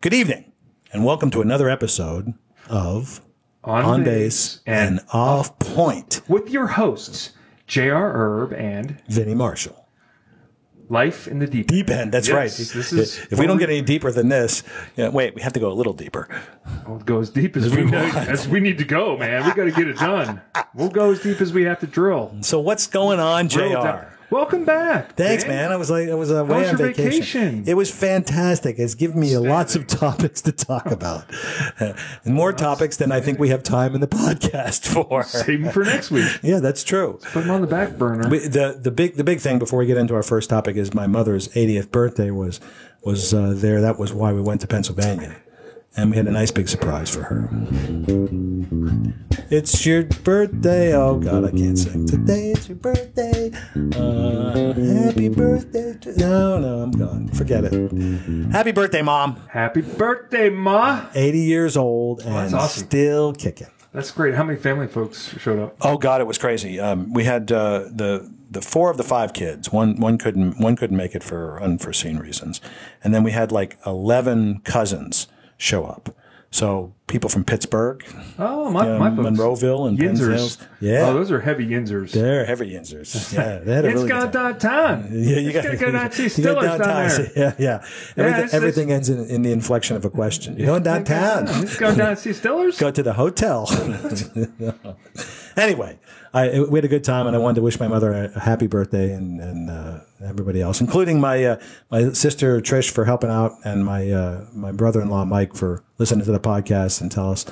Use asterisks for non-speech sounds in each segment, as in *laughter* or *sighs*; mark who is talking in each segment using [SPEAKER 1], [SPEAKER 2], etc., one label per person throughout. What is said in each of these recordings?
[SPEAKER 1] Good evening, and welcome to another episode of
[SPEAKER 2] On,
[SPEAKER 1] On Base and Off Point.
[SPEAKER 2] with your hosts, J.R. Herb and
[SPEAKER 1] Vinny Marshall.
[SPEAKER 2] Life in the Deep.
[SPEAKER 1] Deep end, that's
[SPEAKER 2] Yes,
[SPEAKER 1] right.
[SPEAKER 2] this is
[SPEAKER 1] if we don't get any deeper than this, yeah, wait, we have to go a little deeper.
[SPEAKER 2] We'll go as Oh, deep as we, know,
[SPEAKER 1] want.
[SPEAKER 2] as we need to go, man. We got to get it done. We'll go as deep as we have to drill.
[SPEAKER 1] So what's going on, JR?
[SPEAKER 2] Drill down. Welcome back.
[SPEAKER 1] Thanks,
[SPEAKER 2] Dan.
[SPEAKER 1] man. I was like, I was uh, away
[SPEAKER 2] was
[SPEAKER 1] on
[SPEAKER 2] your
[SPEAKER 1] vacation.
[SPEAKER 2] vacation?
[SPEAKER 1] It was fantastic. It's given me lots of topics to talk
[SPEAKER 2] *laughs*
[SPEAKER 1] about, *laughs* and more topics than I think we have time in the *laughs* podcast for.
[SPEAKER 2] Save 'em for next week.
[SPEAKER 1] Yeah, that's true.
[SPEAKER 2] Put them on the back burner.
[SPEAKER 1] We- the the big the big thing before we get into our first topic is my mother's 80th birthday was was uh, there. That was why we went to Pennsylvania, and we had a nice big surprise for her. It's your birthday. Oh God, I can't sing. Today is your birthday. Uh, happy birthday. To, no, no, I'm gone. Forget it. Happy birthday, mom.
[SPEAKER 2] Happy birthday, Ma.
[SPEAKER 1] 80 years old and
[SPEAKER 2] awesome.
[SPEAKER 1] still kicking.
[SPEAKER 2] That's great. How many family folks showed up?
[SPEAKER 1] Oh God, it was crazy. Um, we had uh, the the four of the five kids. One one couldn't one couldn't make it for unforeseen reasons, and then we had like eleven cousins show up. So people from Pittsburgh,
[SPEAKER 2] Oh, my, my folks.
[SPEAKER 1] Monroeville, and Pennsylvania.
[SPEAKER 2] Yinzers.
[SPEAKER 1] Yeah,
[SPEAKER 2] Oh, those are heavy Yinzers.
[SPEAKER 1] they're heavy
[SPEAKER 2] *laughs*
[SPEAKER 1] Yinzers. Yeah, they had a
[SPEAKER 2] It's
[SPEAKER 1] really
[SPEAKER 2] got
[SPEAKER 1] good time.
[SPEAKER 2] that time.
[SPEAKER 1] Yeah, *laughs* you
[SPEAKER 2] it's
[SPEAKER 1] got
[SPEAKER 2] got to go down. See,
[SPEAKER 1] you
[SPEAKER 2] still
[SPEAKER 1] got
[SPEAKER 2] down
[SPEAKER 1] downtown.
[SPEAKER 2] there.
[SPEAKER 1] *laughs* Yeah, yeah. Everything,
[SPEAKER 2] it's-
[SPEAKER 1] everything ends in, in the inflection of a question. You
[SPEAKER 2] *laughs*
[SPEAKER 1] going downtown?
[SPEAKER 2] Let's
[SPEAKER 1] *laughs*
[SPEAKER 2] go down and see Stillers.
[SPEAKER 1] go to the hotel. *laughs* anyway, I, we had a good time, and I wanted to wish my mother a, a happy birthday and, and uh, everybody else, including my uh, my sister Trish for helping out, and my uh, my brother in law Mike for listening to the podcast and tell us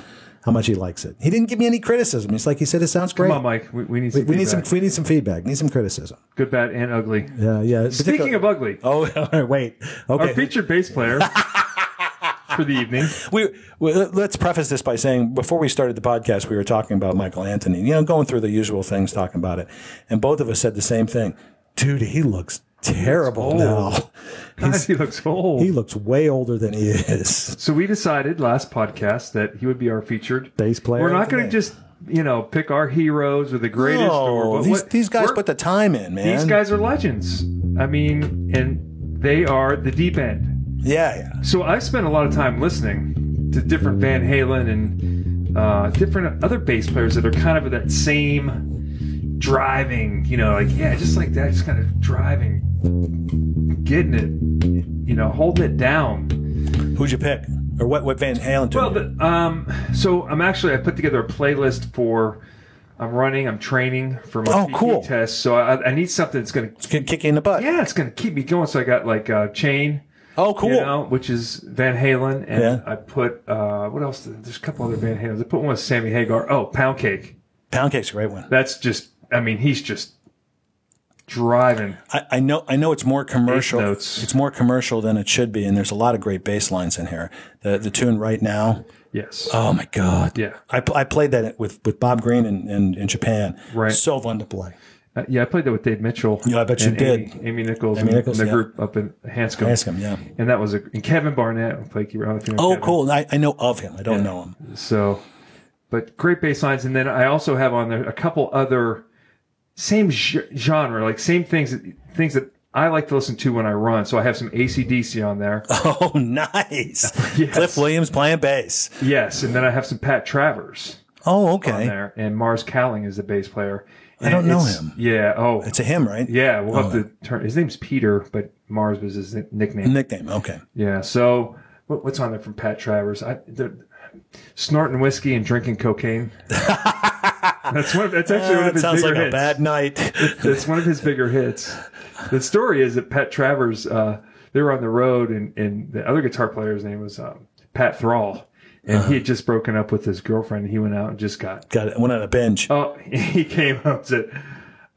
[SPEAKER 1] how much he likes it. He didn't give me any criticism. He's like he said, it sounds great.
[SPEAKER 2] Come on, Mike. We, we need some
[SPEAKER 1] we need some
[SPEAKER 2] feedback.
[SPEAKER 1] we need some feedback. Need some criticism.
[SPEAKER 2] good, bad, and ugly.
[SPEAKER 1] Yeah, yeah.
[SPEAKER 2] Speaking of ugly,
[SPEAKER 1] oh, *laughs* all right, wait.
[SPEAKER 2] our
[SPEAKER 1] Okay,
[SPEAKER 2] featured
[SPEAKER 1] *laughs*
[SPEAKER 2] bass player for the evening.
[SPEAKER 1] we, we let's preface this by saying before we started the podcast, we were talking about Michael Anthony, you know, going through the usual things, talking about it, and both of us said the same thing. Dude, he looks terrible
[SPEAKER 2] He looks
[SPEAKER 1] now.
[SPEAKER 2] God, he looks old.
[SPEAKER 1] He looks way older than he is.
[SPEAKER 2] so we decided last podcast that he would be our featured
[SPEAKER 1] Bass player
[SPEAKER 2] We're not going to
[SPEAKER 1] today.
[SPEAKER 2] just you know pick our heroes or the greatest. or,
[SPEAKER 1] Oh,
[SPEAKER 2] but
[SPEAKER 1] these,
[SPEAKER 2] what-
[SPEAKER 1] these guys
[SPEAKER 2] we're-
[SPEAKER 1] put the time in, man.
[SPEAKER 2] these guys are legends. I mean, and they are the deep end.
[SPEAKER 1] yeah, yeah.
[SPEAKER 2] So I spent a lot of time listening to different Van Halen and uh, different other bass players that are kind of that same driving, you know, like yeah, just like that, just kind of driving, getting it, you know, holding it down.
[SPEAKER 1] Who'd you pick? Or what, what Van Halen took?
[SPEAKER 2] Well, the, um, so I'm actually I put together a playlist for I'm running, I'm training for my
[SPEAKER 1] Oh,
[SPEAKER 2] PE
[SPEAKER 1] cool.
[SPEAKER 2] test. So I, I need something that's gonna
[SPEAKER 1] Kick- kick you in the butt.
[SPEAKER 2] yeah, it's gonna keep me going. So I got like uh, Chain,
[SPEAKER 1] Oh, cool.
[SPEAKER 2] you know, which is Van Halen, and
[SPEAKER 1] Yeah.
[SPEAKER 2] I put uh, what else? There's a couple other Van Halens. I put one with Sammy Hagar. Oh, Pound Cake.
[SPEAKER 1] Pound cake's a great one.
[SPEAKER 2] That's just I mean he's just driving.
[SPEAKER 1] I, I know I know it's more commercial.
[SPEAKER 2] Eighth notes.
[SPEAKER 1] It's more commercial than it should be, and there's a lot of great bass lines in here. The the tune right now.
[SPEAKER 2] Yes.
[SPEAKER 1] Oh my god.
[SPEAKER 2] Yeah.
[SPEAKER 1] I, pl- I played that with, with Bob Green in, in, in Japan.
[SPEAKER 2] Right.
[SPEAKER 1] So fun to play.
[SPEAKER 2] Uh, yeah, I played that with Dave Mitchell.
[SPEAKER 1] Yeah, I bet you
[SPEAKER 2] and Amy,
[SPEAKER 1] did.
[SPEAKER 2] Amy Nichols,
[SPEAKER 1] Amy
[SPEAKER 2] and-
[SPEAKER 1] Nichols,
[SPEAKER 2] and the
[SPEAKER 1] yeah.
[SPEAKER 2] group up in Hanscom.
[SPEAKER 1] Ask him, yeah.
[SPEAKER 2] and that was a and Kevin Barnett would play keyboard. I don't know if you know
[SPEAKER 1] Oh,
[SPEAKER 2] Kevin.
[SPEAKER 1] cool. I, I know of him. I don't know him. *laughs*
[SPEAKER 2] So, but great bass lines, and then I also have on there a couple other same ge- genre, like same things, that- things that I like to listen to when I run. So I have some ACDC
[SPEAKER 1] *laughs*
[SPEAKER 2] on there,
[SPEAKER 1] Oh,
[SPEAKER 2] *laughs*
[SPEAKER 1] nice. Cliff Williams playing bass.
[SPEAKER 2] yes, and then I have some Pat Travers
[SPEAKER 1] Oh,
[SPEAKER 2] on
[SPEAKER 1] okay.
[SPEAKER 2] there, and Mars Cowling is the bass player.
[SPEAKER 1] I don't
[SPEAKER 2] And
[SPEAKER 1] know
[SPEAKER 2] it's-
[SPEAKER 1] him.
[SPEAKER 2] Yeah. Oh,
[SPEAKER 1] It's a him, right?
[SPEAKER 2] yeah. We'll have to turn. His name's Peter, but Mars was his nickname.
[SPEAKER 1] Nickname. Okay.
[SPEAKER 2] Yeah. So what, what's on there from Pat Travers? I, they're snorting whiskey and drinking cocaine. that's one. Of, that's actually one
[SPEAKER 1] Ah,
[SPEAKER 2] of
[SPEAKER 1] it
[SPEAKER 2] his
[SPEAKER 1] sounds
[SPEAKER 2] bigger
[SPEAKER 1] like a
[SPEAKER 2] hits.
[SPEAKER 1] bad
[SPEAKER 2] *laughs*
[SPEAKER 1] night.
[SPEAKER 2] That's one of his bigger hits. The story is that Pat Travers, uh, they were on the road, and, and the other guitar player's name was um, Pat Thrall, and he had just broken up with his girlfriend. and He went out and just got
[SPEAKER 1] Got it. Went on a binge.
[SPEAKER 2] Oh, *laughs* he came up and said,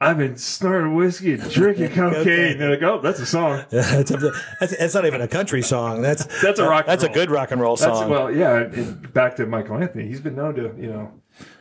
[SPEAKER 2] I've been snorting whiskey and
[SPEAKER 1] *laughs*
[SPEAKER 2] drinking cocaine. They're like, oh, that's a song.
[SPEAKER 1] *laughs* that's, a, that's, that's not even a country song. That's
[SPEAKER 2] That's a rock and
[SPEAKER 1] That's a
[SPEAKER 2] roll.
[SPEAKER 1] good rock and roll song.
[SPEAKER 2] That's, well, yeah. and back to Michael Anthony. He's been known to, you know,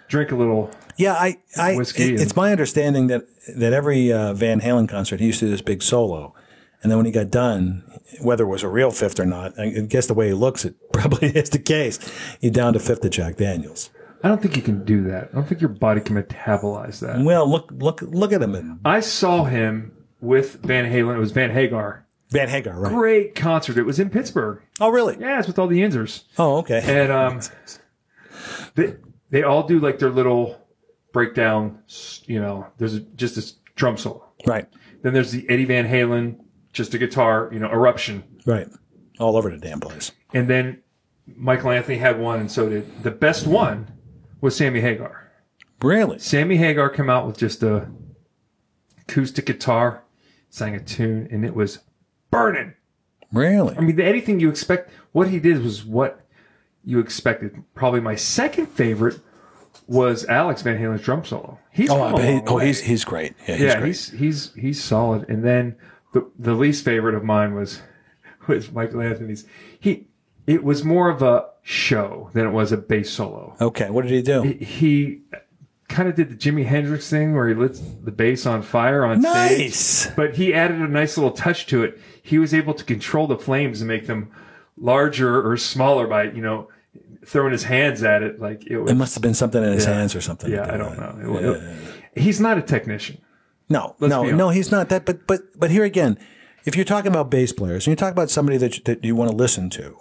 [SPEAKER 2] drink a little.
[SPEAKER 1] Yeah, I, I
[SPEAKER 2] Whiskey
[SPEAKER 1] it-
[SPEAKER 2] and-
[SPEAKER 1] it's my understanding that that every uh, Van Halen concert he used to do this big solo, and then when he got done, whether it was a real fifth or not, I guess the way he looks, it *laughs* probably is the case. He down to fifth of Jack Daniels.
[SPEAKER 2] I don't think you can do that. I don't think your body can metabolize that.
[SPEAKER 1] Well, look, look, look at him. And,
[SPEAKER 2] I saw him with Van Halen. It was Van Hagar.
[SPEAKER 1] Van Hagar, right?
[SPEAKER 2] Great concert. It was in Pittsburgh.
[SPEAKER 1] Oh, really?
[SPEAKER 2] Yeah, it's with all the Yinzers.
[SPEAKER 1] Oh, okay.
[SPEAKER 2] And um, they they all do like their little breakdown. You know, there's just this drum solo.
[SPEAKER 1] Right,
[SPEAKER 2] Then there's the Eddie Van Halen, just a guitar. You know, eruption.
[SPEAKER 1] right. All over the damn place.
[SPEAKER 2] And then Michael Anthony had one, and so did the best one was Sammy Hagar.
[SPEAKER 1] Really?
[SPEAKER 2] Sammy Hagar came out with just a acoustic guitar, sang a tune, and it was burning.
[SPEAKER 1] Really?
[SPEAKER 2] I mean, anything you expect. What he did was what you expected. Probably my second favorite was Alex Van Halen's drum solo. He's
[SPEAKER 1] Oh,
[SPEAKER 2] come
[SPEAKER 1] I
[SPEAKER 2] a
[SPEAKER 1] bet he-
[SPEAKER 2] long
[SPEAKER 1] oh,
[SPEAKER 2] way.
[SPEAKER 1] he's he's great. Yeah, he's
[SPEAKER 2] yeah,
[SPEAKER 1] great.
[SPEAKER 2] he's he's he's solid. And then the the least favorite of mine was *laughs* was Michael Anthony's. He it was more of a show than it was a bass solo.
[SPEAKER 1] okay, what did he do?
[SPEAKER 2] He kind of did the Jimi Hendrix thing where he lit the bass on fire on stage.
[SPEAKER 1] Nice.
[SPEAKER 2] But he added a nice little touch to it. He was able to control the flames and make them larger or smaller by, you know, throwing his hands at it. Like it was,
[SPEAKER 1] It must have been something in his hands or something.
[SPEAKER 2] yeah,
[SPEAKER 1] like that.
[SPEAKER 2] I don't know. It- it- he's not a technician.
[SPEAKER 1] No, no,
[SPEAKER 2] be honest.
[SPEAKER 1] no, he's not that. But but but here again, if you're talking about bass players and you're talking about somebody that you- that you want to listen to,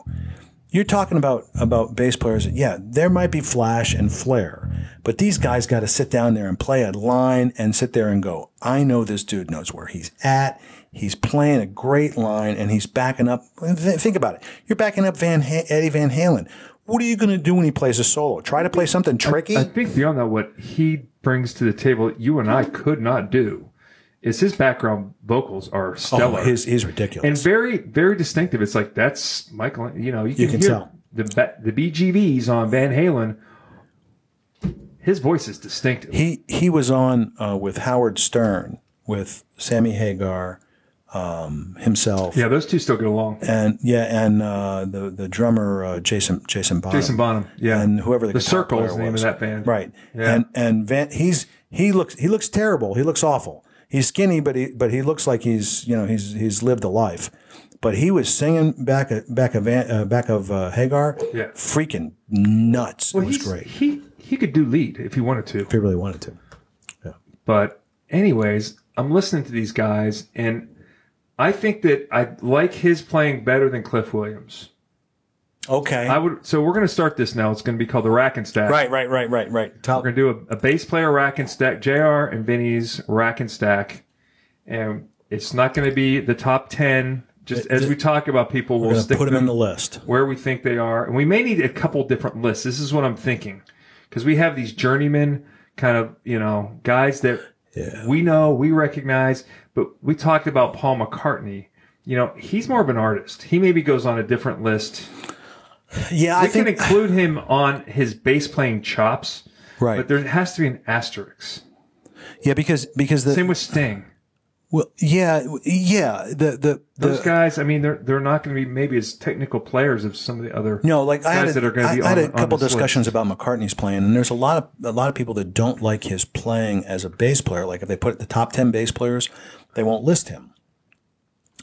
[SPEAKER 1] you're talking about about bass players. Yeah, there might be flash and flair, but these guys got to sit down there and play a line and sit there and go, I know this dude knows where he's at. He's playing a great line and he's backing up. Th- think about it. You're backing up Van ha- Eddie Van Halen. What are you going to do when he plays a solo? Try to play something tricky?
[SPEAKER 2] I think beyond that, what he brings to the table that you and I could not do is his background vocals are
[SPEAKER 1] oh,
[SPEAKER 2] stellar
[SPEAKER 1] he's, he's ridiculous.
[SPEAKER 2] and very, very distinctive. It's like that's Michael. You know, you can,
[SPEAKER 1] can
[SPEAKER 2] hear
[SPEAKER 1] tell.
[SPEAKER 2] the ba- the BGVs on Van Halen. His voice is distinctive.
[SPEAKER 1] he he was on uh, with Howard Stern with Sammy Hagar um, himself
[SPEAKER 2] yeah, those two still get along.
[SPEAKER 1] and yeah and uh, the the drummer uh, Jason Jason Bonham,
[SPEAKER 2] Jason Bonham. Yeah,
[SPEAKER 1] and whoever the,
[SPEAKER 2] the
[SPEAKER 1] guitar
[SPEAKER 2] Circle is
[SPEAKER 1] player
[SPEAKER 2] the name
[SPEAKER 1] was.
[SPEAKER 2] of that band.
[SPEAKER 1] right and and Van he's he looks he looks terrible he looks awful he's skinny but he but he looks like he's you know he's he's lived a life but he was singing back at back of Van, uh, back of uh, Hagar
[SPEAKER 2] Yeah.
[SPEAKER 1] freaking nuts it was
[SPEAKER 2] He's-
[SPEAKER 1] great
[SPEAKER 2] He he could do lead if he wanted to.
[SPEAKER 1] if he really wanted to
[SPEAKER 2] But anyways, I'm listening to these guys and I think that I like his playing better than Cliff Williams.
[SPEAKER 1] okay
[SPEAKER 2] I would so we're gonna start this now. It's gonna be called the rack and stack.
[SPEAKER 1] right right right right right Tell-
[SPEAKER 2] We're gonna do a, a bass player rack and stack, JR and Vinny's rack and stack. And it's not gonna be the top ten. Just as we talk about people, we'll
[SPEAKER 1] Gonna
[SPEAKER 2] stick
[SPEAKER 1] put him
[SPEAKER 2] them
[SPEAKER 1] in the list.
[SPEAKER 2] where we think they are. And we may need a couple different lists. This is what I'm thinking. Because we have these journeymen kind of, you know, guys that
[SPEAKER 1] Yeah.
[SPEAKER 2] we know, we recognize, but we talked about Paul McCartney. You know, he's more of an artist. He maybe goes on a different list.
[SPEAKER 1] Yeah, I
[SPEAKER 2] We can
[SPEAKER 1] think
[SPEAKER 2] include him on his bass playing chops,
[SPEAKER 1] right.
[SPEAKER 2] but there has to be an asterisk.
[SPEAKER 1] yeah, because because the
[SPEAKER 2] Same with Sting.
[SPEAKER 1] well, yeah, yeah, the the, the
[SPEAKER 2] Those guys, I mean, they're they're not going to be maybe as technical players of some of the other.
[SPEAKER 1] no, like I had
[SPEAKER 2] guys
[SPEAKER 1] a,
[SPEAKER 2] that are gonna
[SPEAKER 1] I-
[SPEAKER 2] be
[SPEAKER 1] I had
[SPEAKER 2] on-
[SPEAKER 1] a
[SPEAKER 2] on
[SPEAKER 1] couple
[SPEAKER 2] this list.
[SPEAKER 1] discussions about McCartney's playing, and there's a lot of a lot of people that don't like his playing as a bass player. Like if they put the top ten bass players, they won't list him.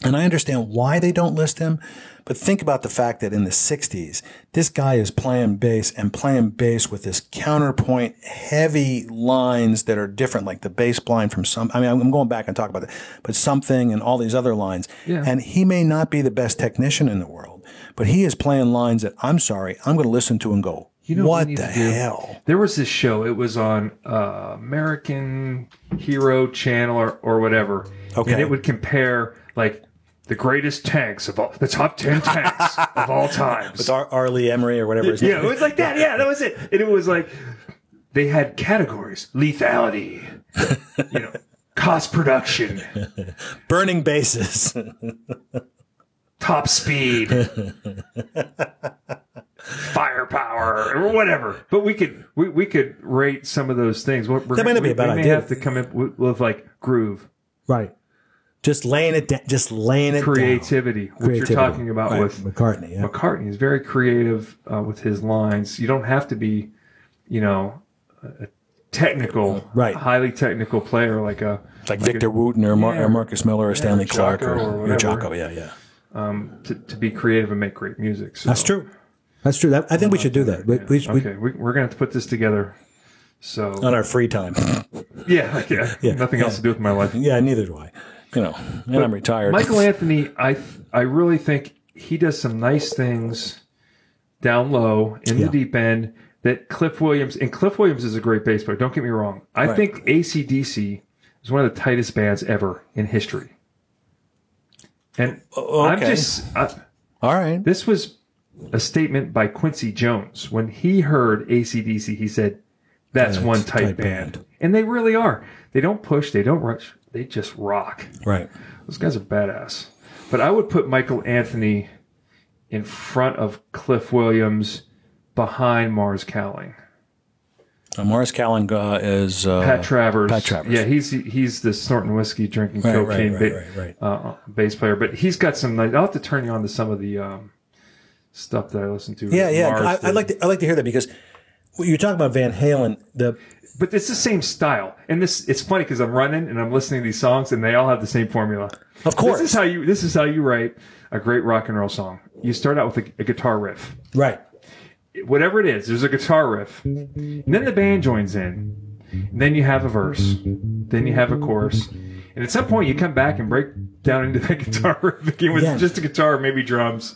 [SPEAKER 1] And I understand why they don't list him, but think about the fact that in the 60s, this guy is playing bass and playing bass with this counterpoint heavy lines that are different, like the bass line from some, I mean, I'm going back and talk about it, but something and all these other lines. And he may not be the best technician in the world, but he is playing lines that I'm sorry, I'm going to listen to and go, you
[SPEAKER 2] know
[SPEAKER 1] know
[SPEAKER 2] what
[SPEAKER 1] what
[SPEAKER 2] we need
[SPEAKER 1] the
[SPEAKER 2] to do?
[SPEAKER 1] hell?
[SPEAKER 2] There was this show. It was on uh, American Hero Channel or, or whatever.
[SPEAKER 1] Okay.
[SPEAKER 2] And it would compare like the greatest tanks of all the top ten tanks of all time.
[SPEAKER 1] It's Ar- Arlie Emery or whatever his
[SPEAKER 2] Yeah, it
[SPEAKER 1] name
[SPEAKER 2] was like that. Yeah, that was it. And it was like they had categories: lethality, *laughs* you know, cost production,
[SPEAKER 1] Burning basses. *laughs*
[SPEAKER 2] top speed, firepower, or whatever. But we could we, we could rate some of those things. What,
[SPEAKER 1] That might not be
[SPEAKER 2] we,
[SPEAKER 1] a bad
[SPEAKER 2] we may
[SPEAKER 1] idea.
[SPEAKER 2] have to come up with, with like groove,
[SPEAKER 1] right. Just laying it down. Just laying it down.
[SPEAKER 2] creativity, what you're
[SPEAKER 1] Creativity.
[SPEAKER 2] talking about
[SPEAKER 1] Right,
[SPEAKER 2] with
[SPEAKER 1] McCartney. Yeah.
[SPEAKER 2] McCartney. Is very creative uh, with his lines. You don't have to be, you know. A technical,
[SPEAKER 1] Right.
[SPEAKER 2] highly technical player like a
[SPEAKER 1] like Victor Wooten or, Mar-
[SPEAKER 2] Yeah.
[SPEAKER 1] or Marcus Miller or Stanley
[SPEAKER 2] Jocko
[SPEAKER 1] Clark or,
[SPEAKER 2] or
[SPEAKER 1] or,
[SPEAKER 2] whatever.
[SPEAKER 1] Jocko. Yeah, yeah.
[SPEAKER 2] to, to be creative and make great music. So.
[SPEAKER 1] That's true. That's true. That, I think we should do that. We, we, we, Uh,
[SPEAKER 2] Okay, we, we're gonna have to put this together. So
[SPEAKER 1] On our free time.
[SPEAKER 2] *laughs* yeah, yeah, nothing else to do with my
[SPEAKER 1] *laughs*
[SPEAKER 2] life.
[SPEAKER 1] yeah, neither do I. you know, and I'm retired.
[SPEAKER 2] Michael Anthony, I th- I really think he does some nice things down low in the deep end that Cliff Williams and Cliff Williams is a great bass player. Don't get me wrong. I
[SPEAKER 1] Right.
[SPEAKER 2] think ACDC is one of the tightest bands ever in history. And
[SPEAKER 1] O-
[SPEAKER 2] I'm
[SPEAKER 1] Oh, okay.
[SPEAKER 2] just I,
[SPEAKER 1] All right.
[SPEAKER 2] this was a statement by Quincy Jones when he heard ACDC. He said, "That's
[SPEAKER 1] That's
[SPEAKER 2] one tight,
[SPEAKER 1] tight
[SPEAKER 2] band.
[SPEAKER 1] band.
[SPEAKER 2] and they really are. They don't push. They don't rush. They just rock."
[SPEAKER 1] Right.
[SPEAKER 2] Those guys are badass. But I would put Michael Anthony in front of Cliff Williams behind Mars Cowling.
[SPEAKER 1] Uh, Morris Callan uh, is uh,
[SPEAKER 2] Pat Travers.
[SPEAKER 1] Pat Travers.
[SPEAKER 2] Yeah, he's he's the snorting whiskey, drinking
[SPEAKER 1] Right, right,
[SPEAKER 2] cocaine
[SPEAKER 1] right,
[SPEAKER 2] ba-
[SPEAKER 1] right, right.
[SPEAKER 2] Uh, bass player. But he's got some nice. I'll have to turn you on to some of the um, stuff that I listen to.
[SPEAKER 1] Yeah, yeah.
[SPEAKER 2] Mars
[SPEAKER 1] I, I
[SPEAKER 2] did.
[SPEAKER 1] like to, I like to hear that because when you're talking about Van Halen. The
[SPEAKER 2] But it's the same style. And this it's funny because I'm running and I'm listening to these songs and they all have the same formula.
[SPEAKER 1] of course,
[SPEAKER 2] This is how you this is how you write a great rock and roll song. You start out with a, a guitar riff.
[SPEAKER 1] right.
[SPEAKER 2] whatever it is, there's a guitar riff. And then the band joins in. And then you have a verse. Then you have a chorus. And at some point, you come back and break down into that *laughs* guitar riff again with
[SPEAKER 1] Yeah.
[SPEAKER 2] just a guitar, maybe drums.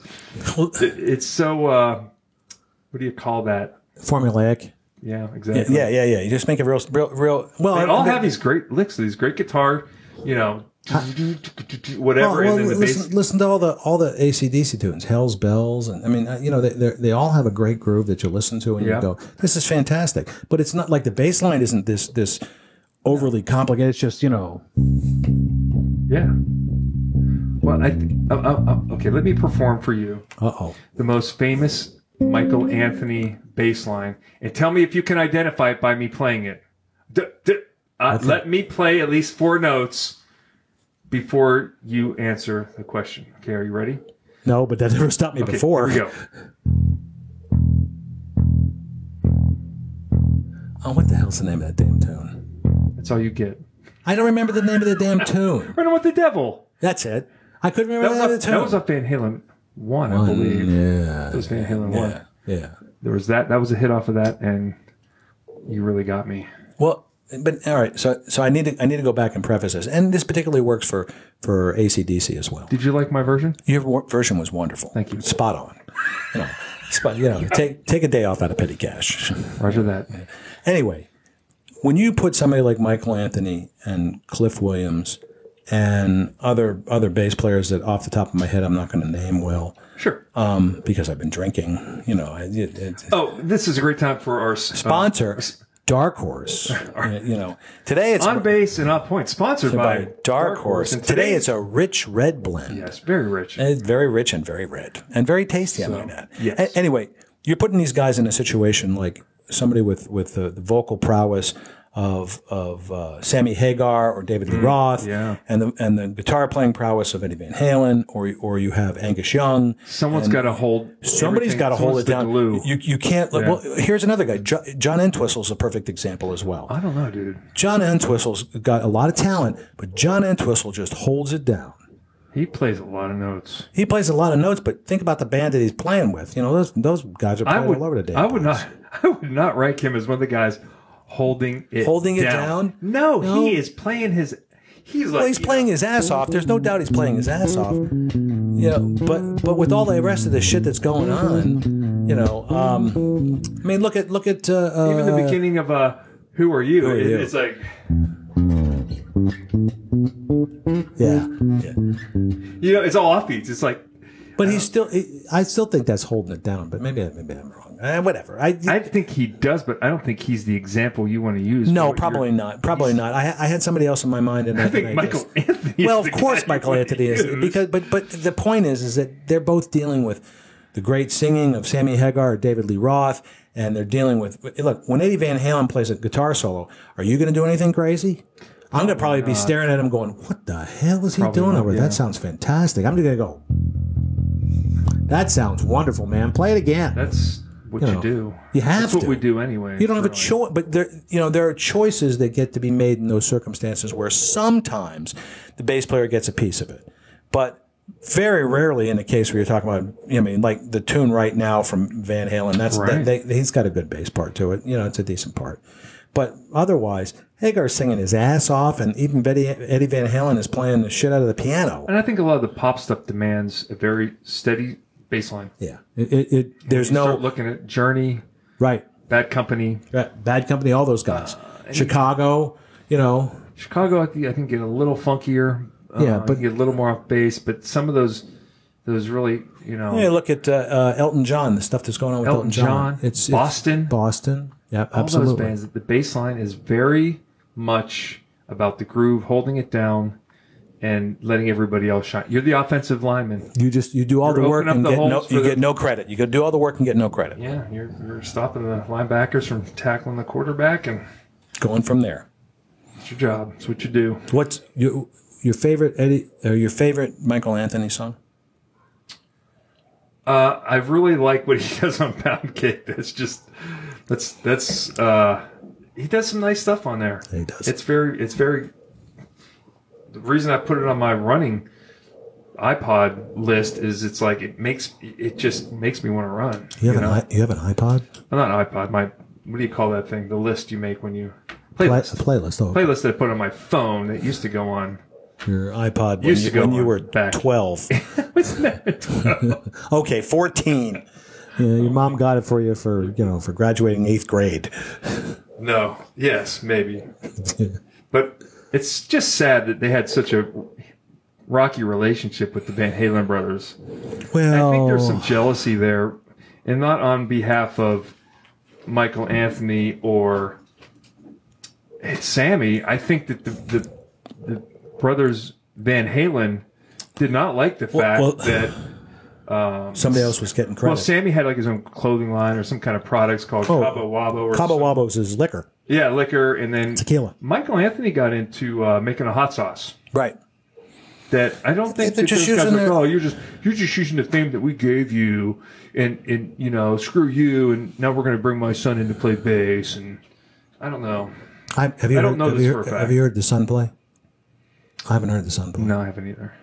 [SPEAKER 1] Well,
[SPEAKER 2] It- It's so, uh, what do you call that?
[SPEAKER 1] Formulaic.
[SPEAKER 2] Yeah,
[SPEAKER 1] Yeah,
[SPEAKER 2] exactly.
[SPEAKER 1] yeah, yeah, yeah. You just make a real, real, real. Well,
[SPEAKER 2] They all
[SPEAKER 1] the-
[SPEAKER 2] have these great licks, these great guitar, you know,
[SPEAKER 1] well,
[SPEAKER 2] whatever.
[SPEAKER 1] Uh, Oh, well,
[SPEAKER 2] And then the
[SPEAKER 1] listen,
[SPEAKER 2] bass.
[SPEAKER 1] listen to all the all the ACDC tunes, Hell's Bells, and I mean, uh, you know, they they're- they all have a great groove that you listen to and
[SPEAKER 2] Yeah.
[SPEAKER 1] you go, "This is fantastic." But it's not like the bass line isn't this this overly complicated. It's just you know,
[SPEAKER 2] Yeah. Well, I, th- uh, uh, uh, okay, let me perform for you.
[SPEAKER 1] uh oh,
[SPEAKER 2] the most famous Michael Anthony bass line, and tell me if you can identify it by me playing it. D- d- uh, Let me play at least four notes before you answer the question. Okay, are you ready?
[SPEAKER 1] no, but that never stopped me
[SPEAKER 2] Okay,
[SPEAKER 1] before.
[SPEAKER 2] Here we go.
[SPEAKER 1] Oh, what the hell's the name of that damn tune?
[SPEAKER 2] That's all you get.
[SPEAKER 1] I don't remember the name of the damn tune.
[SPEAKER 2] Running with the devil.
[SPEAKER 1] That's it. I couldn't
[SPEAKER 2] That
[SPEAKER 1] remember
[SPEAKER 2] was,
[SPEAKER 1] Uh, the name of
[SPEAKER 2] up,
[SPEAKER 1] the tune. Mm,
[SPEAKER 2] that was up Van Halen one, I believe.
[SPEAKER 1] Yeah,
[SPEAKER 2] That was Van Halen one.
[SPEAKER 1] yeah, yeah.
[SPEAKER 2] There was that. That was a hit off of that, and you really got me.
[SPEAKER 1] Well, but all right. So so I need to I need to go back and preface this, and this particularly works for for ACDC as well.
[SPEAKER 2] Did you like my version?
[SPEAKER 1] Your wor- version was wonderful. Thank
[SPEAKER 2] you.
[SPEAKER 1] Spot on. You know, spot, you know take take a day off out of petty cash.
[SPEAKER 2] Roger that.
[SPEAKER 1] anyway, when you put somebody like Michael Anthony and Cliff Williams and other other bass players that off the top of my head I'm not going to name well
[SPEAKER 2] Sure.
[SPEAKER 1] um, because I've been drinking, you know, I, it, it,
[SPEAKER 2] oh, this is a great time for our s- uh,
[SPEAKER 1] sponsor Dark *laughs* Horse. you know, today it's
[SPEAKER 2] on base and off point, sponsored by,
[SPEAKER 1] by Dark Horse.
[SPEAKER 2] And
[SPEAKER 1] Today it's a rich red blend.
[SPEAKER 2] yes, very rich.
[SPEAKER 1] And It's very rich and very red and very tasty. I might add.
[SPEAKER 2] yes.
[SPEAKER 1] A- anyway, you're putting these guys in a situation like somebody with with the, the vocal prowess of of uh, Sammy Hagar or David Lee Roth,
[SPEAKER 2] Mm-hmm. yeah.
[SPEAKER 1] and the and the guitar playing prowess of Eddie Van Halen, or or you have Angus Young.
[SPEAKER 2] Someone's got to hold.
[SPEAKER 1] Somebody's
[SPEAKER 2] everything.
[SPEAKER 1] got to hold
[SPEAKER 2] Someone's
[SPEAKER 1] it
[SPEAKER 2] the
[SPEAKER 1] down.
[SPEAKER 2] glue.
[SPEAKER 1] You you can't. Well, here's another guy. Jo- John Entwistle's a perfect example as well.
[SPEAKER 2] I don't know, dude.
[SPEAKER 1] John Entwistle's got a lot of talent, but John Entwistle just holds it down.
[SPEAKER 2] He plays a lot of notes.
[SPEAKER 1] He plays a lot of notes, but think about the band that he's playing with. You know, those those guys are
[SPEAKER 2] I
[SPEAKER 1] playing
[SPEAKER 2] would.
[SPEAKER 1] all over the day.
[SPEAKER 2] I would not. *laughs* I would not rank him as one of the guys holding it.
[SPEAKER 1] Holding it down?
[SPEAKER 2] No,
[SPEAKER 1] No.
[SPEAKER 2] he is playing his. He's like
[SPEAKER 1] Well, he's playing his ass off. There's no doubt he's playing his ass off. You know, but but with all the rest of the shit that's going on, you know, um, I mean, look at look at uh, uh,
[SPEAKER 2] even the beginning of uh, "Who Are You?" it-
[SPEAKER 1] You?
[SPEAKER 2] It's like
[SPEAKER 1] yeah.
[SPEAKER 2] you know, it's all offbeats. It's like
[SPEAKER 1] But he's still. He, I still think that's holding it down. But maybe I- maybe I'm wrong. Eh, whatever. I,
[SPEAKER 2] I think he does, but I don't think he's the example you want to use. for
[SPEAKER 1] no,
[SPEAKER 2] what you're-
[SPEAKER 1] probably not. Probably not. I, I had somebody else in my mind, and I,
[SPEAKER 2] I think
[SPEAKER 1] and I
[SPEAKER 2] Michael
[SPEAKER 1] just-
[SPEAKER 2] Anthony. is
[SPEAKER 1] well,
[SPEAKER 2] the
[SPEAKER 1] of
[SPEAKER 2] guy
[SPEAKER 1] course,
[SPEAKER 2] you
[SPEAKER 1] Michael
[SPEAKER 2] wanna
[SPEAKER 1] Anthony is
[SPEAKER 2] use.
[SPEAKER 1] because, but but the point is, is that they're both dealing with the great singing of Sammy Hagar or David Lee Roth, and they're dealing with look when Eddie Van Halen plays a guitar solo. Are you going to do anything crazy? I'm going to probably be staring at him, going, "What the hell is he doing
[SPEAKER 2] not,
[SPEAKER 1] over? there?
[SPEAKER 2] yeah.
[SPEAKER 1] That sounds fantastic." I'm just going to go. That sounds wonderful, man. Play it again.
[SPEAKER 2] That's what you,
[SPEAKER 1] know,
[SPEAKER 2] do.
[SPEAKER 1] you have
[SPEAKER 2] That's what
[SPEAKER 1] to.
[SPEAKER 2] we do anyway.
[SPEAKER 1] You don't have a choice, but there, you know, there are choices that get to be made in those circumstances where sometimes the bass player gets a piece of it, but very rarely in a case where you're talking about, you know, I mean, like the tune right now from Van Halen, that's
[SPEAKER 2] Right.
[SPEAKER 1] that, they, he's got a good bass part to it. You know, it's a decent part, But otherwise, Hagar's singing his ass off, and even Betty, Eddie Van Halen is playing the shit out of the piano.
[SPEAKER 2] And I think a lot of the pop stuff demands a very steady baseline.
[SPEAKER 1] Yeah, it, it, it there's
[SPEAKER 2] You
[SPEAKER 1] no
[SPEAKER 2] start looking at Journey,
[SPEAKER 1] right.
[SPEAKER 2] Bad Company,
[SPEAKER 1] Right. Bad Company, all those guys. Chicago, you know,
[SPEAKER 2] Chicago. I think I think get a little funkier. Uh,
[SPEAKER 1] Yeah, but-
[SPEAKER 2] get a little more off base. But some of those, those really, you know,
[SPEAKER 1] Hey, look at uh, uh, Elton John. The stuff that's going on with Elton,
[SPEAKER 2] Elton John,
[SPEAKER 1] It's, it's
[SPEAKER 2] Boston.
[SPEAKER 1] Boston. Yeah,
[SPEAKER 2] all
[SPEAKER 1] absolutely.
[SPEAKER 2] those bands. The bass line is very much about the groove, holding it down, and letting everybody else shine. You're the offensive lineman.
[SPEAKER 1] You just you do all the
[SPEAKER 2] You're
[SPEAKER 1] work and
[SPEAKER 2] opening up the
[SPEAKER 1] get no
[SPEAKER 2] holes for
[SPEAKER 1] you
[SPEAKER 2] the-
[SPEAKER 1] get no credit. You could do all the work and get no credit.
[SPEAKER 2] Yeah, you're, you're stopping the linebackers from tackling the quarterback, and
[SPEAKER 1] Going from there.
[SPEAKER 2] it's your job. It's what you do.
[SPEAKER 1] What's your your favorite Eddie or your favorite Michael Anthony song?
[SPEAKER 2] Uh, I really like what he *laughs* does on Pound Cake. That's just that's that's uh, he does some nice stuff on there.
[SPEAKER 1] He does.
[SPEAKER 2] It's very it's very. The reason I put it on my running iPod list is it's like it makes it just makes me want to run.
[SPEAKER 1] you have
[SPEAKER 2] know?
[SPEAKER 1] an i- you have an iPod
[SPEAKER 2] Well, not iPod. My what do you call that thing? The list you make when you
[SPEAKER 1] Play, a
[SPEAKER 2] playlist.
[SPEAKER 1] playlist. Oh,
[SPEAKER 2] playlist that I put on my phone that used to go on.
[SPEAKER 1] your iPod when,
[SPEAKER 2] Used
[SPEAKER 1] you,
[SPEAKER 2] to go
[SPEAKER 1] when you
[SPEAKER 2] on
[SPEAKER 1] were
[SPEAKER 2] back. *laughs*
[SPEAKER 1] twelve.
[SPEAKER 2] It's not-
[SPEAKER 1] okay, fourteen. Yeah, your mom got it for you for you know for graduating eighth grade.
[SPEAKER 2] No. Yes, maybe. but it's just sad that they had such a rocky relationship with the Van Halen brothers.
[SPEAKER 1] Well,
[SPEAKER 2] I think there's some jealousy there, and not on behalf of Michael Anthony or Sammy. I think that the the, the brothers Van Halen did not like the fact
[SPEAKER 1] well-
[SPEAKER 2] that
[SPEAKER 1] *sighs* somebody else was getting
[SPEAKER 2] well,
[SPEAKER 1] credit.
[SPEAKER 2] Sammy had like his own clothing line or some kind of products called
[SPEAKER 1] Oh,
[SPEAKER 2] Cabo Wabo or
[SPEAKER 1] Cabo
[SPEAKER 2] some-
[SPEAKER 1] Wabo's is liquor.
[SPEAKER 2] yeah liquor, and then
[SPEAKER 1] Tequila.
[SPEAKER 2] Michael Anthony got into uh, making a hot sauce.
[SPEAKER 1] Right.
[SPEAKER 2] that I don't think
[SPEAKER 1] They're
[SPEAKER 2] that
[SPEAKER 1] just
[SPEAKER 2] those guys
[SPEAKER 1] using
[SPEAKER 2] are like,
[SPEAKER 1] their-
[SPEAKER 2] oh, you're just you're just using the fame that we gave you, and and you know, screw you, and now we're going to bring my son in to play bass, and I don't know.
[SPEAKER 1] I, have you heard,
[SPEAKER 2] I don't know
[SPEAKER 1] have
[SPEAKER 2] this
[SPEAKER 1] you
[SPEAKER 2] for a
[SPEAKER 1] heard-
[SPEAKER 2] fact.
[SPEAKER 1] Have you heard the Sun play? I haven't heard the Sun play.
[SPEAKER 2] No, I haven't either.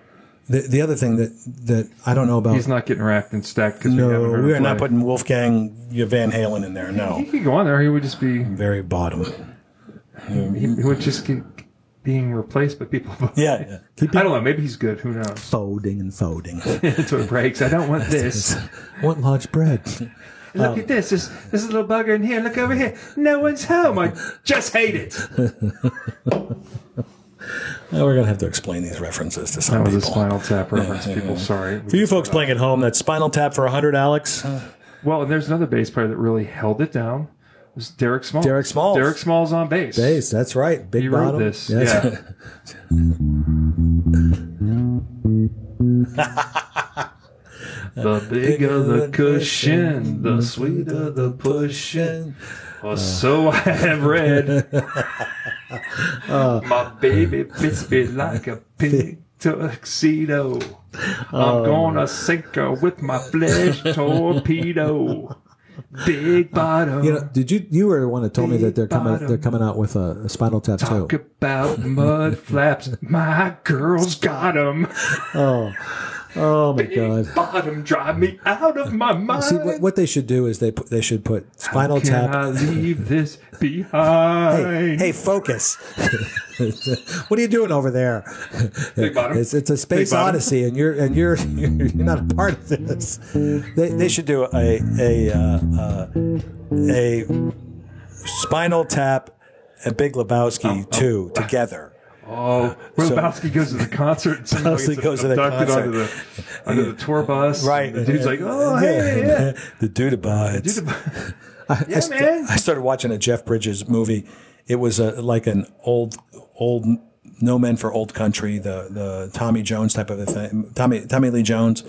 [SPEAKER 1] The, the other thing that, that I don't know about.
[SPEAKER 2] He's not getting racked and stacked because we
[SPEAKER 1] no,
[SPEAKER 2] haven't heard
[SPEAKER 1] we
[SPEAKER 2] him
[SPEAKER 1] are not
[SPEAKER 2] play.
[SPEAKER 1] putting Wolfgang your Van Halen in there.
[SPEAKER 2] He
[SPEAKER 1] No,
[SPEAKER 2] could go on there. He would just be.
[SPEAKER 1] *laughs* very bottom.
[SPEAKER 2] He, he would just keep being replaced by people. *laughs*
[SPEAKER 1] Yeah, yeah. *laughs* keep
[SPEAKER 2] I don't know. Maybe he's good. Who
[SPEAKER 1] *laughs*
[SPEAKER 2] knows?
[SPEAKER 1] folding and folding.
[SPEAKER 2] That's what breaks. I don't want this.
[SPEAKER 1] *laughs* what large bread?
[SPEAKER 2] *laughs* Look at this. This this little bugger in here. Look over here. No one's home. I just hate it.
[SPEAKER 1] Now *laughs* we're gonna have to explain these references to some
[SPEAKER 2] That was a
[SPEAKER 1] people.
[SPEAKER 2] Spinal Tap reference. People, sorry.
[SPEAKER 1] For you folks playing at home, that's Spinal Tap for hundred, Alex.
[SPEAKER 2] Well, and there's another bass player that really held it down. Was Derek Smalls?
[SPEAKER 1] Derek Smalls.
[SPEAKER 2] Derek Smalls on bass.
[SPEAKER 1] Ace, that's right. Big
[SPEAKER 2] He wrote
[SPEAKER 1] bottom.
[SPEAKER 2] this.
[SPEAKER 1] Yes. *laughs*
[SPEAKER 2] Yeah. The bigger the cushion, the sweeter the pushing.
[SPEAKER 1] *laughs*
[SPEAKER 2] Or so I
[SPEAKER 3] *laughs*
[SPEAKER 2] have read. My baby fits me like a pig tuxedo.
[SPEAKER 3] Oh,
[SPEAKER 2] I'm gonna sink her with my flesh torpedo. Big bottom.
[SPEAKER 3] You know, did you you were the one that told me that they're coming
[SPEAKER 2] Bottom.
[SPEAKER 3] they're coming out with a, a Spinal Tap too.
[SPEAKER 2] Talk about mud flaps. My girl's got 'em.
[SPEAKER 3] Oh my
[SPEAKER 2] Big
[SPEAKER 3] god!
[SPEAKER 2] bottom drive me out of my mind.
[SPEAKER 1] See what, what they should do is they put, they should put Spinal
[SPEAKER 2] Can
[SPEAKER 1] Tap.
[SPEAKER 2] I leave this behind?
[SPEAKER 1] Hey, hey, focus! *laughs* what are you doing over there?
[SPEAKER 2] Big bottom.
[SPEAKER 1] It's, it's a space
[SPEAKER 2] Big bottom.
[SPEAKER 1] odyssey, and you're and you're *laughs* you're not a part of this. They, they should do a a uh, uh, a Spinal Tap, a Big Lebowski two together.
[SPEAKER 2] Oh, Lebowski goes to the concert. And somehow
[SPEAKER 1] Lebowski
[SPEAKER 2] gets
[SPEAKER 1] Uh, goes to the
[SPEAKER 2] abducted
[SPEAKER 1] concert.
[SPEAKER 2] Onto the, onto the tour bus.
[SPEAKER 1] Right.
[SPEAKER 2] The dude's like, oh, hey, yeah.
[SPEAKER 1] The Dudabots.
[SPEAKER 2] Dude,
[SPEAKER 1] *laughs* I
[SPEAKER 2] yeah,
[SPEAKER 1] st-
[SPEAKER 2] man.
[SPEAKER 1] I started watching a Jeff Bridges movie. It was a, like an old, old, no men for old country, the the Tommy Jones type of a thing. Tommy Tommy Lee Jones.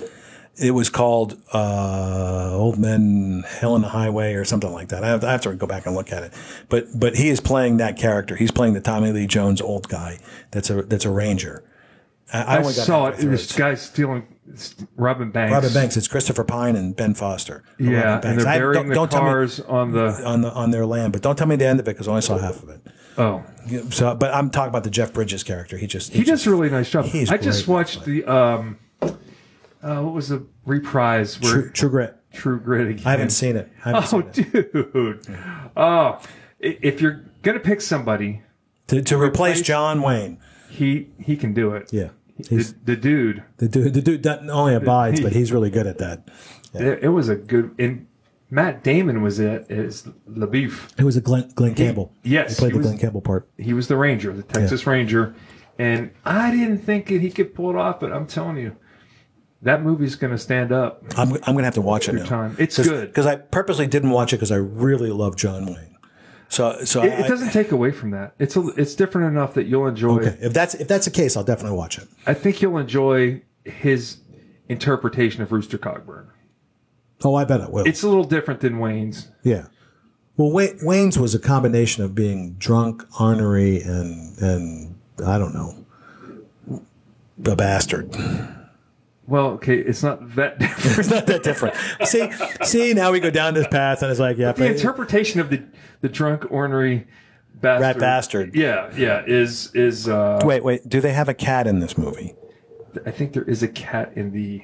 [SPEAKER 1] It was called uh, Old Men Hell on the Highway or something like that. I have, I have to go back and look at it. But but he is playing that character. He's playing the Tommy Lee Jones old guy. That's a that's a ranger. I, I
[SPEAKER 2] I
[SPEAKER 1] only got
[SPEAKER 2] saw
[SPEAKER 1] halfway
[SPEAKER 2] it.
[SPEAKER 1] through
[SPEAKER 2] This guy stealing Robin Banks.
[SPEAKER 1] Robin Banks. It's Christopher Pine and Ben Foster.
[SPEAKER 2] Yeah,
[SPEAKER 1] Robin
[SPEAKER 2] and
[SPEAKER 1] Banks.
[SPEAKER 2] they're
[SPEAKER 1] I-
[SPEAKER 2] burying the
[SPEAKER 1] tell me-
[SPEAKER 2] cars on the.
[SPEAKER 1] on the on their land, but don't tell me the end of it because I only saw half of it.
[SPEAKER 2] Oh,
[SPEAKER 1] So, but I'm talking about the Jeff Bridges character. He just
[SPEAKER 2] he does a really nice job.
[SPEAKER 1] He's
[SPEAKER 2] I just
[SPEAKER 1] great.
[SPEAKER 2] watched the um, uh, what was the reprise where
[SPEAKER 1] True,
[SPEAKER 2] True,
[SPEAKER 1] True Grit.
[SPEAKER 2] *laughs* Grit again?
[SPEAKER 1] I haven't seen it. I haven't
[SPEAKER 2] Oh,
[SPEAKER 1] seen it.
[SPEAKER 2] dude. Oh, i- if you're gonna pick somebody,
[SPEAKER 1] to, to replace
[SPEAKER 2] Replace-
[SPEAKER 1] John Wayne.
[SPEAKER 2] he he can do it.
[SPEAKER 1] Yeah,
[SPEAKER 2] The,
[SPEAKER 1] he's,
[SPEAKER 2] the dude,
[SPEAKER 1] the dude, the dude not only abides, but he's really good at that.
[SPEAKER 2] it, it was a good. And Matt Damon was it as LaBeef.
[SPEAKER 1] It was a Glenn, Glenn Campbell.
[SPEAKER 2] yes,
[SPEAKER 1] he played
[SPEAKER 2] he
[SPEAKER 1] the
[SPEAKER 2] was-
[SPEAKER 1] Glenn Campbell part.
[SPEAKER 2] He was the Ranger, the Texas Ranger, and I didn't think that he could pull it off. But I'm telling you, that movie's gonna stand up.
[SPEAKER 1] I'm, I'm gonna have to watch it now.
[SPEAKER 2] time. It's good.
[SPEAKER 1] because I purposely didn't watch it because I really love John Wayne. So so I,
[SPEAKER 2] It, it doesn't take away from that. It's a, it's different enough that you'll enjoy.
[SPEAKER 1] okay. if that's if that's the case, I'll definitely watch it.
[SPEAKER 2] I think you'll enjoy his interpretation of Rooster Cogburn.
[SPEAKER 1] Oh, I bet I will.
[SPEAKER 2] It's a little different than Wayne's.
[SPEAKER 1] yeah. Well, Wayne, Wayne's was a combination of being drunk, ornery, and and I don't know, a bastard. *laughs*
[SPEAKER 2] Well, okay, it's not that *laughs* different.
[SPEAKER 1] It's not that different. see, see, now we go down this path, and it's like, yeah,
[SPEAKER 2] the
[SPEAKER 1] but-
[SPEAKER 2] interpretation of the the drunk ornery bastard,
[SPEAKER 1] Rat bastard.
[SPEAKER 2] Yeah, yeah, is is uh,
[SPEAKER 1] wait, wait. Do they have a cat in this movie?
[SPEAKER 2] I think there is a cat in the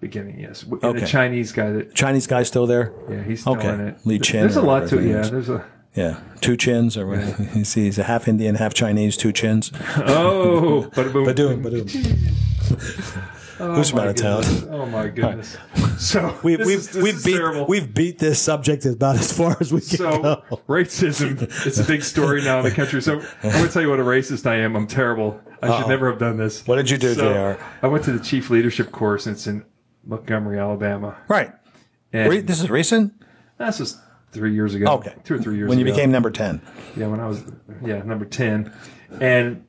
[SPEAKER 2] beginning. Yes, W- and
[SPEAKER 1] Okay.
[SPEAKER 2] a Chinese guy that
[SPEAKER 1] Chinese guy still there?
[SPEAKER 2] yeah, he's still
[SPEAKER 1] Okay.
[SPEAKER 2] in it.
[SPEAKER 1] Lee Chin
[SPEAKER 2] There's a
[SPEAKER 1] or
[SPEAKER 2] lot to
[SPEAKER 1] whatever
[SPEAKER 2] it. Yeah,
[SPEAKER 1] his name *laughs*
[SPEAKER 2] there's a
[SPEAKER 1] Yeah, two chins, or what- you *laughs* see, he's a half Indian, half Chinese, two chins.
[SPEAKER 2] oh, but
[SPEAKER 1] But doing, but
[SPEAKER 2] *laughs*
[SPEAKER 1] doing. Who's from out of town?
[SPEAKER 2] Oh
[SPEAKER 1] *laughs*
[SPEAKER 2] my goodness! So
[SPEAKER 1] We,
[SPEAKER 2] this
[SPEAKER 1] we've
[SPEAKER 2] is- this
[SPEAKER 1] we've
[SPEAKER 2] is
[SPEAKER 1] beat
[SPEAKER 2] terrible.
[SPEAKER 1] we've beat this subject about as far as we can
[SPEAKER 2] so
[SPEAKER 1] go.
[SPEAKER 2] racism it's a big story now in the country
[SPEAKER 1] *laughs*
[SPEAKER 2] so i'm going to tell you what a racist i am i'm terrible i should never have done this
[SPEAKER 1] What did you do,
[SPEAKER 2] so,
[SPEAKER 1] JR?
[SPEAKER 2] i went to the chief leadership course and it's in montgomery alabama
[SPEAKER 1] Right.
[SPEAKER 2] and
[SPEAKER 1] Re- this is recent.
[SPEAKER 2] that's just three years ago
[SPEAKER 1] Okay.
[SPEAKER 2] two or three years
[SPEAKER 1] When you
[SPEAKER 2] ago
[SPEAKER 1] became number ten.
[SPEAKER 2] yeah when i was yeah number 10 and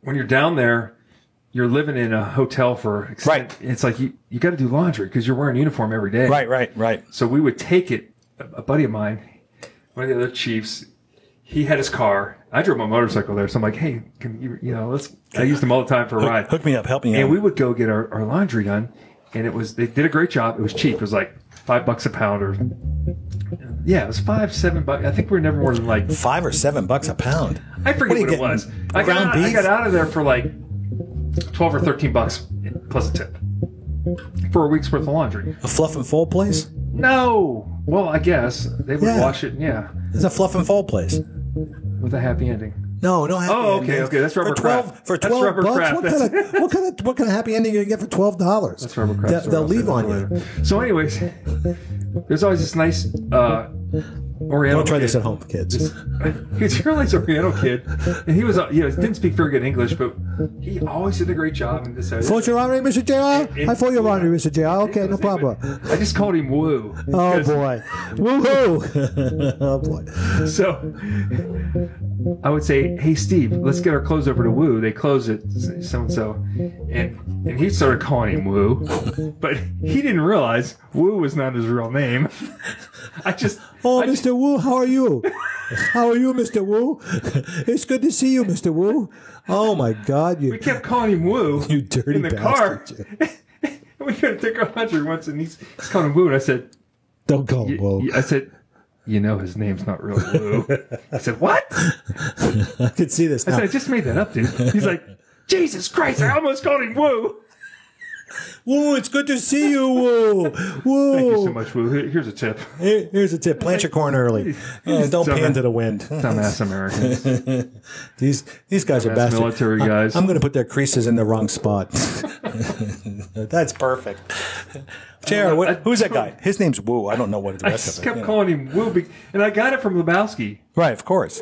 [SPEAKER 2] when you're down there you're living in a hotel for extent-
[SPEAKER 1] Right.
[SPEAKER 2] it's like you, you got to do laundry because you're wearing uniform every day
[SPEAKER 1] Right, right, right.
[SPEAKER 2] So we would take it. A a buddy of mine, one of the other chiefs, he had his car. I drove my motorcycle there, so I'm like, hey, can you, you know, let's. I used them all the time for a ride.
[SPEAKER 1] Hook me up, help me
[SPEAKER 2] And
[SPEAKER 1] out.
[SPEAKER 2] we would go get our, our laundry done, and it was they did a great job. It was cheap. It was like five bucks a pound, or yeah, it was five, seven bucks. I think we were never more than like
[SPEAKER 1] Five or seven bucks a pound.
[SPEAKER 2] I forget
[SPEAKER 1] What
[SPEAKER 2] what,
[SPEAKER 1] are you
[SPEAKER 2] it was.
[SPEAKER 1] getting?
[SPEAKER 2] I got,
[SPEAKER 1] Ground
[SPEAKER 2] out, I
[SPEAKER 1] beef?
[SPEAKER 2] got out of there for like twelve or thirteen bucks plus a tip for a week's worth of laundry.
[SPEAKER 1] A fluff and fold place?
[SPEAKER 2] No. Well, I guess they would
[SPEAKER 1] Yeah.
[SPEAKER 2] wash it. Yeah,
[SPEAKER 1] It's a fluff and fold place.
[SPEAKER 2] with a happy ending.
[SPEAKER 1] No, no happy
[SPEAKER 2] Oh, okay,
[SPEAKER 1] endings.
[SPEAKER 2] okay, that's rubber
[SPEAKER 1] for twelve
[SPEAKER 2] craft.
[SPEAKER 1] for
[SPEAKER 2] That's
[SPEAKER 1] twelve
[SPEAKER 2] rubber
[SPEAKER 1] bucks.
[SPEAKER 2] craft.
[SPEAKER 1] What kind of what kind
[SPEAKER 2] *laughs*
[SPEAKER 1] of what kind of happy ending are you gonna get for twelve dollars?
[SPEAKER 2] That's rubber crust.
[SPEAKER 1] They'll, they'll leave on you.
[SPEAKER 2] So, anyways, there's always this nice uh, Oriental.
[SPEAKER 1] Don't try
[SPEAKER 2] kid. *laughs*
[SPEAKER 1] this at home, kids.
[SPEAKER 2] He's a really nice Oriental kid, and he was, uh, you know, didn't speak very good English, but he always did a great job and decided.
[SPEAKER 1] Fold your laundry, Mr. JR? I fold your laundry, Mr. JR. Okay, no problem.
[SPEAKER 2] *laughs* I just called him Woo.
[SPEAKER 1] Oh,
[SPEAKER 2] 'cause-
[SPEAKER 1] boy. Woohoo! *laughs* oh, boy.
[SPEAKER 2] So I would say, hey Steve, let's get our clothes over to Woo. They close it so and so, and and he started calling him Woo, but he didn't realize Woo was not his real name. I just
[SPEAKER 1] Oh,
[SPEAKER 2] I just-
[SPEAKER 1] Mr. Wu, how are you? *laughs* How are you, Mr. Wu? *laughs* it's good to see you, Mr. Wu. Oh, my God. You,
[SPEAKER 2] we kept calling him Woo
[SPEAKER 1] you dirty
[SPEAKER 2] in the
[SPEAKER 1] bastard.
[SPEAKER 2] car. and *laughs* we got to take our laundry once, and he's, he's calling him Woo, and I said,
[SPEAKER 1] Don't call him Wu.
[SPEAKER 2] I said. You know his name's not really Woo. I said, What? I
[SPEAKER 1] *laughs* I can see this now.
[SPEAKER 2] said, I just made that up, dude. He's like, Jesus Christ, I almost called him Woo.
[SPEAKER 1] Wu, it's good to see you, Wu. Wu.
[SPEAKER 2] *laughs* Thank you so much, Woo. Here- Here's a tip.
[SPEAKER 1] Here- here's a tip. Plant your corn early. Uh, don't
[SPEAKER 2] Dumbass.
[SPEAKER 1] pan to the wind.
[SPEAKER 2] Dumbass Americans.
[SPEAKER 1] *laughs* These these guys are
[SPEAKER 2] Dumbass
[SPEAKER 1] bastards.
[SPEAKER 2] military
[SPEAKER 1] I-
[SPEAKER 2] guys.
[SPEAKER 1] I'm going to put their creases in the wrong spot. *laughs* That's perfect. JR,
[SPEAKER 2] I-
[SPEAKER 1] what, who's that guy? His name's Wu. I don't know what the
[SPEAKER 2] I
[SPEAKER 1] rest
[SPEAKER 2] just
[SPEAKER 1] of it.
[SPEAKER 2] kept
[SPEAKER 1] you know.
[SPEAKER 2] calling him Woo, be- and I got it from Lebowski,
[SPEAKER 1] Right, of course.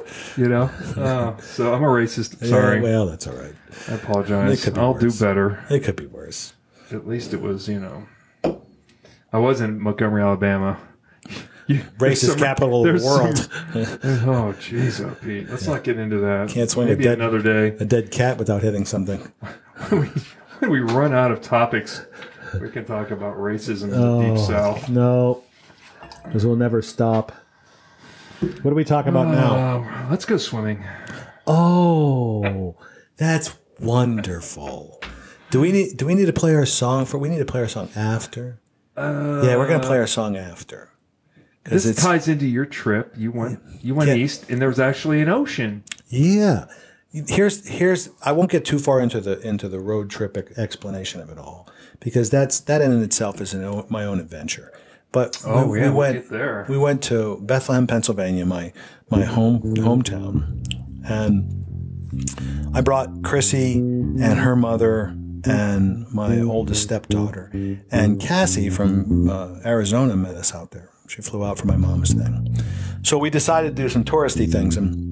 [SPEAKER 1] *laughs*
[SPEAKER 2] you know? Uh, so I'm a racist.
[SPEAKER 1] Yeah,
[SPEAKER 2] Sorry.
[SPEAKER 1] well, that's all right.
[SPEAKER 2] I
[SPEAKER 1] It
[SPEAKER 2] apologize.
[SPEAKER 1] could be
[SPEAKER 2] I'll
[SPEAKER 1] worse.
[SPEAKER 2] do better.
[SPEAKER 1] It could be worse.
[SPEAKER 2] At least it was, you know. I was in
[SPEAKER 1] *laughs*
[SPEAKER 2] Montgomery, Alabama. You- there's
[SPEAKER 1] Racist
[SPEAKER 2] some-
[SPEAKER 1] capital of
[SPEAKER 2] there's
[SPEAKER 1] the world.
[SPEAKER 2] some- oh, jeez, oh, Pete. Let's not get into that.
[SPEAKER 1] Can't swing a
[SPEAKER 2] Maybe
[SPEAKER 1] dead-
[SPEAKER 2] another day. *laughs*
[SPEAKER 1] A dead cat without hitting something.
[SPEAKER 2] when we run out of topics, we can talk about racism in the
[SPEAKER 1] Oh.
[SPEAKER 2] Deep South.
[SPEAKER 3] No,
[SPEAKER 1] Because we'll never stop. What are we talking about now?
[SPEAKER 2] Uh, let's go swimming.
[SPEAKER 1] Oh, that's wonderful. Do we need Do we need to play our song for? We need to play our song after. yeah, we're gonna play our song after. Because
[SPEAKER 2] This
[SPEAKER 1] it's
[SPEAKER 2] ties into your trip. You went you went
[SPEAKER 1] Yeah.
[SPEAKER 2] east, and there was actually an ocean.
[SPEAKER 1] yeah. Here's here's I won't get too far into the into the road trip e- explanation of it all because that's that in itself is an, o- my own adventure. But
[SPEAKER 2] Oh,
[SPEAKER 1] we,
[SPEAKER 2] yeah,
[SPEAKER 1] we
[SPEAKER 2] we'll
[SPEAKER 1] went
[SPEAKER 2] get there.
[SPEAKER 1] we went to Bethlehem, Pennsylvania, my my home hometown, and I brought Chrissy and her mother and my oldest stepdaughter and Cassie from uh, Arizona met us out there. She flew out for my mom's thing, so we decided to do some touristy things and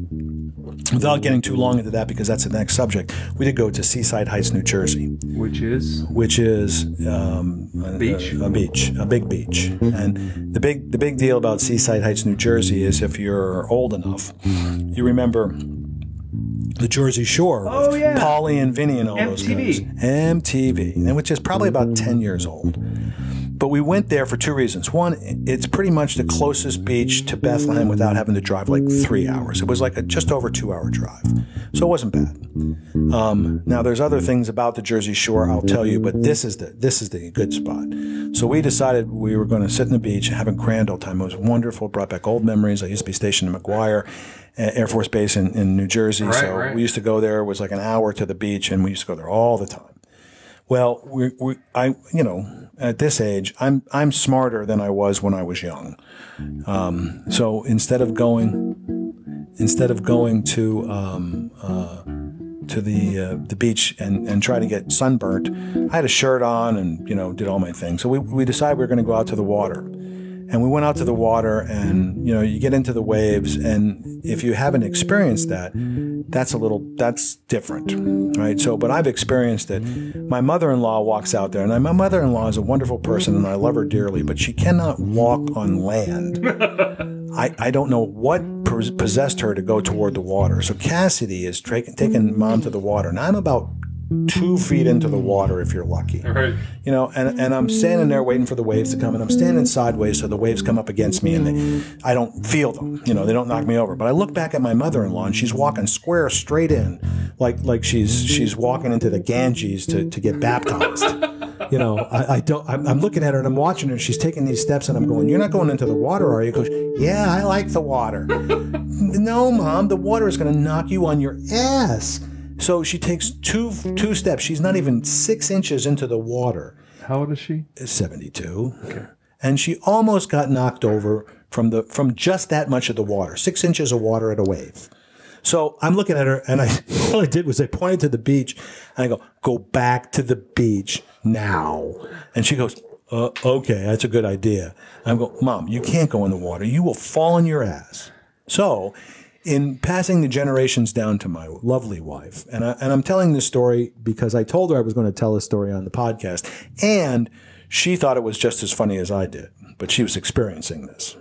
[SPEAKER 1] without getting too long into that because that's the next subject we did go to seaside heights new jersey
[SPEAKER 2] which is
[SPEAKER 1] which is um, a
[SPEAKER 2] Beach?
[SPEAKER 1] a, a beach a big beach and the big the big deal about seaside heights new jersey is if you're old enough you remember the Jersey Shore with
[SPEAKER 2] Oh, yeah.
[SPEAKER 1] Paulie and Vinny and all those guys.
[SPEAKER 2] MTV.
[SPEAKER 1] MTV, and which is probably about 10 years old. But we went there for two reasons. One, it's pretty much the closest beach to Bethlehem without having to drive like three hours. It was like a just over two hour drive. So it wasn't bad. Um, now there's other things about the Jersey Shore I'll tell you, but this is the this is the good spot. So we decided we were going to sit on the beach and have a grand old time. It was wonderful. Brought back old memories. I used to be stationed in McGuire uh, Air Force Base in, in New Jersey,
[SPEAKER 2] Right,
[SPEAKER 1] so
[SPEAKER 2] right.
[SPEAKER 1] we used to go there. It was like an hour to the beach, and we used to go there all the time. Well, we, we, I, you know, at this age, I'm, I'm smarter than I was when I was young. Um, so instead of going, instead of going to, um, uh, to the uh, the beach and, and try to get sunburnt, I had a shirt on and you know did all my things. So we, we decided we were going to go out to the water, and we went out to the water and you know you get into the waves and if you haven't experienced that that's a little that's different right so but i've experienced it my mother-in-law walks out there and I- my mother-in-law is a wonderful person and i love her dearly but she cannot walk on land I, I don't know what pos- possessed her to go toward the water. So Cassidy is tra- taking mom to the water, and I'm about two feet into the water if you're lucky
[SPEAKER 2] right.
[SPEAKER 1] you know, and, and I'm standing there waiting for the waves to come, and I'm standing sideways so the waves come up against me, and they, I don't feel them. You know, they don't knock me over. But I look back at my mother-in-law, and she's walking square straight in, like like she's she's walking into the Ganges to to get baptized. You know, I, I don't. I'm, I'm looking at her and I'm watching her. She's taking these steps, and I'm going, "You're not going into the water, are you?" Because yeah, I like the water. no, mom, the water is going to knock you on your ass. So she takes two two steps. She's not even six inches into the water.
[SPEAKER 2] How old is she?
[SPEAKER 1] 72 and she almost got knocked over from the from just that much of the water six inches of water at a wave so i'm looking at her and i *laughs* all i did was i pointed to the beach and i go go back to the beach now and she goes uh, okay that's a good idea i'm going mom you can't go in the water you will fall on your ass so, in passing the generations down to my lovely wife, and, I, and I'm telling this story because I told her I was going to tell this story on the podcast, and she thought it was just as funny as I did, but she was experiencing this.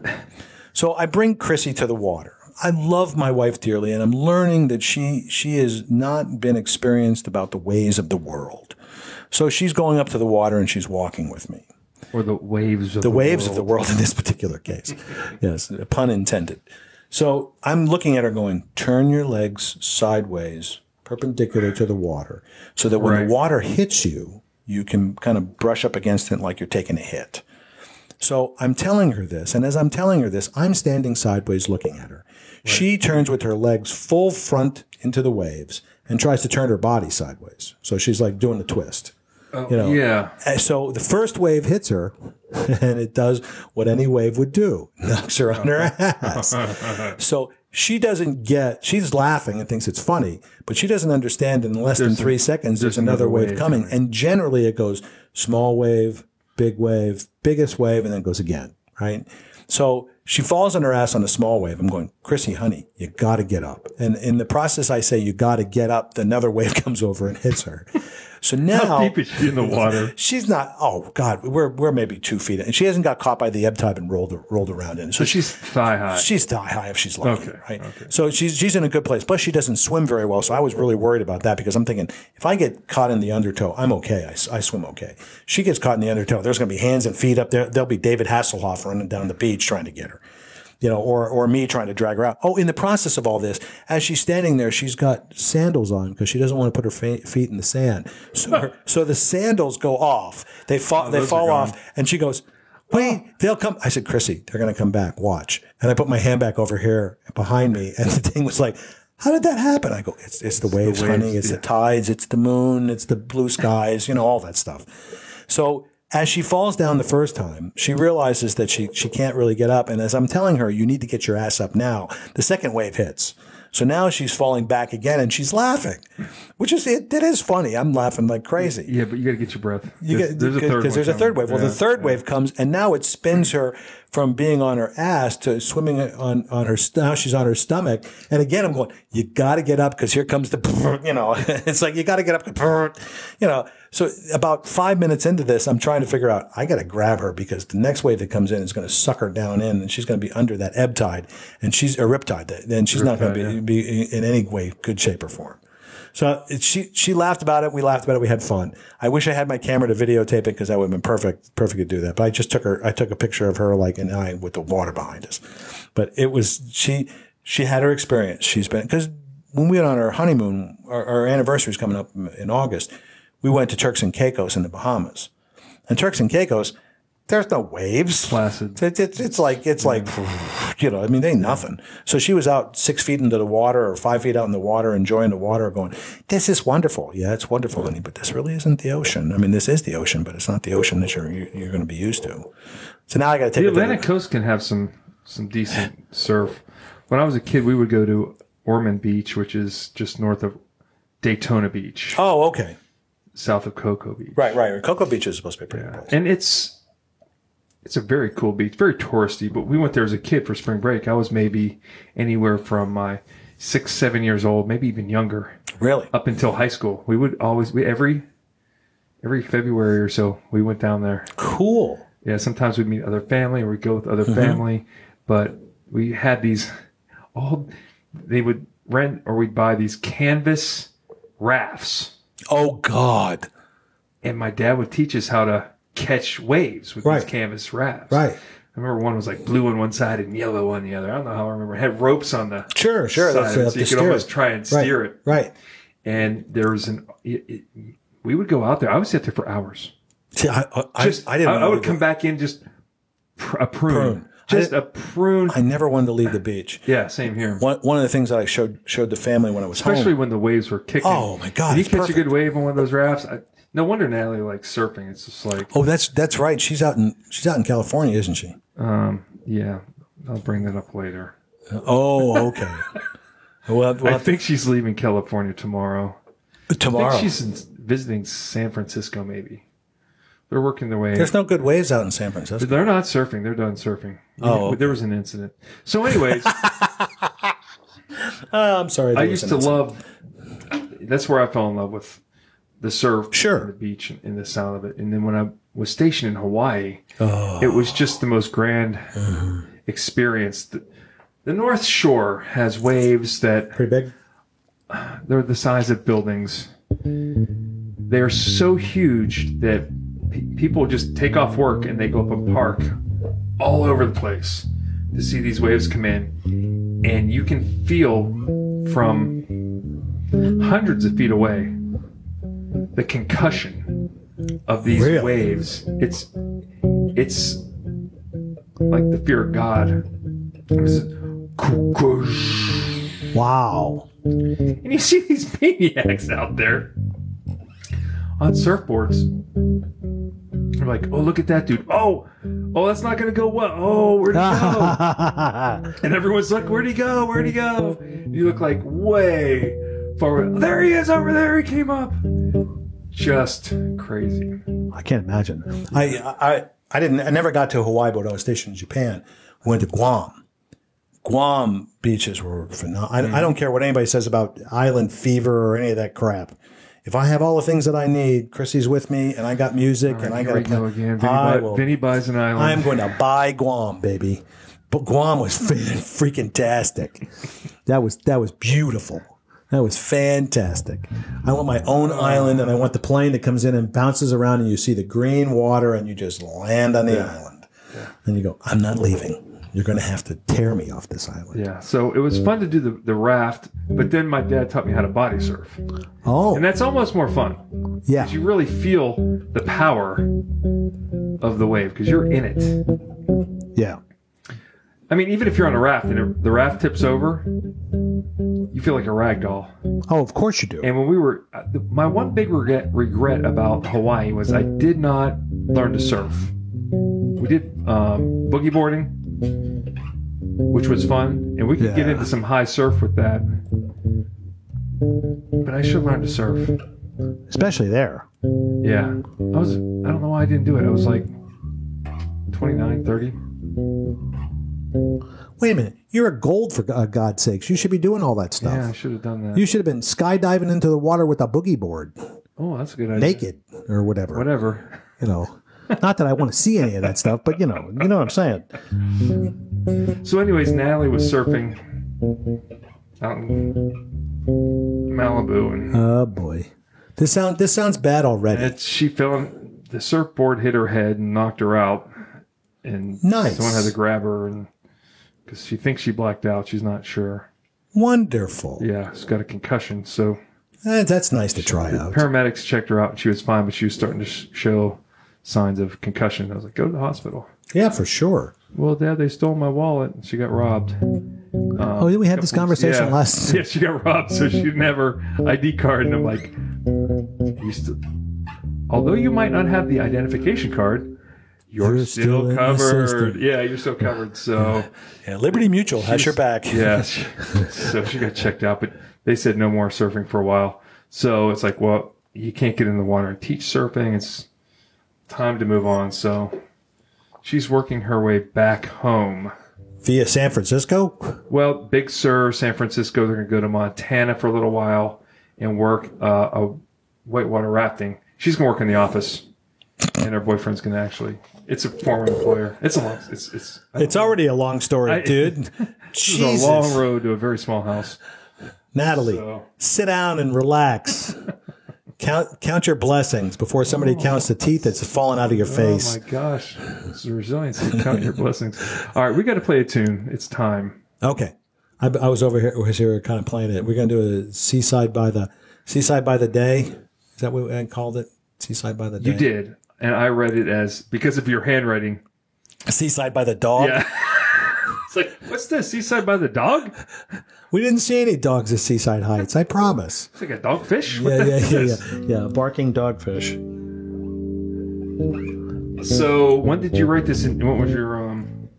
[SPEAKER 1] So I bring Chrissy to the water. I love my wife dearly, and I'm learning that she she has not been experienced about the ways of the world. So she's going up to the water and she's walking with me
[SPEAKER 2] Or the waves of
[SPEAKER 1] the waves of the world in this particular case. yes, pun intended. So I'm looking at her going, turn your legs sideways, perpendicular to the water, so that when
[SPEAKER 2] Right.
[SPEAKER 1] the water hits you, you can kind of brush up against it like you're taking a hit. So I'm telling her this, and as I'm telling her this, I'm standing sideways looking at her. She turns with her legs full front into the waves and tries to turn her body sideways. So she's like doing a twist. you know,
[SPEAKER 2] Yeah.
[SPEAKER 1] and so the first wave hits her, *laughs* and it does what any wave would do *laughs* knocks her on her *laughs* ass. So she doesn't get, she's laughing and thinks it's funny, but she doesn't understand in less than three seconds there's, another, wave, coming. And generally it goes small wave, big wave, biggest wave, and then it goes again, right? So she falls on her ass on a small wave. I'm going, Chrissy, honey, you got to get up. And in the process, I say, you got to get up. Another wave *laughs* comes over and hits her. So now
[SPEAKER 2] Deep is she
[SPEAKER 1] *laughs*
[SPEAKER 2] in the water?
[SPEAKER 1] She's not. Oh God, we're we're maybe two feet, in. and she hasn't got caught by the ebb tide and rolled rolled around in. it. So
[SPEAKER 2] She's thigh high.
[SPEAKER 1] she's thigh high if she's lucky,
[SPEAKER 2] Okay,
[SPEAKER 1] right? So she's she's in a good place. Plus, she doesn't swim very well, so I was really worried about that because I'm thinking if I get caught in the undertow, I'm okay. I, s- I swim okay. She gets caught in the undertow. There's going to be hands and feet up there. There'll be David Hasselhoff running down the beach trying to get her. You know, or or me trying to drag her out. Oh, in the process of all this, as she's standing there, she's got sandals on because she doesn't want to put her fa- feet in the sand. So
[SPEAKER 2] *laughs*
[SPEAKER 1] her, so the sandals go off. They fall they
[SPEAKER 2] Oh, those are
[SPEAKER 1] fall
[SPEAKER 2] gone.
[SPEAKER 1] off, and she goes, Wait, they'll come. I said, Chrissy, they're going to come back. Watch. And I put my hand back over here behind me, and the thing was like, How did that happen? I go, It's, it's the waves,
[SPEAKER 2] waves,
[SPEAKER 1] honey. It's the tides. It's the moon. It's the blue skies, you know, all that stuff. So As she falls down the first time, she realizes that she, she can't really get up. And as I'm telling her, you need to get your ass up now, the second wave hits. So now she's falling back again and she's laughing, which is, it, it is funny. I'm laughing like crazy.
[SPEAKER 2] Yeah, but you got to get your breath.
[SPEAKER 1] You
[SPEAKER 2] there's,
[SPEAKER 1] get
[SPEAKER 2] there's a third
[SPEAKER 1] because
[SPEAKER 2] one
[SPEAKER 1] there's a third wave.
[SPEAKER 2] coming.
[SPEAKER 1] Well,
[SPEAKER 2] Yeah.
[SPEAKER 1] the third wave comes, and now it spins her from being on her ass to swimming on on her. st- Now she's on her stomach, and again, I'm going. You got to get up because here comes the. *laughs* You know, it's like you got to get up. *laughs* You know, so about five minutes into this, I'm trying to figure out. I got to grab her because the next wave that comes in is going to suck her down in, and she's going to be under that ebb tide, and she's a rip tide. Then she's not going to be, be in any way, good shape or form. So it, she she laughed about it. We laughed about it. We had fun. I wish I had my camera to videotape it because that would have been perfect, perfect to do that. But I just took her. I took a picture of her like an eye with the water behind us. But it was she she had her experience. She's been because when we went on our honeymoon, our, our anniversary is coming up in August. We went to Turks and Caicos in the Bahamas, and Turks and Caicos. There's no waves.
[SPEAKER 2] Placid.
[SPEAKER 1] It's, it's, it's like it's
[SPEAKER 2] *laughs*
[SPEAKER 1] like you know. I mean, they ain't nothing. So she was out six feet into the water or five feet out in the water, enjoying the water, going, "This is wonderful. Yeah, it's wonderful, honey, but this really isn't the ocean. I mean, this is the ocean, but it's not the ocean that you're you're, you're going to be used to." So now I got to take
[SPEAKER 2] The
[SPEAKER 1] a video.
[SPEAKER 2] Atlantic coast can have some some decent surf. When I was a kid, we would go to Ormond Beach, which is just north of Daytona Beach,
[SPEAKER 1] Oh, okay.
[SPEAKER 2] south of Cocoa Beach.
[SPEAKER 1] Right, right. Cocoa Beach is supposed to be pretty cool.
[SPEAKER 2] And it's it's a very cool beach, very touristy. But we went there as a kid for spring break. I was maybe anywhere from my six, seven years old, maybe even younger,
[SPEAKER 1] Really?
[SPEAKER 2] up until high school. We would always we every every February or so we went down there.
[SPEAKER 1] Cool.
[SPEAKER 2] Yeah, sometimes we'd meet other family or we'd go with
[SPEAKER 1] Mm-hmm.
[SPEAKER 2] other family, but we had these all they would rent or we'd buy these canvas rafts.
[SPEAKER 1] Oh God.
[SPEAKER 2] And my dad would teach us how to catch waves with
[SPEAKER 1] Right.
[SPEAKER 2] these canvas rafts.
[SPEAKER 1] Right.
[SPEAKER 2] I remember one was like blue on one side and yellow on the other. I don't know how I remember. It had ropes on the
[SPEAKER 1] Sure, sure.
[SPEAKER 2] side,
[SPEAKER 1] That's
[SPEAKER 2] so
[SPEAKER 1] right,
[SPEAKER 2] you
[SPEAKER 1] up
[SPEAKER 2] could
[SPEAKER 1] the steer.
[SPEAKER 2] almost try and
[SPEAKER 1] Right,
[SPEAKER 2] steer it.
[SPEAKER 1] Right.
[SPEAKER 2] And there was an it, it, we would go out there. I would sit there for hours.
[SPEAKER 1] See, I, I,
[SPEAKER 2] just
[SPEAKER 1] I, I didn't.
[SPEAKER 2] I,
[SPEAKER 1] wanna
[SPEAKER 2] would
[SPEAKER 1] do
[SPEAKER 2] come
[SPEAKER 1] that.
[SPEAKER 2] back in just pr- a prune,
[SPEAKER 1] Prune.
[SPEAKER 2] just
[SPEAKER 1] I-
[SPEAKER 2] a prune.
[SPEAKER 1] I never wanted to leave the beach.
[SPEAKER 2] yeah, same here.
[SPEAKER 1] One, one of the things that I showed showed the family when I was home.
[SPEAKER 2] Especially when the waves were kicking.
[SPEAKER 1] Oh, my God,
[SPEAKER 2] If you
[SPEAKER 1] it's
[SPEAKER 2] catch
[SPEAKER 1] perfect.
[SPEAKER 2] a good wave on one of those rafts. I, no wonder Natalie likes surfing. It's just like
[SPEAKER 1] Oh, that's that's right. She's out in she's out in California, isn't she?
[SPEAKER 2] um, yeah. I'll bring that up later.
[SPEAKER 1] Oh, okay. well,
[SPEAKER 2] I
[SPEAKER 1] well
[SPEAKER 2] think she's leaving California tomorrow. I
[SPEAKER 1] tomorrow.
[SPEAKER 2] think she's in- visiting San Francisco, maybe. They're working their way.
[SPEAKER 1] There's no good waves out in San Francisco.
[SPEAKER 2] They're not surfing. They're done surfing.
[SPEAKER 1] Oh, okay.
[SPEAKER 2] There was an incident.
[SPEAKER 1] *laughs*
[SPEAKER 2] So, anyways,
[SPEAKER 1] Oh, I'm sorry.
[SPEAKER 2] I used to love. That's where I fell in love with the surf,
[SPEAKER 1] Sure.
[SPEAKER 2] and the beach, and, and the sound of it. And then when I was stationed in Hawaii,
[SPEAKER 1] Oh.
[SPEAKER 2] it was just the most grand
[SPEAKER 1] Mm-hmm.
[SPEAKER 2] experience. The, the North Shore has waves that
[SPEAKER 1] pretty big.
[SPEAKER 2] they're the size of buildings. They are so huge that pe- people just take off work and they go up and park all over the place to see these waves come in, and you can feel from hundreds of feet away the concussion of these
[SPEAKER 1] Really?
[SPEAKER 2] waves. It's it's like the fear of God. It's-
[SPEAKER 1] Wow.
[SPEAKER 2] and you see these maniacs out there on surfboards. I'm like, oh, look at that dude. Oh, oh, that's not going to go well. Oh, where'd
[SPEAKER 1] *laughs*
[SPEAKER 2] he go? and everyone's like, where'd he go? Where'd he go? You look like way forward. There he is over there. He came up. Just crazy.
[SPEAKER 1] I can't imagine. I I I didn't. I never got to Hawaii, but when I was stationed in Japan. We went to Guam. Guam beaches were phenomenal. I, I don't care what anybody says about island fever or any of that crap. If I have all the things that I need, Chrissy's with me, and I got music, and I
[SPEAKER 2] Here
[SPEAKER 1] got a
[SPEAKER 2] we go
[SPEAKER 1] plan,
[SPEAKER 2] again. Vinny,
[SPEAKER 1] I
[SPEAKER 2] buy,
[SPEAKER 1] will
[SPEAKER 2] Vinny buys an island.
[SPEAKER 1] I'm going to buy Guam, baby. But Guam was *laughs* fan- freaking tastic. That was that was beautiful. That was fantastic. I want my own island, and I want the plane that comes in and bounces around, and you see the green water, and you just land on the island, and you go, "I'm not leaving. You're going to have to tear me off this island."
[SPEAKER 2] yeah, so it was fun to do the, the raft, but then my dad taught me how to body surf. And
[SPEAKER 1] Oh,
[SPEAKER 2] that's almost more fun.
[SPEAKER 1] yeah.
[SPEAKER 2] you really feel the power of the wave because you're in it.
[SPEAKER 1] Yeah.
[SPEAKER 2] I mean, even if you're on a raft and it- the raft tips over, you feel like a rag doll.
[SPEAKER 1] Oh, of course you do.
[SPEAKER 2] And when we were, uh, my one big regret, regret about Hawaii was I did not learn to surf. We did um, boogie boarding, which was fun, and we could get
[SPEAKER 1] Yeah.
[SPEAKER 2] into some high surf with that. But I should learn to surf.
[SPEAKER 4] especially there.
[SPEAKER 2] Yeah. I was, I don't know why I didn't do it. I was like 29, 30.
[SPEAKER 1] Wait a minute. You're a gold for uh, God's sakes. You should be doing all that stuff.
[SPEAKER 2] Yeah, I should have done that.
[SPEAKER 1] You should have been skydiving into the water with a boogie board,
[SPEAKER 2] oh, that's a good idea.
[SPEAKER 1] naked or whatever.
[SPEAKER 2] Whatever.
[SPEAKER 1] You know.
[SPEAKER 4] Not that I want to see any of that stuff, but you know, you know what I'm saying.
[SPEAKER 2] So, anyways, Natalie was surfing out in Malibu, and
[SPEAKER 3] Oh boy.
[SPEAKER 1] This sound this sounds bad already.
[SPEAKER 2] it, she fell. In, the surfboard hit her head and knocked her out. And
[SPEAKER 1] Nice.
[SPEAKER 2] someone had to grab her, and because she thinks she blacked out, she's not sure.
[SPEAKER 1] Wonderful.
[SPEAKER 2] Yeah, she's got a concussion. So
[SPEAKER 1] Eh, that's nice to try out.
[SPEAKER 2] paramedics checked her out, and she was fine, but she was starting to sh- show signs of concussion. I was like, "Go to the hospital."
[SPEAKER 1] Yeah, for sure.
[SPEAKER 2] Well, Dad, they stole my wallet, and she got robbed.
[SPEAKER 3] Oh, yeah, we had this conversation
[SPEAKER 2] Um, yeah.
[SPEAKER 3] last.
[SPEAKER 2] *laughs* Yeah, she got robbed, so she didn't have her ID card. And I'm like, you still, although you might not have the identification card, you're,
[SPEAKER 3] You're still
[SPEAKER 2] still,
[SPEAKER 3] in the
[SPEAKER 2] covered.
[SPEAKER 3] system.
[SPEAKER 2] Yeah, you're still covered. So,
[SPEAKER 1] Yeah, Liberty Mutual has your back.
[SPEAKER 2] yeah. she- *laughs* so she got checked out, but they said no more surfing for a while. So it's like, well, you can't get in the water and teach surfing. It's time to move on. So she's working her way back home.
[SPEAKER 1] Via San Francisco?
[SPEAKER 2] Well, Big Sur, San Francisco, they're going to go to Montana for a little while and work uh, a whitewater rafting. She's going to work in the office, and her boyfriend's going to actually. It's a former employer. It's a long. It's it's,
[SPEAKER 1] It's already a long story,
[SPEAKER 2] I- *laughs*
[SPEAKER 1] dude.
[SPEAKER 2] it's
[SPEAKER 1] *laughs* Jesus.
[SPEAKER 2] a long road to a very small house.
[SPEAKER 1] Natalie,
[SPEAKER 2] So-
[SPEAKER 1] sit down and
[SPEAKER 2] *laughs*
[SPEAKER 1] relax. count count your blessings before somebody counts the teeth that's fallen out of your face.
[SPEAKER 2] Oh my gosh, it's resiliency. Count your blessings. *laughs* All right, we got to play a tune. It's time.
[SPEAKER 1] Okay, I, I was over here was here kind of playing it. We're gonna do a seaside by the seaside by the day. Is that what I called it? Seaside by the day.
[SPEAKER 2] You did, and I read it as because of your handwriting.
[SPEAKER 1] seaside by the dog.
[SPEAKER 2] Yeah. It's like, what's this? Seaside by the dog?
[SPEAKER 1] We didn't see any dogs at Seaside Heights. I
[SPEAKER 2] *laughs*
[SPEAKER 1] promise.
[SPEAKER 2] It's like a dogfish? What
[SPEAKER 1] Yeah,
[SPEAKER 2] the
[SPEAKER 1] yeah,
[SPEAKER 2] heck is
[SPEAKER 1] yeah,
[SPEAKER 2] this?
[SPEAKER 1] yeah.
[SPEAKER 4] Yeah, barking dogfish.
[SPEAKER 2] So when did you write this? In, what was your um?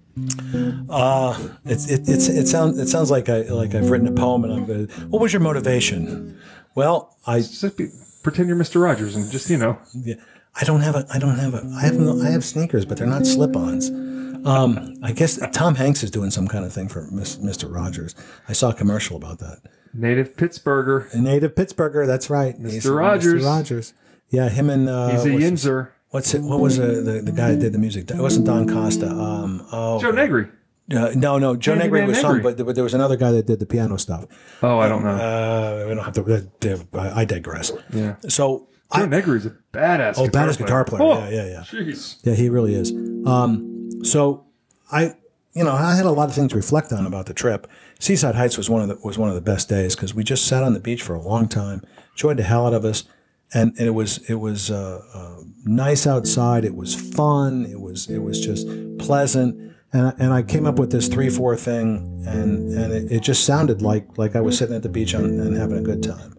[SPEAKER 1] Uh, it's it, it's it sounds it sounds like I like I've written a poem and I'm. Gonna, what was your motivation? Well, I
[SPEAKER 2] Just be, pretend you're Mister Rogers and just you know.
[SPEAKER 1] Yeah. I don't have a. I don't have a. I have. No, I have sneakers, but they're not slip-ons. Um, I guess Tom Hanks is doing some kind of thing for Miss, Mr. Rogers. I saw a commercial about that.
[SPEAKER 2] Native Pittsburgher.
[SPEAKER 1] A native Pittsburgher. That's right, He's-
[SPEAKER 2] Rogers.
[SPEAKER 1] Mr. Rogers. Yeah, him and uh,
[SPEAKER 2] He's a
[SPEAKER 1] what's,
[SPEAKER 2] Yinzer.
[SPEAKER 1] what's it, what was uh, the the guy that did the music? It wasn't Don Costa. Um, oh
[SPEAKER 2] Joe Negri.
[SPEAKER 1] uh, no, no, Joe
[SPEAKER 2] Handyman
[SPEAKER 1] Negri was some,
[SPEAKER 2] Negri.
[SPEAKER 1] but, but there was another guy that did the piano stuff.
[SPEAKER 2] Oh, I don't know.
[SPEAKER 1] Uh, we don't have to. that- that- I digress.
[SPEAKER 2] Yeah.
[SPEAKER 1] So
[SPEAKER 2] Joe
[SPEAKER 1] I,
[SPEAKER 2] Negri is a badass.
[SPEAKER 1] oh, badass guitar player.
[SPEAKER 2] Oh,
[SPEAKER 1] Yeah, yeah, yeah.
[SPEAKER 2] Jeez.
[SPEAKER 1] Yeah, he really is. Um, so I, you know, I had a lot of things to reflect on about the trip. Seaside Heights was one of the was one of the best days because we just sat on the beach for a long time, enjoyed the hell out of us, and, and it was it was uh, uh, nice outside. It was fun. It was it was just pleasant. And I, and I came up with this three four thing, and and it, it just sounded like like I was sitting at the beach on, and having a good time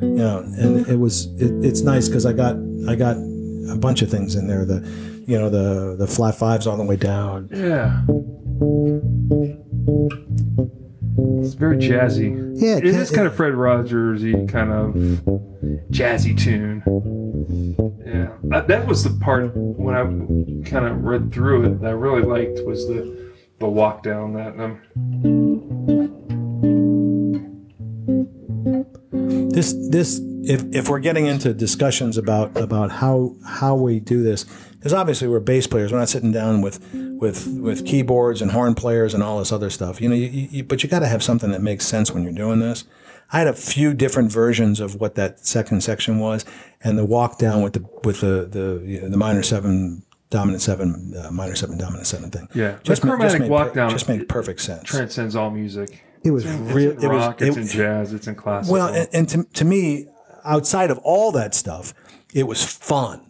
[SPEAKER 1] you know, and it was it, it's nice because I got I got a bunch of things in there. The you know the the flat fives all the way down.
[SPEAKER 2] Yeah. It's very jazzy.
[SPEAKER 1] Yeah,
[SPEAKER 2] It is kind of Fred Rogersy kind of jazzy tune. Yeah, that, that was the part when I kind of read through it that I really liked was the the walk down that. Um,
[SPEAKER 1] this this if if we're getting into discussions about about how how we do this, because obviously we're bass players. We're not sitting down with with with keyboards and horn players and all this other stuff. You know, you, you, you- but you got to have something that makes sense when you're doing this. I had a few different versions of what that second section was, and the walk down with the with the the you know, the minor seven dominant seven uh, minor seven dominant seven thing.
[SPEAKER 2] Yeah.
[SPEAKER 1] just
[SPEAKER 2] The
[SPEAKER 1] ma- just
[SPEAKER 2] chromatic
[SPEAKER 1] made,
[SPEAKER 2] walk
[SPEAKER 1] per-
[SPEAKER 2] down-
[SPEAKER 1] just made perfect sense.
[SPEAKER 2] transcends all music.
[SPEAKER 1] It was
[SPEAKER 2] It's in
[SPEAKER 1] it was-
[SPEAKER 2] rock,
[SPEAKER 1] it-
[SPEAKER 2] it's in jazz, it's in classical.
[SPEAKER 1] well, and, and to, to me, outside of all that stuff, it was fun.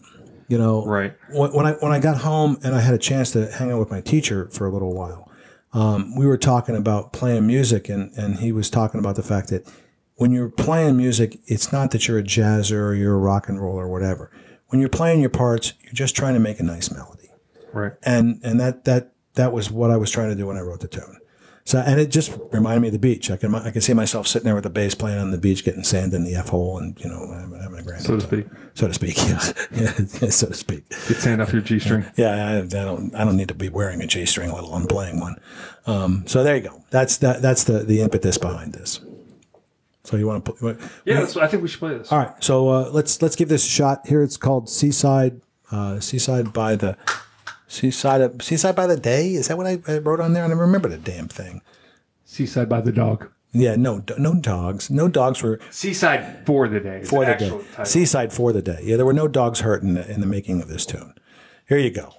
[SPEAKER 1] You know,
[SPEAKER 2] Right.
[SPEAKER 1] When, when I when I got home and I had a chance to hang out with my teacher for a little while, um, we were talking about playing music, and and he was talking about the fact that when you're playing music, it's not that you're a jazzer or you're a rock and roll or whatever. when you're playing your parts, you're just trying to make a nice melody.
[SPEAKER 2] Right.
[SPEAKER 1] And and that that that was what I was trying to do when I wrote the tune. So and it just reminded me of the beach. I can I can see myself sitting there with the bass playing on the beach, getting sand in the f hole, and you know having having a grand
[SPEAKER 2] so
[SPEAKER 1] so,
[SPEAKER 2] to speak.
[SPEAKER 1] to speak, *laughs* yes, yeah, so to speak.
[SPEAKER 2] Get sand off your G string.
[SPEAKER 1] Yeah, I, I don't I don't need to be wearing a G string, let alone playing one. Um, so there you go. That's that that's the the impetus behind this. So you want to put
[SPEAKER 2] Yeah, that's, I think we should play this.
[SPEAKER 1] all right, so uh, let's let's give this a shot. Here it's called Seaside, uh, Seaside by the Seaside Seaside by the Day. Is that what I, I wrote on there? I don't remember the damn thing.
[SPEAKER 2] Seaside by the dog.
[SPEAKER 1] Yeah, no, d- no dogs, no dogs were
[SPEAKER 2] Seaside for the day. is
[SPEAKER 1] for the
[SPEAKER 2] actual
[SPEAKER 1] day.
[SPEAKER 2] title.
[SPEAKER 1] Seaside for the day. Yeah, there were no dogs hurt in the, in the making of this tune. Here you go.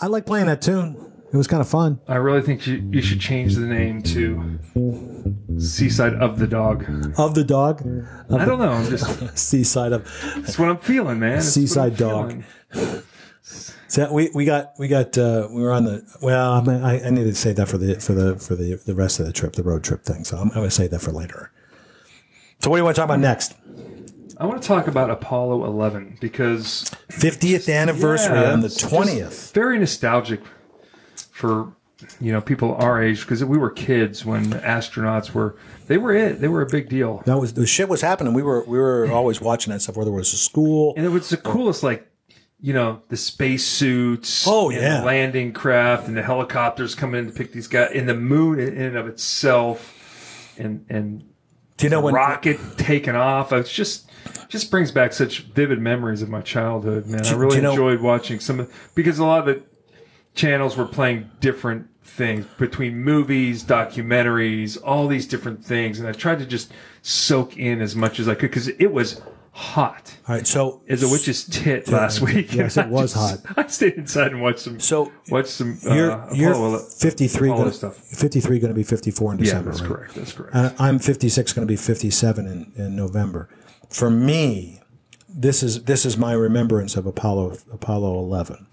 [SPEAKER 1] I like playing that tune. It was kind of fun.
[SPEAKER 2] I really think you, you should change the name to Seaside of the Dog.
[SPEAKER 1] Of the dog, *laughs* of
[SPEAKER 2] I don't know. I'm just
[SPEAKER 1] the seaside of
[SPEAKER 2] that's what I'm feeling, man. That's what I'm
[SPEAKER 1] Seaside dog.
[SPEAKER 2] feeling.
[SPEAKER 1] so we, we got we got uh, we were on the well I, mean, I I need to save that for the for the for the the rest of the trip the road trip thing so I'm, I'm gonna save that for later. So what do you want to talk about next?
[SPEAKER 2] I want to talk about Apollo 11 because
[SPEAKER 1] 50th anniversary
[SPEAKER 2] Yeah,
[SPEAKER 1] on the
[SPEAKER 2] it's just
[SPEAKER 1] 20th.
[SPEAKER 2] Very nostalgic for you know people our age because we were kids when astronauts were they were it they were a big deal
[SPEAKER 1] That was the shit was happening. We were we were always watching that stuff whether it was a school.
[SPEAKER 2] and it was the coolest like you know the space suits
[SPEAKER 1] Oh,
[SPEAKER 2] and
[SPEAKER 1] yeah.
[SPEAKER 2] the landing craft and the helicopters coming in to pick these guys and the moon in and of itself and and
[SPEAKER 1] Do you know when
[SPEAKER 2] rocket taking off it's just just brings back such vivid memories of my childhood man i
[SPEAKER 1] do
[SPEAKER 2] really
[SPEAKER 1] you know-
[SPEAKER 2] enjoyed watching some of because a lot of the channels were playing different things between movies documentaries all these different things and i tried to just soak in as much as i could because it was hot
[SPEAKER 1] All right, so
[SPEAKER 2] as a witch's tit last week.
[SPEAKER 1] yes,
[SPEAKER 2] And
[SPEAKER 1] it
[SPEAKER 2] *laughs* I
[SPEAKER 1] was
[SPEAKER 2] just- I stayed inside and watched some.
[SPEAKER 1] So,
[SPEAKER 2] watched some.
[SPEAKER 1] you're
[SPEAKER 2] uh,
[SPEAKER 1] you're
[SPEAKER 2] Apollo-
[SPEAKER 1] 53
[SPEAKER 2] Apollo
[SPEAKER 1] gonna,
[SPEAKER 2] stuff.
[SPEAKER 1] 53 going to be 54 in
[SPEAKER 2] Yeah,
[SPEAKER 1] December.
[SPEAKER 2] that's
[SPEAKER 1] right?
[SPEAKER 2] correct. That's correct.
[SPEAKER 1] And Uh, I'm 56, going to be 57 in, in November. For me, this is this is my remembrance of Apollo Apollo 11.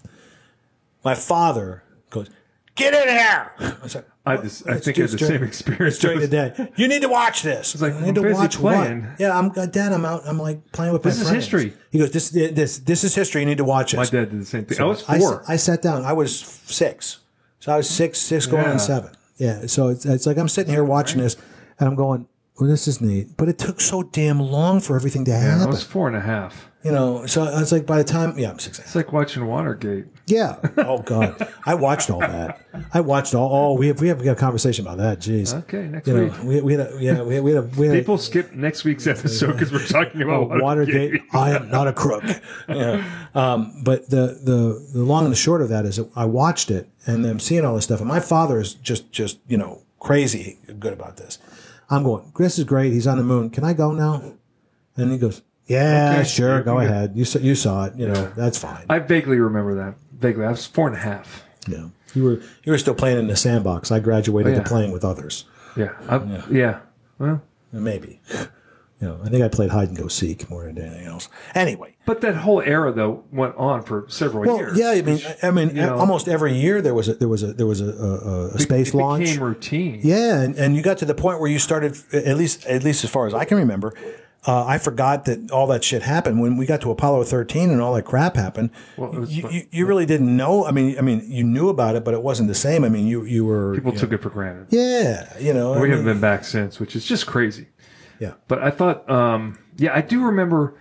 [SPEAKER 1] My father goes, "Get in here!" I said,
[SPEAKER 2] I just, I
[SPEAKER 1] it's
[SPEAKER 2] think I had
[SPEAKER 1] just
[SPEAKER 2] the
[SPEAKER 1] during-
[SPEAKER 2] same experience
[SPEAKER 1] during the day, "You need to watch this."
[SPEAKER 2] like,
[SPEAKER 1] I
[SPEAKER 2] "I'm
[SPEAKER 1] need to
[SPEAKER 2] busy
[SPEAKER 1] watch what?"
[SPEAKER 2] playing.
[SPEAKER 1] Yeah, I'm uh, Dad. I'm out. I'm like playing with
[SPEAKER 2] This
[SPEAKER 1] my
[SPEAKER 2] is
[SPEAKER 1] friends.
[SPEAKER 2] history.
[SPEAKER 1] He goes, "This this this is history. You need to watch it."
[SPEAKER 2] My dad did the same thing. I was
[SPEAKER 1] I,
[SPEAKER 2] four.
[SPEAKER 1] s- I sat down. I was six. So I was six, six going
[SPEAKER 2] Yeah.
[SPEAKER 1] on seven. Yeah. So it's, it's like I'm sitting here watching this and I'm going, well, this is neat. But it took so damn long for everything to
[SPEAKER 2] I,
[SPEAKER 1] happen.
[SPEAKER 2] was four and a half.
[SPEAKER 1] you know, so I was like, by the time, yeah, I'm six.
[SPEAKER 2] It's like watching Watergate.
[SPEAKER 1] Yeah. *laughs* Oh, God. I watched all that. I watched all, oh, we have, we have we got a conversation about that. Jeez.
[SPEAKER 2] Okay, next
[SPEAKER 1] You
[SPEAKER 2] week.
[SPEAKER 1] know, we, we had a, yeah, we, we had a, we had a,
[SPEAKER 2] People skip next week's episode because we're talking about
[SPEAKER 1] Oh, Watergate. I am not a
[SPEAKER 2] *laughs*
[SPEAKER 1] crook. Yeah. Um, but the, the the long and the short of that is that I watched it and I'm seeing all this stuff, and my father is just just you know crazy good about this. I'm going. This is great. He's on the moon. Can I go now? And he goes. Yeah,
[SPEAKER 2] Okay.
[SPEAKER 1] sure.
[SPEAKER 2] You
[SPEAKER 1] Go
[SPEAKER 2] can go."
[SPEAKER 1] ahead. You saw, you saw it. You know that's fine.
[SPEAKER 2] I vaguely remember that. Vaguely, I was four and a half.
[SPEAKER 1] yeah. You were you were still playing in the sandbox. I graduated
[SPEAKER 2] Oh, yeah.
[SPEAKER 1] to playing with others.
[SPEAKER 2] Yeah, I, yeah. Well,
[SPEAKER 1] Maybe. You know, I think I played hide and go seek more than anything else. Anyway,
[SPEAKER 2] but that whole era though went on for several
[SPEAKER 1] Well,
[SPEAKER 2] years.
[SPEAKER 1] Oh, yeah, I mean, I I mean,
[SPEAKER 2] know.
[SPEAKER 1] almost every year there was a, there was a there was a, a, a space
[SPEAKER 2] it
[SPEAKER 1] launch.
[SPEAKER 2] became routine.
[SPEAKER 1] yeah, and, and you got to the point where you started, at least at least as far as I can remember. Uh, I forgot that all that shit happened when we got to Apollo 13 and all that crap happened.
[SPEAKER 2] Well, it was-
[SPEAKER 1] you, you, you really didn't know. I mean, I mean, you knew about it, but it wasn't the same. I mean, you you were
[SPEAKER 2] People took it for granted.
[SPEAKER 1] yeah, you know. I
[SPEAKER 2] We haven't
[SPEAKER 1] mean,
[SPEAKER 2] been back since, which is just crazy.
[SPEAKER 1] Yeah.
[SPEAKER 2] But I thought, um, yeah, I do remember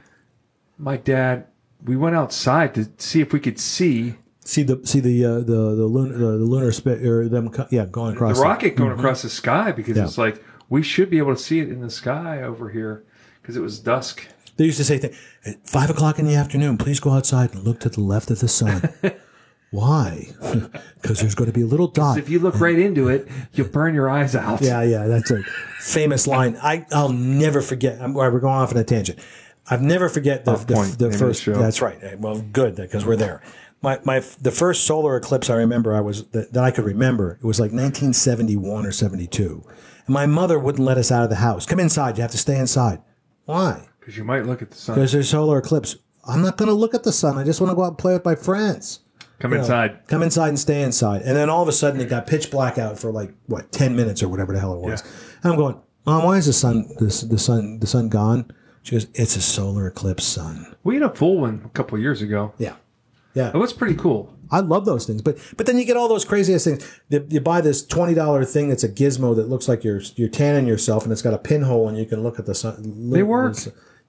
[SPEAKER 2] my dad. We went outside to see if we could see
[SPEAKER 1] see the see the uh, the the lunar the, the lunar spa- or them co- yeah going across
[SPEAKER 2] the
[SPEAKER 1] it.
[SPEAKER 2] rocket going across the sky because it's like we should be able to see it in the sky over here because it was dusk.
[SPEAKER 1] They used to say things at five o'clock in the afternoon. Please go outside and look to the left of the
[SPEAKER 2] *laughs*
[SPEAKER 1] sun. Why? *laughs* Because there's going to be a little dot.
[SPEAKER 2] If you look right into it, you'll burn your eyes out.
[SPEAKER 1] Yeah, yeah, that's a famous line. I I'll never forget. I'm, all right, we're going off on a tangent. I've never forget the
[SPEAKER 2] point,
[SPEAKER 1] the,
[SPEAKER 2] name
[SPEAKER 1] the
[SPEAKER 2] of the
[SPEAKER 1] first.
[SPEAKER 2] show.
[SPEAKER 1] That's right. Eh, Well, good because we're there. My, my the first solar eclipse I remember I was that, that I could remember it was like 1971 or 72, and my mother wouldn't let us out of the house. Come inside. You have to stay inside. Why?
[SPEAKER 2] because you might look at the sun.
[SPEAKER 1] There's a solar eclipse. I'm not going to look at the sun. I just want to go out and play with my friends.
[SPEAKER 2] Come inside.
[SPEAKER 1] Come inside and stay inside. And then all of a sudden, it got pitch black out for like what ten minutes or whatever the hell it was.
[SPEAKER 2] Yeah.
[SPEAKER 1] And I'm going, Mom, why is the sun this the sun the sun gone? She goes, It's a solar eclipse, sun.
[SPEAKER 2] We had a full one a couple of years ago.
[SPEAKER 1] Yeah.
[SPEAKER 2] It was pretty cool.
[SPEAKER 1] I love those things, but but then you get all those crazy ass things. You, you buy this twenty dollar thing that's a gizmo that looks like you're you're tanning yourself, and it's got a pinhole, and you can look at the sun. They
[SPEAKER 2] work.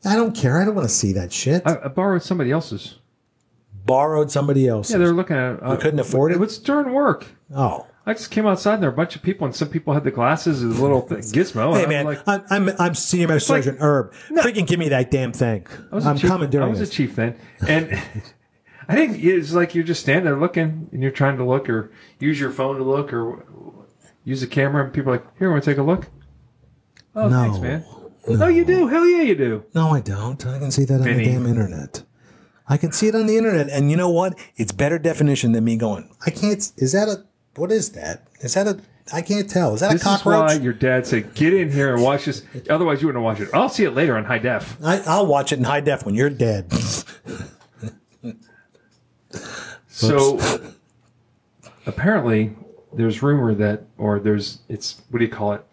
[SPEAKER 1] I don't care. I don't want to see that shit.
[SPEAKER 2] I, I borrowed somebody else's.
[SPEAKER 1] Borrowed somebody else's.
[SPEAKER 2] Yeah, they were looking at it. I
[SPEAKER 1] couldn't afford it?
[SPEAKER 2] It was during work.
[SPEAKER 1] oh.
[SPEAKER 2] I just came outside and there were a bunch of people, and some people had the glasses and
[SPEAKER 1] *laughs*
[SPEAKER 2] the little thing, gizmo.
[SPEAKER 1] Hey
[SPEAKER 2] and
[SPEAKER 1] man,
[SPEAKER 2] I'm like,
[SPEAKER 1] I'm, I'm I'm senior medical
[SPEAKER 2] like-
[SPEAKER 1] surgeon Herb. Freaking give me that damn thing.
[SPEAKER 2] was a
[SPEAKER 1] I'm
[SPEAKER 2] chief- I
[SPEAKER 1] commandeering
[SPEAKER 2] was a
[SPEAKER 1] it.
[SPEAKER 2] chief then, and *laughs* I think it's like you're just standing there looking, and you're trying to look, or use your phone to look, or use a camera, and people are like, "Here, want to take a look?" Oh,
[SPEAKER 1] No.
[SPEAKER 2] thanks, man. Oh, you do? Hell yeah, you do.
[SPEAKER 1] No, I don't. I can see that on
[SPEAKER 2] Vinny.
[SPEAKER 1] the damn internet. I can see it on the internet, and you know what? It's better definition than me going. I can't. Is that a? What is that? Is that a? I can't tell. Is that
[SPEAKER 2] This
[SPEAKER 1] a
[SPEAKER 2] is why
[SPEAKER 1] cockroach?
[SPEAKER 2] your dad said, "Get in here and watch this." Otherwise, you wouldn't watch it. I'll see it later on high def.
[SPEAKER 1] I, I'll watch it in high def when you're dead. *laughs* Oh,
[SPEAKER 2] So apparently, there's rumor that, or there's, it's what do you call it?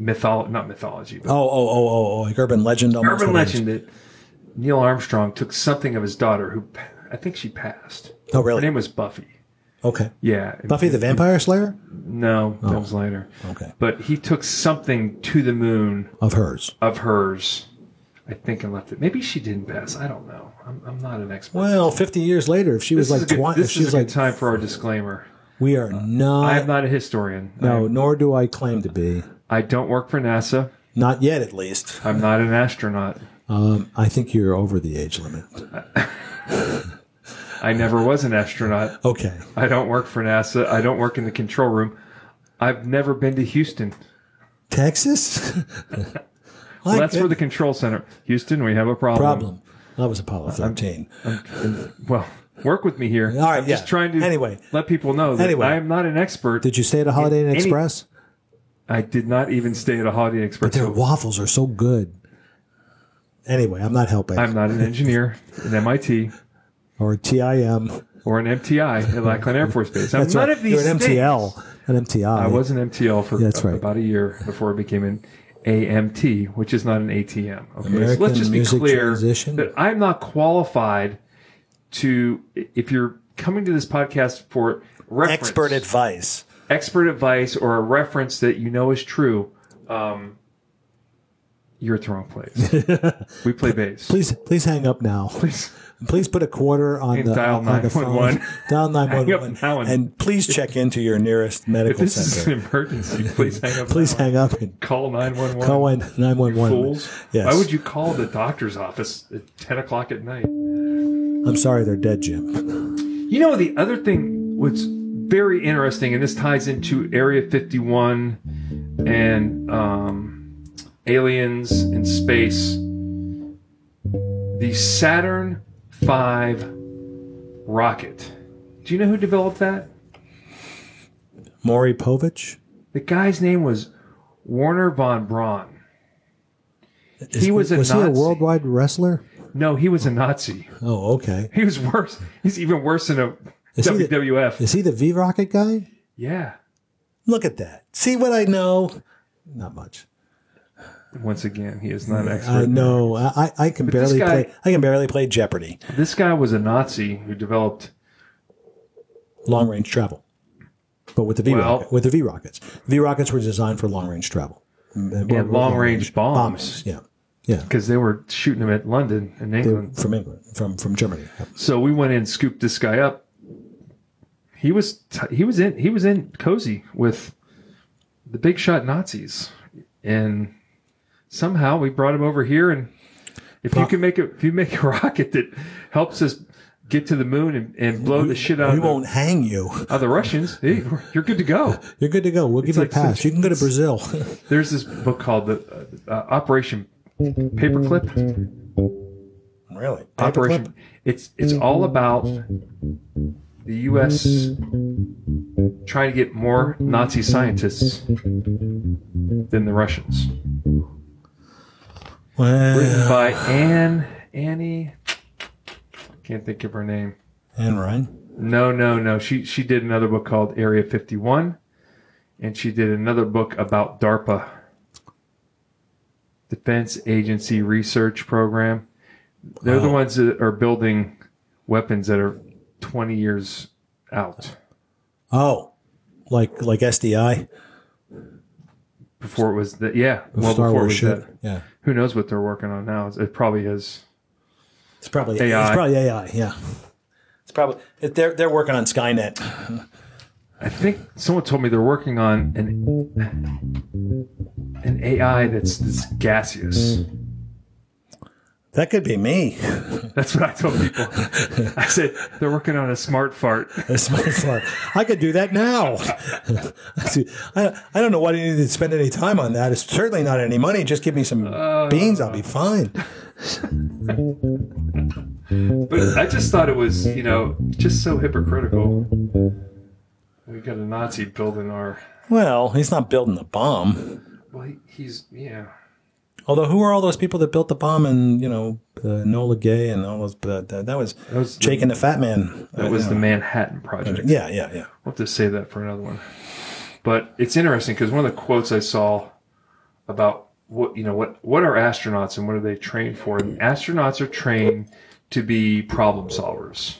[SPEAKER 2] Mytholo- not mythology, but
[SPEAKER 1] Oh, oh, oh, oh, oh! Like urban legend, almost.
[SPEAKER 2] urban
[SPEAKER 1] what it is.
[SPEAKER 2] legend that Neil Armstrong took something of his daughter, who pa- I think she passed.
[SPEAKER 1] Oh,
[SPEAKER 2] Her
[SPEAKER 1] really?
[SPEAKER 2] name was Buffy.
[SPEAKER 1] Okay.
[SPEAKER 2] Yeah, and-
[SPEAKER 1] Buffy the Vampire Oh. Slayer.
[SPEAKER 2] No, that was later.
[SPEAKER 1] Okay.
[SPEAKER 2] But he took something to the moon
[SPEAKER 1] Of hers.
[SPEAKER 2] of hers, I think, and left it. Maybe she didn't pass. I don't know. I'm, I'm not an expert.
[SPEAKER 1] Well, 50 years later, if she
[SPEAKER 2] this
[SPEAKER 1] was
[SPEAKER 2] is a
[SPEAKER 1] like
[SPEAKER 2] good,
[SPEAKER 1] 20, if
[SPEAKER 2] this
[SPEAKER 1] she
[SPEAKER 2] is
[SPEAKER 1] was
[SPEAKER 2] a
[SPEAKER 1] like,
[SPEAKER 2] good time for our disclaimer.
[SPEAKER 1] we are
[SPEAKER 2] I
[SPEAKER 1] not.
[SPEAKER 2] am not a historian.
[SPEAKER 1] no, nor do I claim to be.
[SPEAKER 2] I, I don't work for NASA.
[SPEAKER 1] Not yet, at least.
[SPEAKER 2] I'm not an astronaut.
[SPEAKER 1] Um, I think you're over the age limit.
[SPEAKER 2] I never was an astronaut.
[SPEAKER 1] Okay.
[SPEAKER 2] I don't work for NASA. I don't work in the control room. I've never been to Houston.
[SPEAKER 1] Texas? uh,
[SPEAKER 2] Well, that's where the control center. Houston, we have a problem. Um,
[SPEAKER 1] problem. That was Apollo 13.
[SPEAKER 2] uh, Well, work with me here.
[SPEAKER 1] All right,
[SPEAKER 2] I'm just
[SPEAKER 1] yeah.
[SPEAKER 2] trying to
[SPEAKER 1] Anyway.
[SPEAKER 2] let people know that
[SPEAKER 1] Anyway.
[SPEAKER 2] I am not an expert.
[SPEAKER 1] Did you stay at a Holiday Inn
[SPEAKER 2] Any-
[SPEAKER 1] Express?
[SPEAKER 2] I did not even stay at a Holiday Inn Express.
[SPEAKER 1] Their waffles are so good. Anyway, I'm not helping.
[SPEAKER 2] I'm not an engineer in MIT
[SPEAKER 1] or TIM.
[SPEAKER 2] or an MTI at Lackland Air Force Base. I'm
[SPEAKER 1] That's
[SPEAKER 2] none
[SPEAKER 1] right.
[SPEAKER 2] of these
[SPEAKER 1] You're an
[SPEAKER 2] things.
[SPEAKER 1] MTL. An MTI.
[SPEAKER 2] I was an MTL for
[SPEAKER 1] That's right.
[SPEAKER 2] about a year before I became an AMT, which is not an ATM. Okay, so
[SPEAKER 1] American
[SPEAKER 2] let's just be
[SPEAKER 1] Music
[SPEAKER 2] clear
[SPEAKER 1] Transition.
[SPEAKER 2] that I'm not qualified to. If you're coming to this podcast for reference,
[SPEAKER 1] Expert advice.
[SPEAKER 2] expert advice, or a reference that you know is true, um, you're at the wrong place.
[SPEAKER 1] *laughs*
[SPEAKER 2] we play bass.
[SPEAKER 1] Please, please hang up now.
[SPEAKER 2] Please.
[SPEAKER 1] Please put a quarter on
[SPEAKER 2] And
[SPEAKER 1] the
[SPEAKER 2] dial
[SPEAKER 1] on the phone.
[SPEAKER 2] 911.
[SPEAKER 1] Dial
[SPEAKER 2] Hang up
[SPEAKER 1] 911.
[SPEAKER 2] now and-
[SPEAKER 1] and please check into your nearest
[SPEAKER 2] If
[SPEAKER 1] medical
[SPEAKER 2] this is *laughs*
[SPEAKER 1] center.
[SPEAKER 2] an emergency, please hang up.
[SPEAKER 1] Please
[SPEAKER 2] now.
[SPEAKER 1] hang up and
[SPEAKER 2] Call 911.
[SPEAKER 1] call in 911.
[SPEAKER 2] Fools.
[SPEAKER 1] Yes.
[SPEAKER 2] Why would you call the doctor's office at 10 o'clock at night?
[SPEAKER 1] I'm sorry, they're dead, Jim.
[SPEAKER 2] You know, the other thing was very interesting, and this ties into Area 51 and um, aliens in space. The Saturn V rocket. Do you know who developed that?
[SPEAKER 1] Maury Povich?
[SPEAKER 2] The guy's name was Warner von Braun. He was a
[SPEAKER 1] was he a
[SPEAKER 2] Nazi.
[SPEAKER 1] worldwide wrestler?
[SPEAKER 2] No, he was a Nazi. *laughs*
[SPEAKER 1] Oh, okay.
[SPEAKER 2] He was worse. He's even worse than a
[SPEAKER 1] Is he the-
[SPEAKER 2] WWF.
[SPEAKER 1] Is he the V Rocket guy?
[SPEAKER 2] yeah.
[SPEAKER 1] Look at that. See what I know? Not much.
[SPEAKER 2] Once again, he is not an expert.
[SPEAKER 1] I know. I, I I can
[SPEAKER 2] this
[SPEAKER 1] barely
[SPEAKER 2] guy-
[SPEAKER 1] play. I can barely play Jeopardy.
[SPEAKER 2] This guy was a Nazi who developed.
[SPEAKER 1] Long range travel, but with the V
[SPEAKER 2] Well-
[SPEAKER 1] rocket, with the V rockets. V rockets were designed for long range travel. And
[SPEAKER 2] long-range bombs.
[SPEAKER 1] Yeah, yeah.
[SPEAKER 2] Because they were shooting him at London in England.
[SPEAKER 1] From England, from from Germany.
[SPEAKER 2] So we went in and scooped this guy up. He was t- he was in he was in cozy with the big shot Nazis, and somehow we brought him over here. And if you can make a if you make a *laughs* rocket that helps us get to the moon and, and blow the shit out
[SPEAKER 1] We
[SPEAKER 2] of the,
[SPEAKER 1] won't hang you.
[SPEAKER 2] of the Russians, hey, you're good to
[SPEAKER 1] *laughs*
[SPEAKER 2] go.
[SPEAKER 1] You're good to go. We'll give you
[SPEAKER 2] like
[SPEAKER 1] a pass.
[SPEAKER 2] such-
[SPEAKER 1] You can go to Brazil.
[SPEAKER 2] There's this book called the uh, uh, Operation Paperclip.
[SPEAKER 1] *laughs* really?
[SPEAKER 2] operation. It's it's all about the U.S. trying to get more Nazi scientists than the Russians. Written
[SPEAKER 1] Well,
[SPEAKER 2] by Anne Annie. Can't think of her name.
[SPEAKER 1] and Ryan.
[SPEAKER 2] No, no, no. She she did another book called Area 51, and she did another book about DARPA, Defense Agency Research Program. They're the ones that are building weapons that are 20 years out
[SPEAKER 1] Oh, like like SDI.
[SPEAKER 2] before it was the yeah. Well,
[SPEAKER 1] Star
[SPEAKER 2] before it
[SPEAKER 1] Wars
[SPEAKER 2] was
[SPEAKER 1] shit.
[SPEAKER 2] that.
[SPEAKER 1] Yeah.
[SPEAKER 2] Who knows what they're working on now? It probably is.
[SPEAKER 1] It's probably AI.
[SPEAKER 2] AI.
[SPEAKER 1] It's probably AI. Yeah. It's probably it- they're they're working on Skynet.
[SPEAKER 2] I think someone told me they're working on an an AI that's, that's gaseous.
[SPEAKER 1] That could be *laughs* me.
[SPEAKER 2] That's what I told people. I said they're working on a smart fart.
[SPEAKER 1] *laughs* That's my fault. I could do that now. *laughs* See, I, I don't know why you need to spend any time on that. It's certainly Uh, *laughs* not any money. Just give me some beans. I'll be fine.
[SPEAKER 2] But I just thought it was, you know, just so hypocritical. We got a Nazi building our.
[SPEAKER 1] Well, he's not building the bomb.
[SPEAKER 2] Well, he, he's yeah.
[SPEAKER 1] Although, who are all those people that built the bomb and you know uh, Nola Gay and all those? But that, that was
[SPEAKER 2] That was the-
[SPEAKER 1] Jake and the Fat Man.
[SPEAKER 2] That was the Manhattan Project.
[SPEAKER 1] yeah, yeah, yeah.
[SPEAKER 2] We'll have to save that for another one. But it's interesting because one of the quotes I saw about what you know what what are astronauts and what are they trained for? And astronauts are trained to be problem solvers.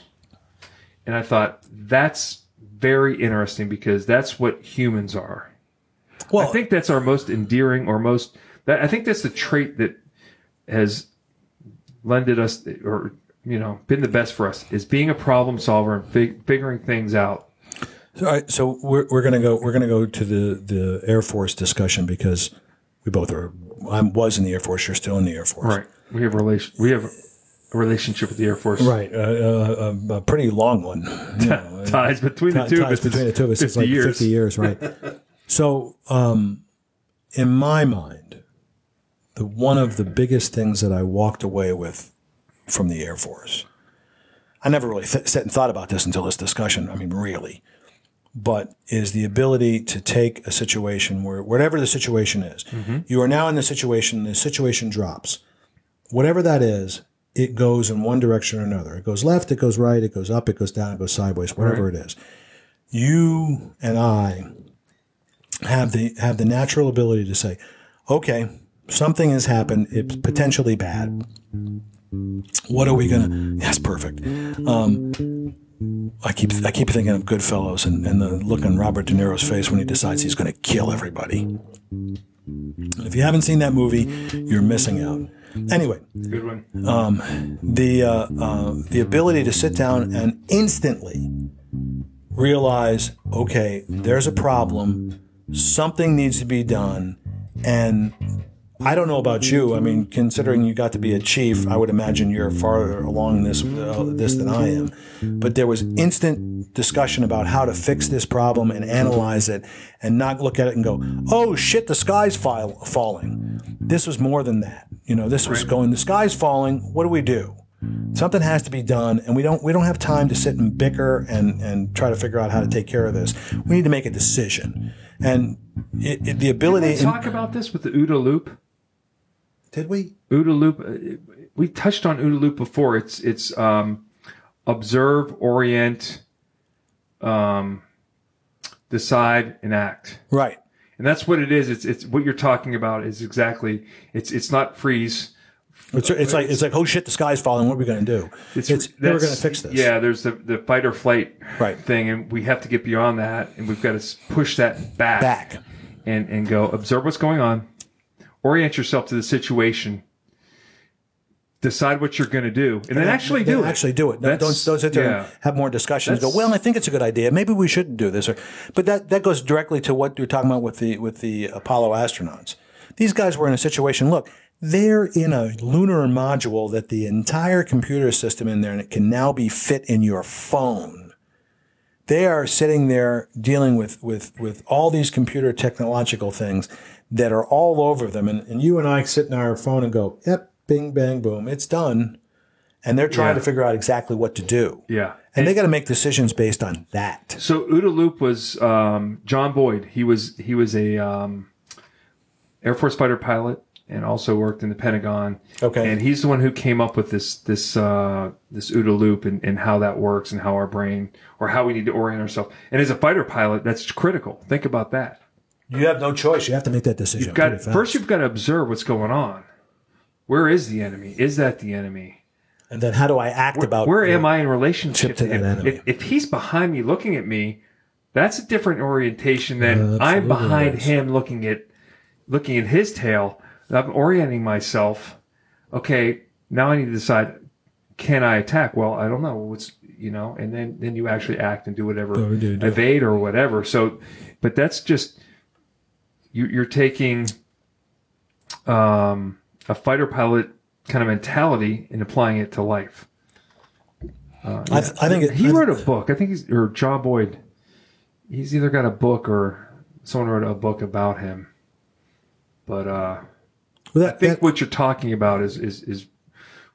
[SPEAKER 2] And I thought that's very interesting because that's what humans are.
[SPEAKER 1] Well,
[SPEAKER 2] I think that's our most endearing or most that I think that's the trait that has lended us or you know been the best for us is being a problem solver and fig- figuring things out.
[SPEAKER 1] All right, so we're, we're gonna go we're gonna go to the the Air Force discussion because we both are. I was in the Air Force. You're still in the Air Force,
[SPEAKER 2] Right. We have relation. We have a relationship with the Air Force.
[SPEAKER 1] Right, uh, uh, a, a pretty long one. You
[SPEAKER 2] *laughs*
[SPEAKER 1] know,
[SPEAKER 2] Ties between the
[SPEAKER 1] ti-
[SPEAKER 2] two. of
[SPEAKER 1] ties
[SPEAKER 2] us is
[SPEAKER 1] between the two of us. It's like
[SPEAKER 2] years.
[SPEAKER 1] fifty years,
[SPEAKER 2] *laughs*
[SPEAKER 1] right? so, um, in my mind, the one of the biggest things that I walked away with from the Air Force, I never really th- sat and thought about this until this discussion. I mean, really, but is the ability to take a situation where whatever the situation is,
[SPEAKER 2] Mm-hmm.
[SPEAKER 1] you are now in the situation. The situation drops, whatever that is. It goes in one direction or another. It goes left, it goes right, it goes up, it goes down, it goes sideways, whatever it is you and I have the have the natural ability to say, okay, something has happened. It's potentially bad. What are we gonna? That's perfect. Um, I keep I keep thinking of Goodfellas and, and the look on Robert De Niro's face when he decides he's gonna kill everybody. And if you haven't seen that movie, you're missing out. Anyway,
[SPEAKER 2] Good one.
[SPEAKER 1] Mm-hmm. the uh, uh, the ability to sit down and instantly realize, okay, there's a problem, something needs to be done, and I don't know about you. I mean, considering you got to be a chief, I would imagine you're farther along this uh, this than I am. But there was instant discussion about how to fix this problem and analyze it, and not look at it and go, "Oh shit, the sky's file- falling." This was more than that. You know, this was going, "The sky's falling. What do we do?" Something has to be done, and we don't we don't have time to sit and bicker and and try to figure out how to take care of this. We need to make a decision, and it, it- the ability.
[SPEAKER 2] Did we talk about this with the OODA loop?
[SPEAKER 1] did we?
[SPEAKER 2] OODA loop. uh, We touched on OODA loop before. It's it's um, observe, orient, um, decide, and act.
[SPEAKER 1] Right.
[SPEAKER 2] And that's what it is. It's it's what you're talking about is exactly. It's it's not freeze.
[SPEAKER 1] It's, it's like it's like oh shit, the sky's falling. What are we going to do? It's, they were
[SPEAKER 2] that's-
[SPEAKER 1] going to fix this.
[SPEAKER 2] Yeah, there's the, the fight or flight
[SPEAKER 1] Right.
[SPEAKER 2] thing, and we have to get beyond that, and we've got to push that back,
[SPEAKER 1] Back.
[SPEAKER 2] and and go observe what's going on, orient yourself to the situation, decide what you're going to do, and then actually
[SPEAKER 1] Then
[SPEAKER 2] do it.
[SPEAKER 1] actually do it. No,
[SPEAKER 2] That's-
[SPEAKER 1] don't don't sit there
[SPEAKER 2] yeah.
[SPEAKER 1] and have more discussions. Go
[SPEAKER 2] That's-
[SPEAKER 1] well. I think it's a good idea. Maybe we shouldn't do this. Or, but that that goes directly to what you're talking about with the with the Apollo astronauts. These guys were in a situation. Look, they're in a lunar module that the entire computer system in there and it can now be fit in your phone. they are sitting there dealing with with with all these computer technological things that are all over them and, and you and i sit in our phone and go yep bing bang boom it's done and they're trying
[SPEAKER 2] Yeah.
[SPEAKER 1] to figure out exactly what to do
[SPEAKER 2] Yeah.
[SPEAKER 1] and they got to make decisions based on that
[SPEAKER 2] So OODA loop was um, John Boyd. He was he was a um, Air Force fighter pilot and also worked in the Pentagon.
[SPEAKER 1] Okay.
[SPEAKER 2] and he's the one who came up with this this uh, this OODA loop and, and how that works and how our brain or how we need to orient ourselves. And as a fighter pilot, that's critical. Think about that.
[SPEAKER 1] you have no choice you have to make that decision
[SPEAKER 2] You've got
[SPEAKER 1] pretty fast.
[SPEAKER 2] first, you've got to observe what's going on. Where is the enemy? Is that the enemy?
[SPEAKER 1] and then how do i act about
[SPEAKER 2] where am I in relationship
[SPEAKER 1] Chip to
[SPEAKER 2] to him?
[SPEAKER 1] that enemy.
[SPEAKER 2] If, if he's behind me looking at me, that's a different orientation than I'm behind him looking at looking at his tail. I'm orienting myself. Okay, now I need to decide: can I attack? Well, I don't know. What's you know, and then then you actually act and do whatever,
[SPEAKER 1] we do, do.
[SPEAKER 2] evade or whatever. So, but that's just you, you're taking um, a fighter pilot kind of mentality and applying it to life.
[SPEAKER 1] i, th- I think it,
[SPEAKER 2] He
[SPEAKER 1] I-
[SPEAKER 2] wrote a book. I think he's or John Boyd. He's either got a book or someone wrote a book about him. But uh,
[SPEAKER 1] that-
[SPEAKER 2] I think
[SPEAKER 1] that-
[SPEAKER 2] what you're talking about is is is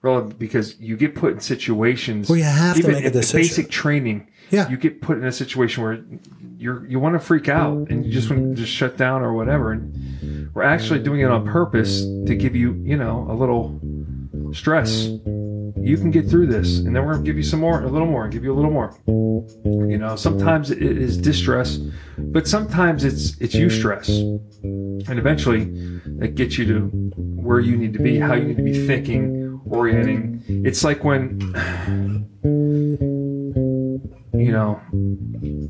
[SPEAKER 2] relevant because you get put in situations
[SPEAKER 1] Well, you have to
[SPEAKER 2] even
[SPEAKER 1] make a
[SPEAKER 2] at the
[SPEAKER 1] decision.
[SPEAKER 2] Basic training,
[SPEAKER 1] Yeah.
[SPEAKER 2] you get put in a situation where you're you want to freak out and you just want to just shut down or whatever. And we're actually doing it on purpose to give you you know a little stress. You can get through this, and then we're gonna give you some more, a little more, and give you a little more. You know, sometimes it is distress, but sometimes it's it's you stress, and eventually that gets you to where you need to be, how you need to be thinking, orienting. It's like when you know,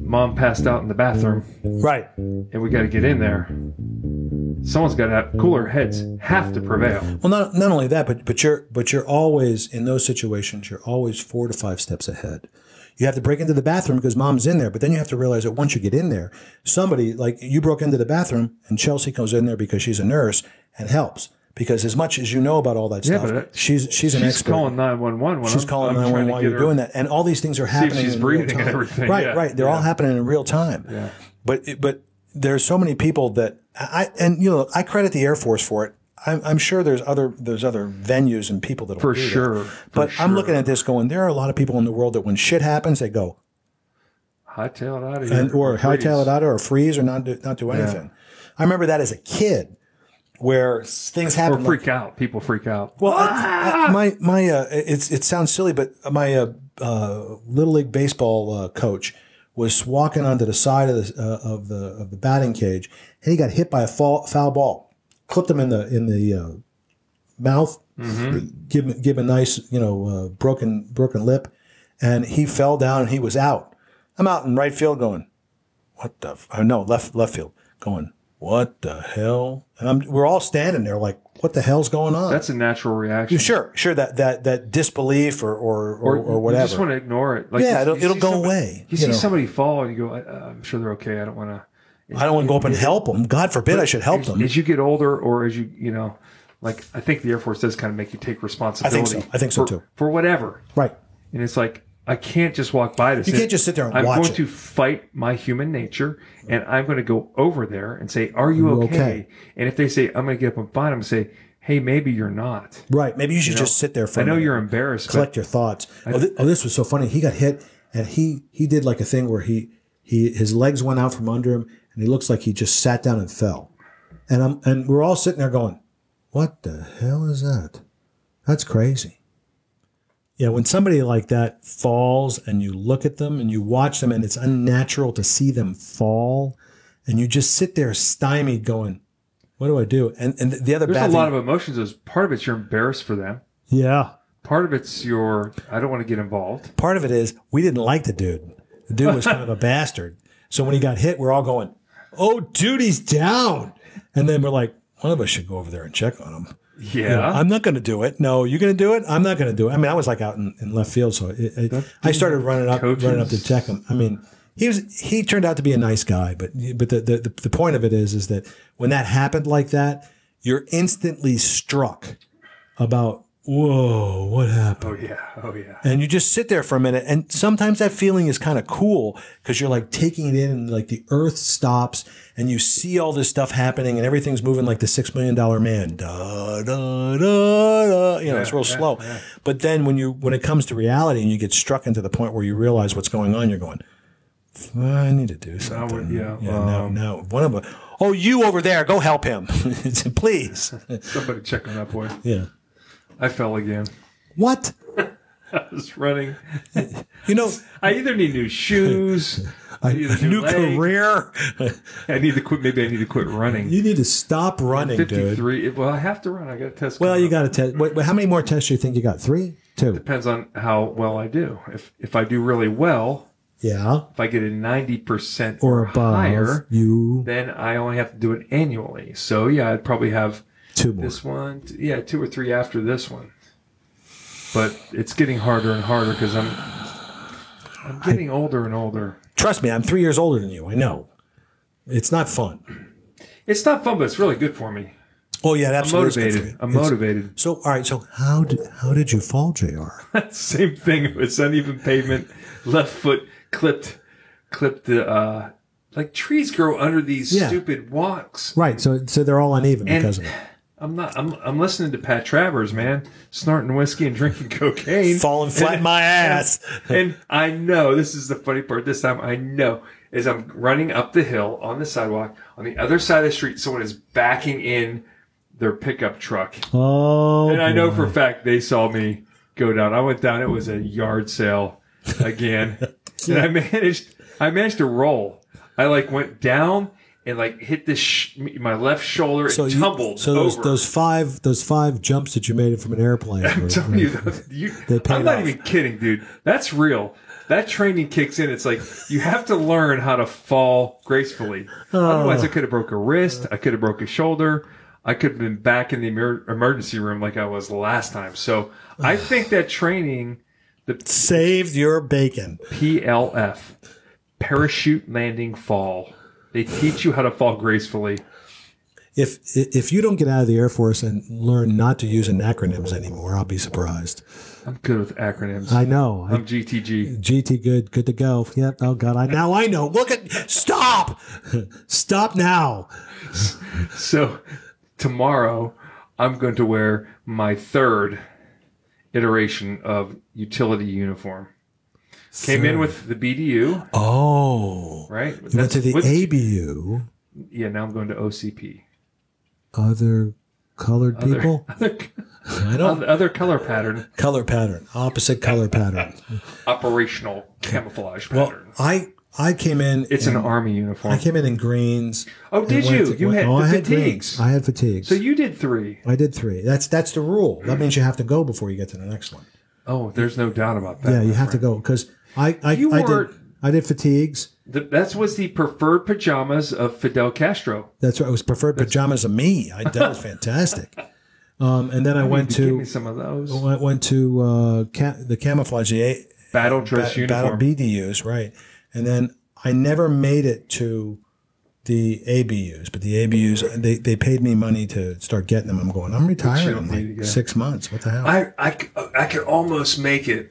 [SPEAKER 2] mom passed out in the bathroom,
[SPEAKER 1] Right.
[SPEAKER 2] and we got to get in there. Someone's got to have cooler heads have to prevail.
[SPEAKER 1] Well, not not only that, but but you're but you're always in those situations. You're always four to five steps ahead. You have to break into the bathroom because mom's in there, but then you have to realize that once you get in there, somebody like you broke into the bathroom, and Chelsea comes in there because she's a nurse and helps. Because as much as you know about all that stuff,
[SPEAKER 2] but that-
[SPEAKER 1] she's she's an
[SPEAKER 2] She's
[SPEAKER 1] expert.
[SPEAKER 2] calling nine one one.
[SPEAKER 1] She's calling 911 while you're doing that, and all these things are happening.
[SPEAKER 2] she's
[SPEAKER 1] in
[SPEAKER 2] breathing
[SPEAKER 1] real
[SPEAKER 2] and
[SPEAKER 1] time.
[SPEAKER 2] everything,
[SPEAKER 1] Right,
[SPEAKER 2] yeah,
[SPEAKER 1] right. They're all
[SPEAKER 2] yeah.
[SPEAKER 1] happening in real time. But but there's so many people that I and you know I credit the Air Force for it. I'm, I'm sure there's other there's other venues and people that
[SPEAKER 2] For sure, for
[SPEAKER 1] But I'm
[SPEAKER 2] sure.
[SPEAKER 1] looking at this going. There are a lot of people in the world that when shit happens, they go
[SPEAKER 2] Hightail it out of here,
[SPEAKER 1] and or
[SPEAKER 2] Freeze.
[SPEAKER 1] hightail it out or freeze or not do, not do anything. I remember that as a kid, where things
[SPEAKER 2] or
[SPEAKER 1] happen. like-
[SPEAKER 2] freak out. People freak out.
[SPEAKER 1] well, I- I- my my uh, it's it sounds silly, but my uh, uh, little league baseball uh, coach was walking onto the side of the uh, of the of the batting cage, and he got hit by a foul, foul ball, clipped him in the in the uh, mouth, give him give him a nice you know uh, broken broken lip, and he fell down and he was out. I'm out in right field going, what the f- I know left left field going, what the hell? And I'm we're all standing there like, what the hell's going on?
[SPEAKER 2] That's a natural reaction.
[SPEAKER 1] Sure, sure. That that that disbelief or or or, or, whatever.
[SPEAKER 2] You just want to ignore it. Like
[SPEAKER 1] Yeah,
[SPEAKER 2] you-
[SPEAKER 1] it'll-
[SPEAKER 2] you
[SPEAKER 1] it'll
[SPEAKER 2] see
[SPEAKER 1] go
[SPEAKER 2] somebody-
[SPEAKER 1] away,
[SPEAKER 2] You
[SPEAKER 1] you
[SPEAKER 2] see
[SPEAKER 1] know.
[SPEAKER 2] somebody fall, and you go, I, uh, "I'm sure they're okay. I don't want to."
[SPEAKER 1] I don't want to go up and help them. God forbid I should help
[SPEAKER 2] As,
[SPEAKER 1] them.
[SPEAKER 2] as you get older, or as you you know, like I think the Air Force does kind of make you take responsibility.
[SPEAKER 1] I think so
[SPEAKER 2] for-
[SPEAKER 1] too.
[SPEAKER 2] For whatever,
[SPEAKER 1] right.
[SPEAKER 2] And it's like, I can't just walk by this.
[SPEAKER 1] You
[SPEAKER 2] And
[SPEAKER 1] can't just sit there and
[SPEAKER 2] I'm
[SPEAKER 1] watch
[SPEAKER 2] going
[SPEAKER 1] it.
[SPEAKER 2] to fight my human nature and I'm going to go over there and say, Are you okay?
[SPEAKER 1] okay?
[SPEAKER 2] And if they say, I'm going to get up and fight, I'm going to say, Hey, maybe you're not.
[SPEAKER 1] Right. Maybe you should just sit there for.
[SPEAKER 2] I
[SPEAKER 1] a
[SPEAKER 2] know
[SPEAKER 1] minute.
[SPEAKER 2] you're embarrassed, but
[SPEAKER 1] collect your thoughts. oh, thi- oh, this was so funny. He got hit, and he he did like a thing where he he his legs went out from under him, and he looks like he just sat down and fell. And I'm and we're all sitting there going, "What the hell is that? That's crazy." Yeah, when somebody like that falls, and you look at them and you watch them, and it's unnatural to see them fall, and you just sit there stymied, going, "What do I do?" And and the other
[SPEAKER 2] there's
[SPEAKER 1] bad
[SPEAKER 2] a lot
[SPEAKER 1] thing,
[SPEAKER 2] of emotions. There's part of it's you're embarrassed for them.
[SPEAKER 1] yeah.
[SPEAKER 2] Part of it's your, I don't want to get involved.
[SPEAKER 1] part of it is we didn't like the dude. The dude was kind of a bastard. So when he got hit, we're all going, "Oh, dude, he's down!" And then we're like, "One of us should go over there and check on him."
[SPEAKER 2] Yeah.
[SPEAKER 1] I'm not going to do it. No, you're going to do it. I'm not going to do it. I mean, I was like out in, in left field, so it, it, I started running up,
[SPEAKER 2] coaches.
[SPEAKER 1] running up to check him. I mean, he was he turned out to be a nice guy, but but the, the the point of it is is that when that happened like that, you're instantly struck about whoa, what happened
[SPEAKER 2] oh, yeah. Oh, yeah.
[SPEAKER 1] and you just sit there for a minute and sometimes that feeling is kind of cool because you're like taking it in and like the earth stops and you see all this stuff happening and everything's moving like the six million dollar man da, da, da, da. you know it's real slow but then when you when it comes to reality and you get struck into the point where you realize what's going on you're going I need to do
[SPEAKER 2] would-
[SPEAKER 1] something.
[SPEAKER 2] yeah,
[SPEAKER 1] no, no. One of us. Oh, you over there, go help him, *laughs* please.
[SPEAKER 2] Somebody check on that boy.
[SPEAKER 1] *laughs* Yeah.
[SPEAKER 2] I fell again.
[SPEAKER 1] What?
[SPEAKER 2] I was running.
[SPEAKER 1] You know,
[SPEAKER 2] I either
[SPEAKER 1] *laughs*
[SPEAKER 2] need new shoes, I need a
[SPEAKER 1] new
[SPEAKER 2] new leg.
[SPEAKER 1] career.
[SPEAKER 2] I need to quit. Maybe I need to quit running.
[SPEAKER 1] You need to stop running, dude.
[SPEAKER 2] 53. It- Well, I have to run. I got a test.
[SPEAKER 1] Well,
[SPEAKER 2] coming
[SPEAKER 1] you
[SPEAKER 2] up.
[SPEAKER 1] got to test. Wait, wait, how many more tests do you think you got? Three, two.
[SPEAKER 2] Depends on how well I do. If if I do really well,
[SPEAKER 1] Yeah,
[SPEAKER 2] if I get a ninety percent
[SPEAKER 1] or above.
[SPEAKER 2] higher,
[SPEAKER 1] you
[SPEAKER 2] then I only have to do it annually. So yeah, I'd probably have
[SPEAKER 1] two more.
[SPEAKER 2] this one. t- Yeah, two or three after this one. But it's getting harder and harder because I'm I'm getting older and older.
[SPEAKER 1] Trust me, I'm three years older than you. I know. It's not fun.
[SPEAKER 2] It's not fun, but it's really good for me.
[SPEAKER 1] Oh yeah, it
[SPEAKER 2] I'm
[SPEAKER 1] absolutely. is good for
[SPEAKER 2] motivated.
[SPEAKER 1] you.
[SPEAKER 2] I'm
[SPEAKER 1] It's-
[SPEAKER 2] motivated.
[SPEAKER 1] So all right. So how did how did you fall, Jr.
[SPEAKER 2] *laughs* Same thing. It's uneven pavement. Left foot clipped, clipped the uh, like trees grow under these
[SPEAKER 1] Yeah.
[SPEAKER 2] stupid walks.
[SPEAKER 1] right. So so they're all uneven
[SPEAKER 2] And-
[SPEAKER 1] because of it.
[SPEAKER 2] I'm not. I'm, I'm listening to Pat Travers, man, snorting whiskey and drinking *laughs* cocaine,
[SPEAKER 1] Falling flat in my ass.
[SPEAKER 2] and I know this is the funny part. This time, I know is I'm running up the hill on the sidewalk. On the other side of the street, someone is backing in their pickup truck,
[SPEAKER 1] Oh,
[SPEAKER 2] and I know for a fact they saw me go down. I went down. It was a yard sale
[SPEAKER 1] *laughs*
[SPEAKER 2] again, and I managed. I managed to roll. I like went down and like hit this sh- my left shoulder
[SPEAKER 1] so
[SPEAKER 2] and
[SPEAKER 1] you-
[SPEAKER 2] tumbled.
[SPEAKER 1] So those,
[SPEAKER 2] over.
[SPEAKER 1] those five those five jumps that you made from an
[SPEAKER 2] *laughs*
[SPEAKER 1] airplane.
[SPEAKER 2] I'm
[SPEAKER 1] were-
[SPEAKER 2] telling you, those- you
[SPEAKER 1] paid
[SPEAKER 2] I'm not
[SPEAKER 1] off.
[SPEAKER 2] even kidding, dude. That's real. That training kicks in. It's like you have to learn how to fall gracefully. Otherwise,
[SPEAKER 1] Oh.
[SPEAKER 2] I could have broke a wrist. I could have broke a shoulder. I could have been back in the emer- emergency room like I was last time. So I think that training, the
[SPEAKER 1] saved your bacon.
[SPEAKER 2] PLF, parachute landing fall, they teach you how to fall gracefully.
[SPEAKER 1] If if you don't get out of the Air Force and learn not to use acronyms anymore, I'll be surprised.
[SPEAKER 2] I'm good with acronyms.
[SPEAKER 1] I know. I,
[SPEAKER 2] I'm GTG.
[SPEAKER 1] GT good, good to go. Yep. Oh God, I now I know. Look at stop, stop now.
[SPEAKER 2] So tomorrow I'm going to wear my third iteration of utility uniform. Came in with the BDU,
[SPEAKER 1] Oh,
[SPEAKER 2] right? You
[SPEAKER 1] you went to the ABU.
[SPEAKER 2] Yeah, now I'm going to OCP.
[SPEAKER 1] Other colored people.
[SPEAKER 2] Other,
[SPEAKER 1] I don't
[SPEAKER 2] other color pattern,
[SPEAKER 1] color pattern. Opposite color pattern.
[SPEAKER 2] operational camouflage
[SPEAKER 1] Well,
[SPEAKER 2] pattern.
[SPEAKER 1] I I came in.
[SPEAKER 2] it's an
[SPEAKER 1] in,
[SPEAKER 2] army
[SPEAKER 1] I
[SPEAKER 2] uniform.
[SPEAKER 1] came in in greens.
[SPEAKER 2] Oh,
[SPEAKER 1] and
[SPEAKER 2] did
[SPEAKER 1] went
[SPEAKER 2] you?
[SPEAKER 1] to-
[SPEAKER 2] You
[SPEAKER 1] went-
[SPEAKER 2] had
[SPEAKER 1] oh,
[SPEAKER 2] the
[SPEAKER 1] I had
[SPEAKER 2] fatigues.
[SPEAKER 1] Greens. I had fatigues.
[SPEAKER 2] So you did three.
[SPEAKER 1] I did three. That's that's the rule. That means you have to go before you get to the next one.
[SPEAKER 2] Oh, there's no doubt about that.
[SPEAKER 1] Yeah, you
[SPEAKER 2] my
[SPEAKER 1] have to
[SPEAKER 2] friend.
[SPEAKER 1] go because I I,
[SPEAKER 2] You
[SPEAKER 1] I
[SPEAKER 2] were-
[SPEAKER 1] did I did fatigues.
[SPEAKER 2] Th- that was the preferred pajamas of Fidel Castro.
[SPEAKER 1] That's right. It was preferred pajamas of me. I that
[SPEAKER 2] *laughs*
[SPEAKER 1] was fantastic. Um, and then I,
[SPEAKER 2] Went
[SPEAKER 1] went
[SPEAKER 2] to give
[SPEAKER 1] to
[SPEAKER 2] me some of those
[SPEAKER 1] went, went to uh, ca- the camouflage the A-
[SPEAKER 2] battle dress
[SPEAKER 1] ba-
[SPEAKER 2] uniform.
[SPEAKER 1] battle BDUs right, and then I never made it to the ABUs, but the ABUs they, they paid me money to start getting them. I'm going. I'm retired in
[SPEAKER 2] don't need it,
[SPEAKER 1] like
[SPEAKER 2] yeah.
[SPEAKER 1] six months. What the hell?
[SPEAKER 2] I, I, c- I could almost make it.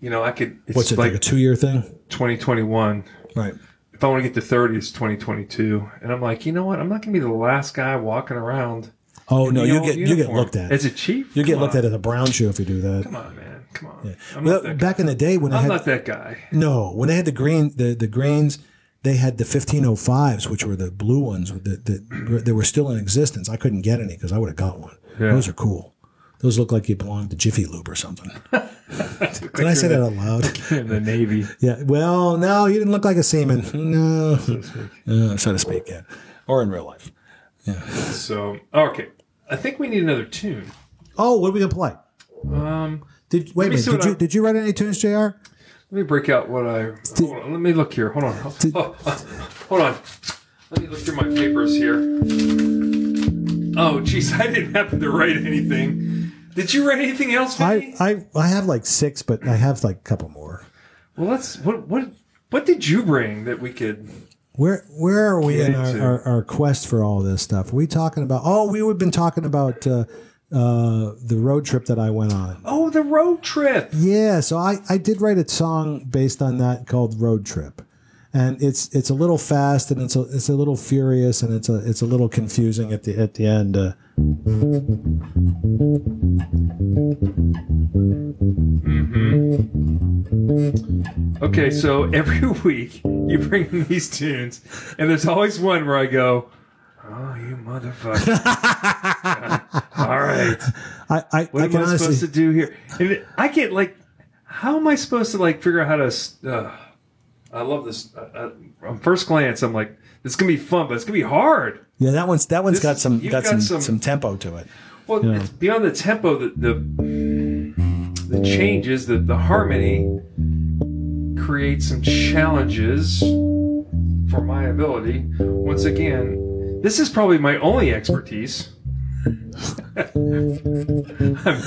[SPEAKER 2] You know, I could. It's
[SPEAKER 1] What's it like,
[SPEAKER 2] like
[SPEAKER 1] a two year thing?
[SPEAKER 2] 2021.
[SPEAKER 1] Right.
[SPEAKER 2] If I want to get to 30, it's 2022. And I'm like, you know what? I'm not going to be the last guy walking around.
[SPEAKER 1] Oh no,
[SPEAKER 2] in the
[SPEAKER 1] you
[SPEAKER 2] old
[SPEAKER 1] get you get
[SPEAKER 2] uniform.
[SPEAKER 1] looked at.
[SPEAKER 2] as a chief.
[SPEAKER 1] you get
[SPEAKER 2] Come
[SPEAKER 1] looked
[SPEAKER 2] on.
[SPEAKER 1] at as a brown shoe if you do that.
[SPEAKER 2] Come on, man. Come on. I'm,
[SPEAKER 1] Well,
[SPEAKER 2] not that,
[SPEAKER 1] back in the day when I
[SPEAKER 2] I'm
[SPEAKER 1] had
[SPEAKER 2] not
[SPEAKER 1] *laughs*
[SPEAKER 2] that guy.
[SPEAKER 1] No, when they had the green, the the greens, they had the 1505s, which were the blue ones that that they were still in existence. I couldn't get any because I would have got one. Those are cool. Those look like you belong to Jiffy Lube or something. Did I say that out loud? *laughs*
[SPEAKER 2] *laughs* In the Navy.
[SPEAKER 1] Yeah. Well, no, you didn't look like a seaman. No, *laughs* Uh, so to speak. Yeah. Or in real life.
[SPEAKER 2] So, okay. I think we need another tune.
[SPEAKER 1] Oh, what are we gonna play?
[SPEAKER 2] Um,
[SPEAKER 1] Did wait a
[SPEAKER 2] me
[SPEAKER 1] minute?
[SPEAKER 2] see
[SPEAKER 1] Did
[SPEAKER 2] what
[SPEAKER 1] you
[SPEAKER 2] I-
[SPEAKER 1] did you write any tunes, Jr?
[SPEAKER 2] Let me break out what I. Hold on, let me look here. Hold on. Hold- oh, uh, hold on. Let me look through my papers here. Oh, jeez, I didn't happen to write anything. Did you write anything else,
[SPEAKER 1] I,
[SPEAKER 2] Vinny?
[SPEAKER 1] I I have like six, but I have like a couple more.
[SPEAKER 2] Well, let's. What what what did you bring that we could?
[SPEAKER 1] Where where are we in
[SPEAKER 2] Get
[SPEAKER 1] our,
[SPEAKER 2] into.
[SPEAKER 1] our, our quest for all this stuff? Are we talking about? Oh, we have been talking about uh, uh, the road trip that I went on.
[SPEAKER 2] Oh, the road trip.
[SPEAKER 1] Yeah, so I, I did write a song based on that called Road Trip, and it's it's a little fast and it's a it's a little furious and it's a it's a little confusing at the at the end. Uh,
[SPEAKER 2] Okay, so every *laughs* week you bring *laughs* in these tunes, and there's always one where I go, "Oh, you motherfucker!" *laughs* All right.
[SPEAKER 1] I I,
[SPEAKER 2] What
[SPEAKER 1] I
[SPEAKER 2] am I
[SPEAKER 1] can honestly
[SPEAKER 2] supposed to do here? And it- I get like, how am I supposed to like figure out how to? s- Uh, I love this. Uh, uh, on first glance, I'm like, this is gonna be fun, but it's gonna be hard.
[SPEAKER 1] yeah that one's that one's
[SPEAKER 2] This-
[SPEAKER 1] got some
[SPEAKER 2] you've
[SPEAKER 1] got,
[SPEAKER 2] got
[SPEAKER 1] some,
[SPEAKER 2] some-
[SPEAKER 1] some tempo to it.
[SPEAKER 2] Well, it's beyond the tempo, the the, the changes, the the harmony creates some challenges for my ability. Once again, this is probably my only expertise. *laughs* I'm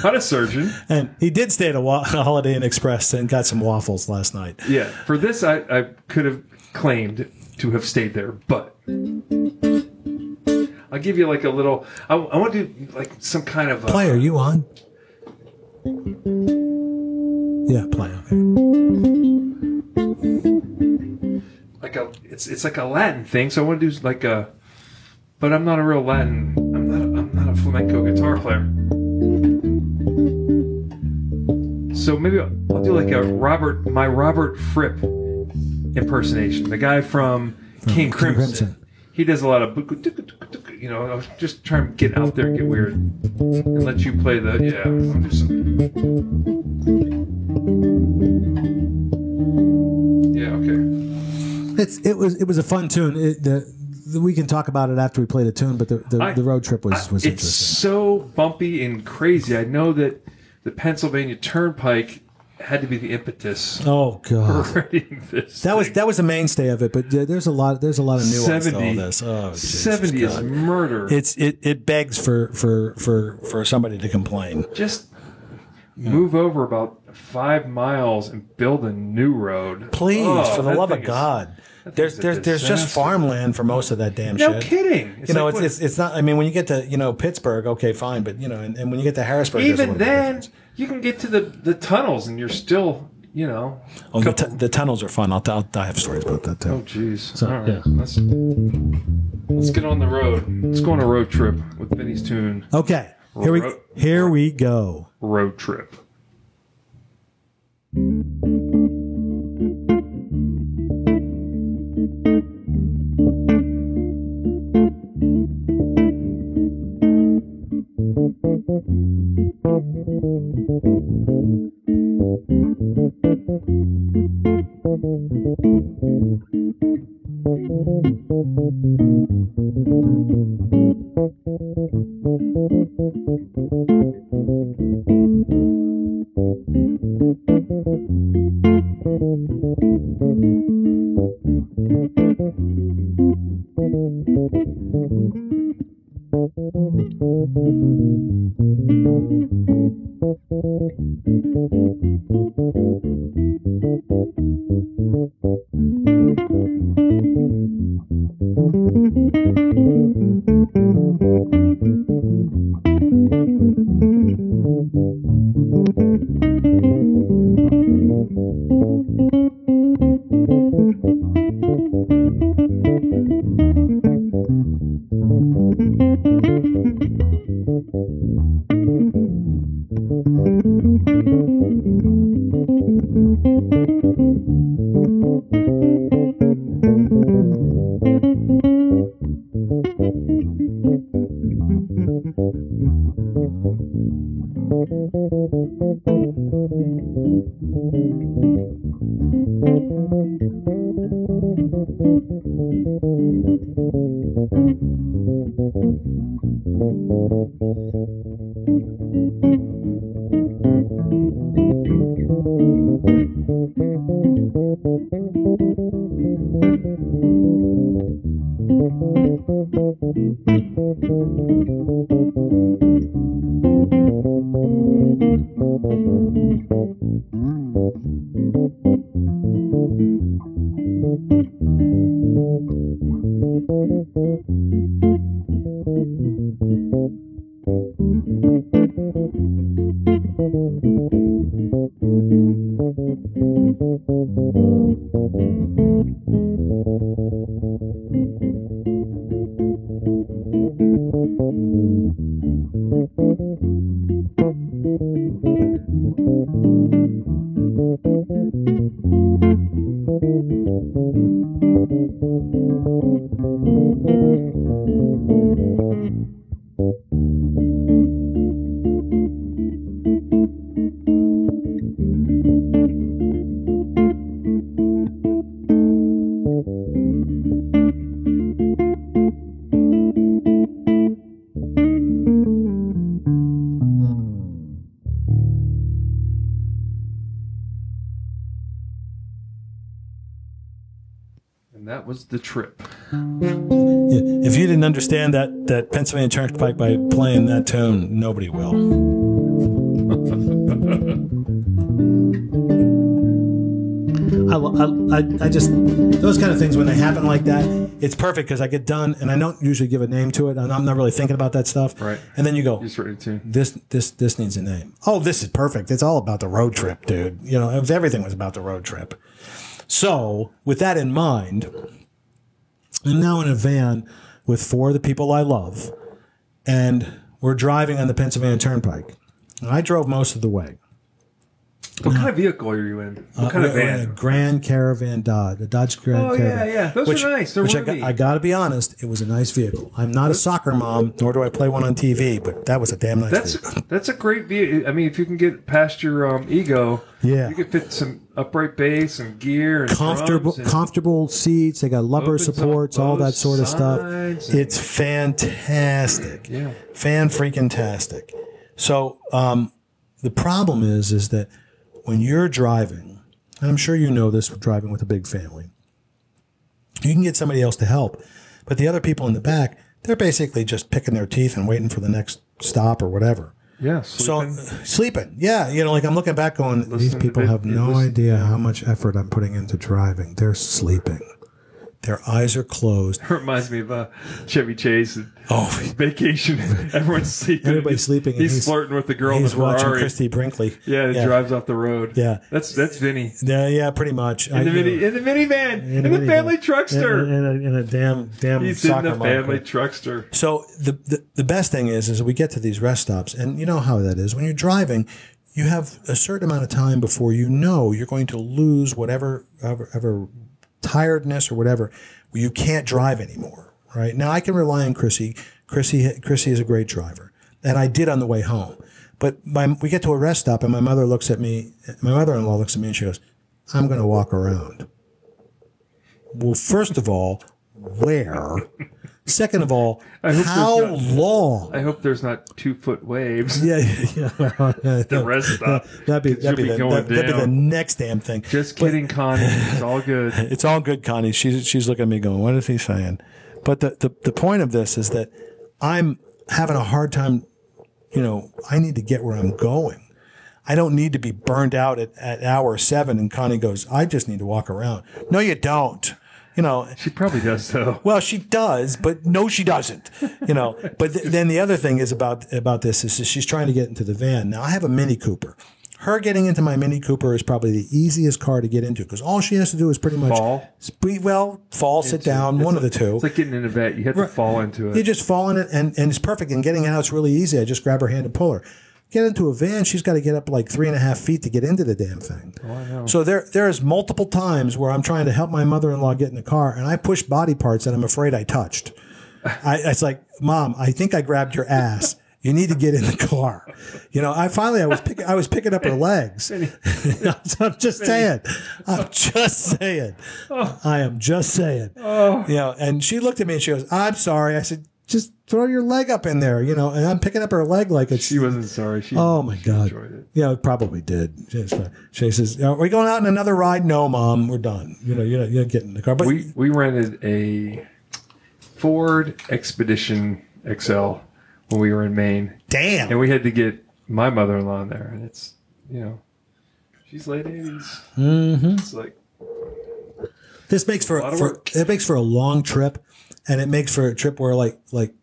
[SPEAKER 2] not a surgeon.
[SPEAKER 1] And he did stay at a, wa- *laughs* a Holiday Inn Express and got some waffles last night.
[SPEAKER 2] Yeah, for this I, I could have claimed to have stayed there, but I'll give you like a little. I, I want to do like some kind of a,
[SPEAKER 1] Play, are you on? Yeah, play. Okay.
[SPEAKER 2] like a it's it's like a Latin thing. So I want to do like a, but I'm not a real Latin. I'm not. I'm player. So maybe I'll, I'll do like a Robert, my Robert Fripp impersonation, the guy from King Crimson.
[SPEAKER 1] Crimson.
[SPEAKER 2] He does a lot of, book- tuk- tuk- tuk, you know, I'll just try and get out there, and get weird, and let you play the yeah. I'll do some. Yeah. Okay.
[SPEAKER 1] It's, it was it was a fun tune. It, the, the, we can talk about it after we play the tune, but the, the,
[SPEAKER 2] I-
[SPEAKER 1] the road trip was, was
[SPEAKER 2] it's
[SPEAKER 1] interesting.
[SPEAKER 2] so bumpy and crazy. I know that the Pennsylvania Turnpike had to be the impetus *laughs*
[SPEAKER 1] Oh god.
[SPEAKER 2] for writing this.
[SPEAKER 1] That was
[SPEAKER 2] thing.
[SPEAKER 1] that was the mainstay of it, but yeah, there's a lot there's a lot of nuance to all
[SPEAKER 2] 70.
[SPEAKER 1] this. Oh, Jesus
[SPEAKER 2] seventy is
[SPEAKER 1] God.
[SPEAKER 2] murder.
[SPEAKER 1] It's it, it begs for, for for for somebody to complain.
[SPEAKER 2] just move over about five miles and build a new road.
[SPEAKER 1] Please,
[SPEAKER 2] Oh,
[SPEAKER 1] for the
[SPEAKER 2] that
[SPEAKER 1] love
[SPEAKER 2] thing
[SPEAKER 1] of
[SPEAKER 2] is-
[SPEAKER 1] God. There's
[SPEAKER 2] thing's a
[SPEAKER 1] there's there's just
[SPEAKER 2] disaster.
[SPEAKER 1] farmland for most of that damn
[SPEAKER 2] No
[SPEAKER 1] shit.
[SPEAKER 2] kidding.
[SPEAKER 1] you know,
[SPEAKER 2] like,
[SPEAKER 1] it's, it's it's not. I mean, when you get to you know Pittsburgh, okay, fine, but you know, and, and when you get to Harrisburg,
[SPEAKER 2] what-
[SPEAKER 1] there's a
[SPEAKER 2] even
[SPEAKER 1] little bit of
[SPEAKER 2] then,
[SPEAKER 1] difference.
[SPEAKER 2] you can get to the the tunnels and you're still, you know.
[SPEAKER 1] oh, the, tu- the tunnels are fun. I'll, t- I'll I have stories about that
[SPEAKER 2] Oh
[SPEAKER 1] too.
[SPEAKER 2] jeez.
[SPEAKER 1] So,
[SPEAKER 2] All right,
[SPEAKER 1] yeah.
[SPEAKER 2] let's let's get on the road. Let's go on a road trip with Vinny's tune.
[SPEAKER 1] Okay, here we here we go.
[SPEAKER 2] Road trip. And that was the trip.
[SPEAKER 1] If you didn't understand that that Pennsylvania Turnpike by playing that tune, nobody will. *laughs* I, lo- I, I- I just those kind of things when they happen like that, it's perfect because I get done and I don't usually give a name to it, and I'm not really thinking about that stuff.
[SPEAKER 2] Right.
[SPEAKER 1] And then you go,
[SPEAKER 2] Just ready to.
[SPEAKER 1] this this this needs a name. Oh, this is perfect. It's all about the road trip, dude. You know, if everything was about the road trip. So, with that in mind, I'm now in a van with four of the people I love, and were driving on the Pennsylvania Turnpike. And I drove most of the way.
[SPEAKER 2] What kind of vehicle are you in? What kind of
[SPEAKER 1] Uh, We were in
[SPEAKER 2] van?
[SPEAKER 1] a Grand Caravan Dodge, a Dodge Grand
[SPEAKER 2] Oh, yeah,
[SPEAKER 1] Caravan.
[SPEAKER 2] yeah. Those are nice. They're
[SPEAKER 1] which I,
[SPEAKER 2] roomy.
[SPEAKER 1] got, I gotta be honest, it was a nice vehicle. I'm not a soccer mom, nor do I play one on TV, but that was a damn nice
[SPEAKER 2] That's
[SPEAKER 1] vehicle.
[SPEAKER 2] that's a great view. I mean, if you can get past your um, ego,
[SPEAKER 1] Yeah.
[SPEAKER 2] you can fit some upright bass and gear and
[SPEAKER 1] comfortable
[SPEAKER 2] drums and-
[SPEAKER 1] comfortable seats. They got lumbar
[SPEAKER 2] Opens up
[SPEAKER 1] supports, all
[SPEAKER 2] both
[SPEAKER 1] that sort of stuff.
[SPEAKER 2] sides and-
[SPEAKER 1] It's fantastic.
[SPEAKER 2] Yeah.
[SPEAKER 1] fan freaking tastic. So um, the problem is, is that when you're driving, and I'm sure you know this, driving with a big family, you can get somebody else to help, but the other people in the back, they're basically just picking their teeth and waiting for the next stop or whatever.
[SPEAKER 2] yeah.
[SPEAKER 1] So
[SPEAKER 2] sleeping.
[SPEAKER 1] sleeping, yeah, you know, like I'm looking back, going, these
[SPEAKER 2] to
[SPEAKER 1] people
[SPEAKER 2] the-
[SPEAKER 1] have
[SPEAKER 2] you
[SPEAKER 1] no
[SPEAKER 2] listen-
[SPEAKER 1] idea how much effort I'm putting into driving. They're sleeping, their eyes are closed.
[SPEAKER 2] reminds me of uh, Chevy Chase and
[SPEAKER 1] *laughs* Oh,
[SPEAKER 2] vacation. *laughs* Everyone's sleeping.
[SPEAKER 1] Everybody's sleeping and
[SPEAKER 2] He's,
[SPEAKER 1] he's-
[SPEAKER 2] flirting with the girl in the
[SPEAKER 1] he's watching
[SPEAKER 2] Ferrari.
[SPEAKER 1] Christy Brinkley.
[SPEAKER 2] yeah, that
[SPEAKER 1] yeah,
[SPEAKER 2] drives off the road.
[SPEAKER 1] Yeah.
[SPEAKER 2] that's that's Vinny
[SPEAKER 1] yeah, yeah, pretty much. I
[SPEAKER 2] in the
[SPEAKER 1] do.
[SPEAKER 2] mini, in the minivan in, the
[SPEAKER 1] minivan.
[SPEAKER 2] family truckster.
[SPEAKER 1] In a, in a- in a damn, damn
[SPEAKER 2] He's in
[SPEAKER 1] soccer
[SPEAKER 2] the
[SPEAKER 1] mom.
[SPEAKER 2] family truckster.
[SPEAKER 1] So the, the the best thing is is we get to these rest stops, and you know how that is. When you're driving, you have a certain amount of time before you know you're going to lose whatever ever, ever tiredness or whatever. You can't drive anymore, right? Now I can rely on Chrissy. Chrissy Chrissy is a great driver, and I did on the way home. But my, we get to a rest stop, and my mother looks at me. My mother-in-law looks at me, and she goes, "I'm going to walk around." Well, first of all, where? Second of all,
[SPEAKER 2] hope
[SPEAKER 1] how
[SPEAKER 2] there's
[SPEAKER 1] long?
[SPEAKER 2] I *laughs* hope there's not two foot waves.
[SPEAKER 1] yeah, yeah. well,
[SPEAKER 2] The
[SPEAKER 1] *laughs*
[SPEAKER 2] rest stop.
[SPEAKER 1] that'd be that'd be,
[SPEAKER 2] be
[SPEAKER 1] the,
[SPEAKER 2] going
[SPEAKER 1] that, that'd be the
[SPEAKER 2] down.
[SPEAKER 1] next damn thing.
[SPEAKER 2] Just kidding, Connie. It's all good.
[SPEAKER 1] *laughs* It's all good, Connie. She's she's looking at me going, "What is he saying?" But the, the the point of this is that I'm having a hard time. You know, I need to get where I'm going. I don't need to be burned out at, at hour seven. And Connie goes, "I just need to walk around." No, you don't. You know,
[SPEAKER 2] She probably does though.
[SPEAKER 1] Well, she does, but no, she doesn't. You
[SPEAKER 2] *laughs*
[SPEAKER 1] know. But th- then the other thing is about about this is she's trying to get into the van. Now I have a Mini Cooper. Her getting into my Mini Cooper is probably the easiest car to get into because all she has to do is pretty much
[SPEAKER 2] Fall?
[SPEAKER 1] sp- well, fall, sit down, one of the two.
[SPEAKER 2] It's like getting in a vet. You have to fall into
[SPEAKER 1] You
[SPEAKER 2] it.
[SPEAKER 1] just fall in it, and, and it's perfect. And getting out, it's really easy. I just grab her hand and pull her. Get into a van, she's got to get up like three and a half feet to get into the damn thing.
[SPEAKER 2] Oh,
[SPEAKER 1] So there, there is multiple times where I'm trying to help my mother-in-law get in the car, and I push body parts that I'm afraid I touched. I, it's like, Mom, I think I grabbed your ass. You need to get in the car. You know, I finally I was picking I was picking up her legs. *laughs* I'm just saying. I'm just saying. I am just saying. You know, and she looked at me and she goes, I'm sorry. I said, just throw your leg up in there, you know, and I'm picking up her leg like it's
[SPEAKER 2] She wasn't sorry. She
[SPEAKER 1] Oh my god!
[SPEAKER 2] enjoyed it.
[SPEAKER 1] Yeah, it probably did. It's fine. She says, "Are we going out on another ride?" No, mom, we're done. You know, you're not, you're not getting in the car. But
[SPEAKER 2] we we rented a Ford Expedition XL when we were in Maine,
[SPEAKER 1] damn,
[SPEAKER 2] and we had to get my mother-in-law in there, and it's you know, she's late 80s
[SPEAKER 1] Mm-hmm.
[SPEAKER 2] It's like
[SPEAKER 1] this makes for,
[SPEAKER 2] lot of
[SPEAKER 1] for
[SPEAKER 2] work.
[SPEAKER 1] it makes for a long trip, and it makes for a trip where like like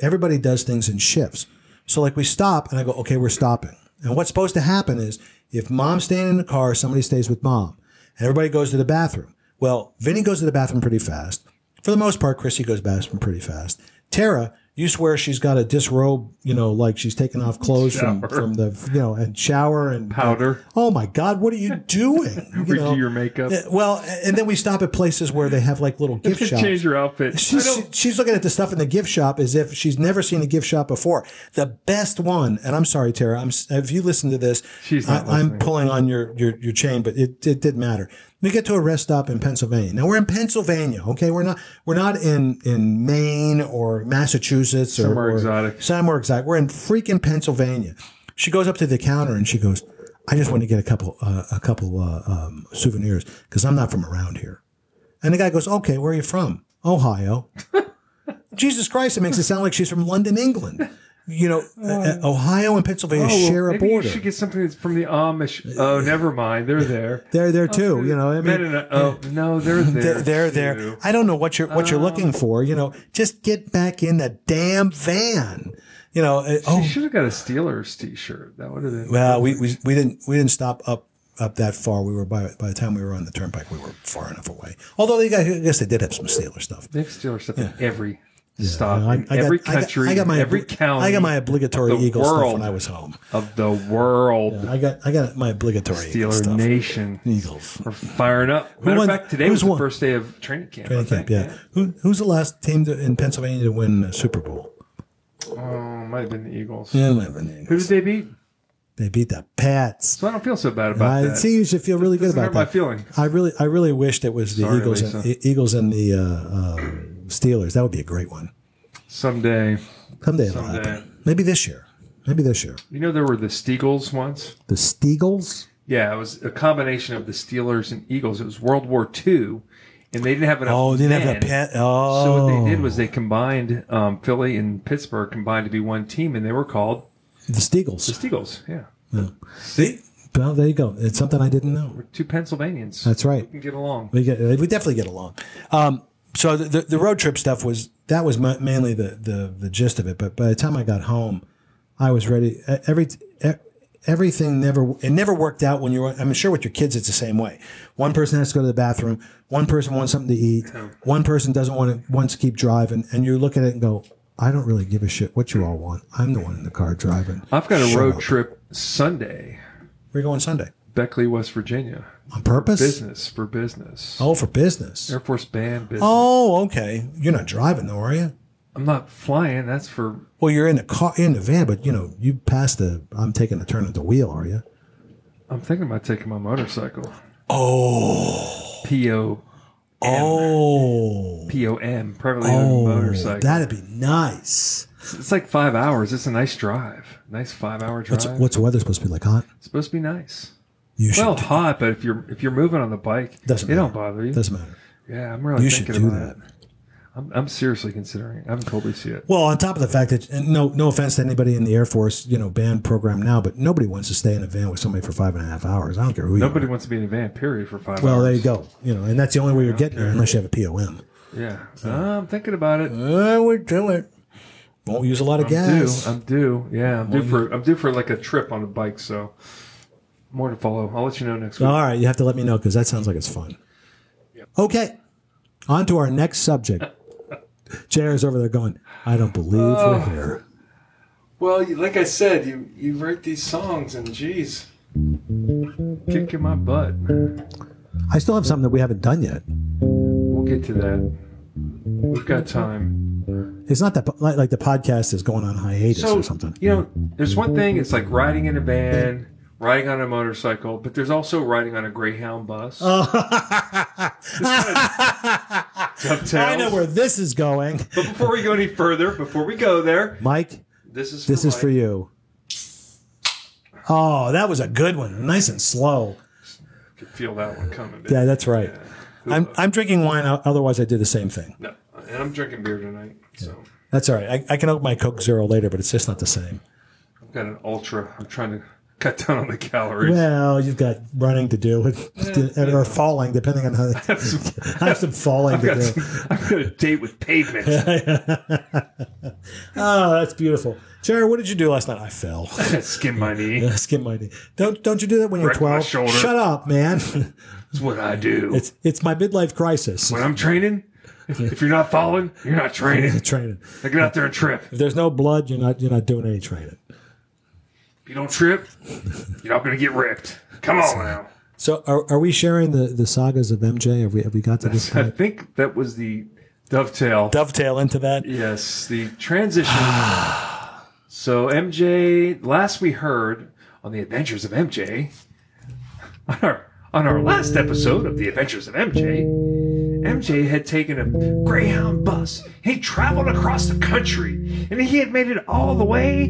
[SPEAKER 1] everybody does things in shifts. So like we stop, and I go, "Okay, we're stopping." And what's supposed to happen is if mom's staying in the car, somebody stays with mom, and everybody goes to the bathroom. Well, Vinny goes to the bathroom pretty fast. for the most part, Chrissy goes bathroom pretty fast. Tara, you swear she's got a disrobe, you know, like she's taking off clothes from,
[SPEAKER 2] Shower.
[SPEAKER 1] from the, you know, and shower and
[SPEAKER 2] Powder.
[SPEAKER 1] oh my God, what are
[SPEAKER 2] *laughs*
[SPEAKER 1] you doing? You
[SPEAKER 2] redo
[SPEAKER 1] know?
[SPEAKER 2] your makeup.
[SPEAKER 1] Uh, Well, and then we stop at places where they have like little gift shops.
[SPEAKER 2] Change your outfit. I
[SPEAKER 1] She's,
[SPEAKER 2] don't-
[SPEAKER 1] she's looking at the stuff in the gift shop as if she's never seen a gift shop before. The best one, and I'm sorry, Tara, I'm, s- if you listen to this,
[SPEAKER 2] She's not
[SPEAKER 1] I, I'm
[SPEAKER 2] listening.
[SPEAKER 1] pulling on your, your, your chain, but it, it didn't matter. We get to a rest stop in Pennsylvania. Now we're in Pennsylvania, okay? We're not we're not in, in Maine or Massachusetts or
[SPEAKER 2] Somewhere
[SPEAKER 1] or
[SPEAKER 2] exotic.
[SPEAKER 1] Somewhere exotic. We're in freaking Pennsylvania. She goes up to the counter and she goes, "I just want to get a couple uh, a couple uh, um, souvenirs because I'm not from around here." And the guy goes, "Okay, where are you from?"
[SPEAKER 2] *laughs*
[SPEAKER 1] Ohio. Jesus Christ! It makes it sound like she's from London, England. You know, uh, Ohio and Pennsylvania
[SPEAKER 2] oh, well,
[SPEAKER 1] share a
[SPEAKER 2] maybe
[SPEAKER 1] border.
[SPEAKER 2] You should get something that's from the Amish. Oh, never mind. They're there.
[SPEAKER 1] They're there too. You know, I
[SPEAKER 2] no,
[SPEAKER 1] mean,
[SPEAKER 2] no, no. Oh,
[SPEAKER 1] *laughs*
[SPEAKER 2] no, they're there.
[SPEAKER 1] they're, they're
[SPEAKER 2] too. Oh.
[SPEAKER 1] there. I don't know what you're what you're looking for. You know, just get back in the damn van. You know, uh,
[SPEAKER 2] She
[SPEAKER 1] oh
[SPEAKER 2] should have got a Steelers T-shirt. That would have been
[SPEAKER 1] well, we, we we didn't we didn't stop up up that far. We were by by the time we were on the turnpike, we were far enough away. Although they got, I guess they did have some Steeler stuff.
[SPEAKER 2] They have Steelers stuff in every stuff
[SPEAKER 1] I,
[SPEAKER 2] in
[SPEAKER 1] I got-
[SPEAKER 2] every
[SPEAKER 1] I got-
[SPEAKER 2] country,
[SPEAKER 1] I got my
[SPEAKER 2] every
[SPEAKER 1] obli-
[SPEAKER 2] county.
[SPEAKER 1] I got my obligatory
[SPEAKER 2] the
[SPEAKER 1] Eagles stuff
[SPEAKER 2] world.
[SPEAKER 1] when I was home.
[SPEAKER 2] of the world.
[SPEAKER 1] I got I got my obligatory Eagles
[SPEAKER 2] Steeler
[SPEAKER 1] stuff.
[SPEAKER 2] Nation.
[SPEAKER 1] Eagles.
[SPEAKER 2] We're firing up. Matter
[SPEAKER 1] won-
[SPEAKER 2] of fact, today
[SPEAKER 1] who's
[SPEAKER 2] was the
[SPEAKER 1] won?
[SPEAKER 2] first day of training camp.
[SPEAKER 1] Training
[SPEAKER 2] I think.
[SPEAKER 1] camp, yeah. Who, who's the last team to, in Pennsylvania to win a Super Bowl?
[SPEAKER 2] Oh, might have been the Eagles.
[SPEAKER 1] Yeah, it might have been the
[SPEAKER 2] Who
[SPEAKER 1] Eagles.
[SPEAKER 2] did they beat?
[SPEAKER 1] They beat the Pats.
[SPEAKER 2] So I don't feel so bad about
[SPEAKER 1] I
[SPEAKER 2] that.
[SPEAKER 1] see you should feel really good
[SPEAKER 2] Doesn't
[SPEAKER 1] about
[SPEAKER 2] hurt my
[SPEAKER 1] that.
[SPEAKER 2] feeling.
[SPEAKER 1] I really, I really wish it was the
[SPEAKER 2] Sorry,
[SPEAKER 1] Eagles and
[SPEAKER 2] Lisa.
[SPEAKER 1] E- Eagles and the uh, uh, Steelers. That would be a great one.
[SPEAKER 2] Someday,
[SPEAKER 1] Someday it'll
[SPEAKER 2] Someday.
[SPEAKER 1] happen. Maybe this year. Maybe this year.
[SPEAKER 2] you know, there were the Steagles once.
[SPEAKER 4] The Steagles?
[SPEAKER 2] Yeah, it was a combination of the Steelers and Eagles. It was World War II, and they didn't have enough.
[SPEAKER 1] Oh, they didn't have a
[SPEAKER 2] men.
[SPEAKER 1] pet. Oh,
[SPEAKER 2] So what they did was they combined um, Philly and Pittsburgh combined to be one team, and they were called
[SPEAKER 1] the
[SPEAKER 2] the
[SPEAKER 1] Steagles.
[SPEAKER 2] Steagles. Yeah,
[SPEAKER 1] See, well, there you go. It's something I didn't know.
[SPEAKER 2] two Pennsylvanians.
[SPEAKER 1] That's right.
[SPEAKER 2] can get along.
[SPEAKER 1] We get, we definitely get along. Um, so the, the the road trip stuff was that was my, mainly the, the the gist of it. But by the time I got home, I was ready. E- Every e- everything never it never worked out when you were. I'm sure with your kids it's the same way. One person has to go to the bathroom. One person wants something to eat. One person doesn't want to wants to keep driving, and you look at it and go. I don't really give a shit what you all want. I'm the one in the car driving.
[SPEAKER 2] I've got a
[SPEAKER 1] Shut
[SPEAKER 2] road
[SPEAKER 1] up.
[SPEAKER 2] trip Sunday,
[SPEAKER 1] We're going Sunday
[SPEAKER 2] Beckley, West Virginia.
[SPEAKER 1] on purpose.
[SPEAKER 2] Business for business.
[SPEAKER 1] Oh, for business.
[SPEAKER 2] Air Force Band business.
[SPEAKER 1] Oh, okay. You're not driving though, are you?
[SPEAKER 2] I'm not flying. That's for
[SPEAKER 1] Well, you're in the car, in the van, but you know, you passed the. I'm taking a turn at the wheel, are you?
[SPEAKER 2] I'm thinking about taking my motorcycle.
[SPEAKER 1] Oh,
[SPEAKER 2] P O
[SPEAKER 1] oh,
[SPEAKER 2] P O M, privately owned motorcycle.
[SPEAKER 1] that'd be nice.
[SPEAKER 2] it's like five hours. It's a nice drive. Nice five hour drive.
[SPEAKER 1] What's, what's the weather supposed to be like? Hot?
[SPEAKER 2] It's supposed to be nice.
[SPEAKER 1] You should.
[SPEAKER 2] Well,
[SPEAKER 1] do-
[SPEAKER 2] hot, but if you're if you're moving on the bike,
[SPEAKER 1] Doesn't
[SPEAKER 2] it don't
[SPEAKER 1] matter.
[SPEAKER 2] bother you.
[SPEAKER 1] doesn't matter.
[SPEAKER 2] yeah, I'm really
[SPEAKER 1] You should
[SPEAKER 2] thinking
[SPEAKER 1] do
[SPEAKER 2] about it. I'm, I'm seriously considering. it. I haven't totally see it.
[SPEAKER 1] Well, on top of the fact that, and no, no offense to anybody in the Air Force, you know, band program now, but nobody wants to stay in a van with somebody for five and a half hours. I don't care who you
[SPEAKER 2] Nobody
[SPEAKER 1] are.
[SPEAKER 2] wants to be in a van. Period for five.
[SPEAKER 1] Well, there
[SPEAKER 2] hours.
[SPEAKER 1] you go. You know, and that's the only way you're getting there unless you have a POM.
[SPEAKER 2] Yeah, so I'm thinking about it.
[SPEAKER 1] I would do Uh, it. Won't use a lot of
[SPEAKER 2] I'm due.
[SPEAKER 1] gas.
[SPEAKER 2] I'm due. Yeah, I'm due for I'm due for like a trip on a bike. So more to follow. I'll let you know next week.
[SPEAKER 1] All right, you have to let me know because that sounds like it's fun. Okay, on to our next subject. JR's over there going, I don't believe we're here.
[SPEAKER 2] Well, you, like I said, you you write these songs, and geez, kicking my butt.
[SPEAKER 1] I still have something that we haven't done yet.
[SPEAKER 2] We'll get to that. We've got time.
[SPEAKER 1] It's not that like, like the podcast is going on hiatus
[SPEAKER 2] So
[SPEAKER 1] or
[SPEAKER 2] *laughs*
[SPEAKER 1] something.
[SPEAKER 2] you know, there's one thing. It's like riding in a van, riding on a motorcycle, but there's also riding on a Greyhound bus.
[SPEAKER 1] Uh, I know where this is going.
[SPEAKER 2] But before we go any further, before we go there,
[SPEAKER 1] Mike,
[SPEAKER 2] this is for
[SPEAKER 1] this is
[SPEAKER 2] Mike.
[SPEAKER 1] for you. Oh, that was a good one. Nice and slow.
[SPEAKER 2] Could feel that one coming.
[SPEAKER 1] Yeah,
[SPEAKER 2] baby.
[SPEAKER 1] that's right. I'm, I'm drinking wine, o- otherwise, I do the same thing.
[SPEAKER 2] No, and I'm drinking beer tonight, so
[SPEAKER 1] That's all right. I, I can open my Coke Zero later, but it's just not the same.
[SPEAKER 2] I've got an ultra. I'm trying to cut down on the calories. *laughs*
[SPEAKER 1] Well, you've got running to do *laughs* or falling, depending on how. I have some falling to
[SPEAKER 2] *laughs* I've got,
[SPEAKER 1] do.
[SPEAKER 2] some, I've got a date with pavement.
[SPEAKER 1] Oh, that's beautiful, Jared. What did you do last night? I fell. *laughs*
[SPEAKER 2] Skin my knee.
[SPEAKER 1] I skimmed my knee. Don't don't you do that when you're
[SPEAKER 2] Wrecked my
[SPEAKER 1] twelve?
[SPEAKER 2] shoulder.
[SPEAKER 1] Shut up, man.
[SPEAKER 2] *laughs* That's what I do.
[SPEAKER 1] it's it's my midlife crisis. *laughs*
[SPEAKER 2] when I'm training, if, if you're not following, you're not training.
[SPEAKER 1] Training.
[SPEAKER 2] I get out there and trip.
[SPEAKER 1] If there's no blood, you're not you're not doing any training.
[SPEAKER 2] If you don't trip, you're not going to get ripped. Come on now.
[SPEAKER 1] So are, are we sharing the, the sagas of MJ? Have we have we got to
[SPEAKER 2] *laughs*
[SPEAKER 1] this
[SPEAKER 2] I
[SPEAKER 1] point?
[SPEAKER 2] think that was the dovetail.
[SPEAKER 1] Dovetail into that.
[SPEAKER 2] Yes, the
[SPEAKER 1] *sighs*
[SPEAKER 2] transition. so MJ, last we heard on the Adventures of MJ, on our on our last episode of the Adventures of MJ, MJ had taken a Greyhound bus. He traveled across the country, and he had made it all the way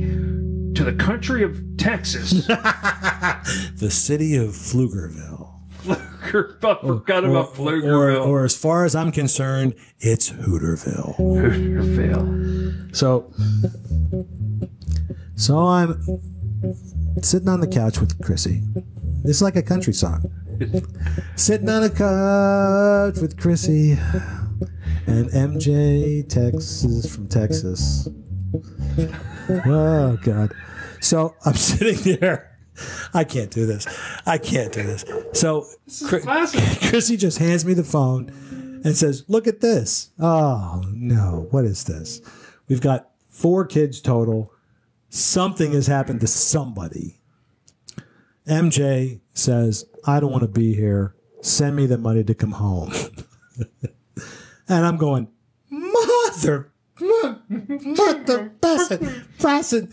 [SPEAKER 2] to the country of
[SPEAKER 1] *laughs*
[SPEAKER 2] Texas.
[SPEAKER 1] The city of Pflugerville.
[SPEAKER 2] Fluker, I forgot
[SPEAKER 1] Or-
[SPEAKER 2] about
[SPEAKER 1] or,
[SPEAKER 2] Pflugerville.
[SPEAKER 1] or as far as I'm concerned, it's Hooterville.
[SPEAKER 2] Pflugerville.
[SPEAKER 1] So, so I'm sitting on the couch with Chrissy. It's like a country song. sitting on a couch with Chrissy, and MJ Texas from Texas. Oh God! So I'm *laughs* sitting there. I can't do this. I can't do this. So Chri-
[SPEAKER 2] Classic.
[SPEAKER 1] Chrissy just hands me the phone, and says, "Look at this! Oh no, what is this? We've got four kids total. Something has happened to somebody." MJ says, "I don't want to be here. Send me the money to come home." and I'm going, "Mother, mother, mother, person, person."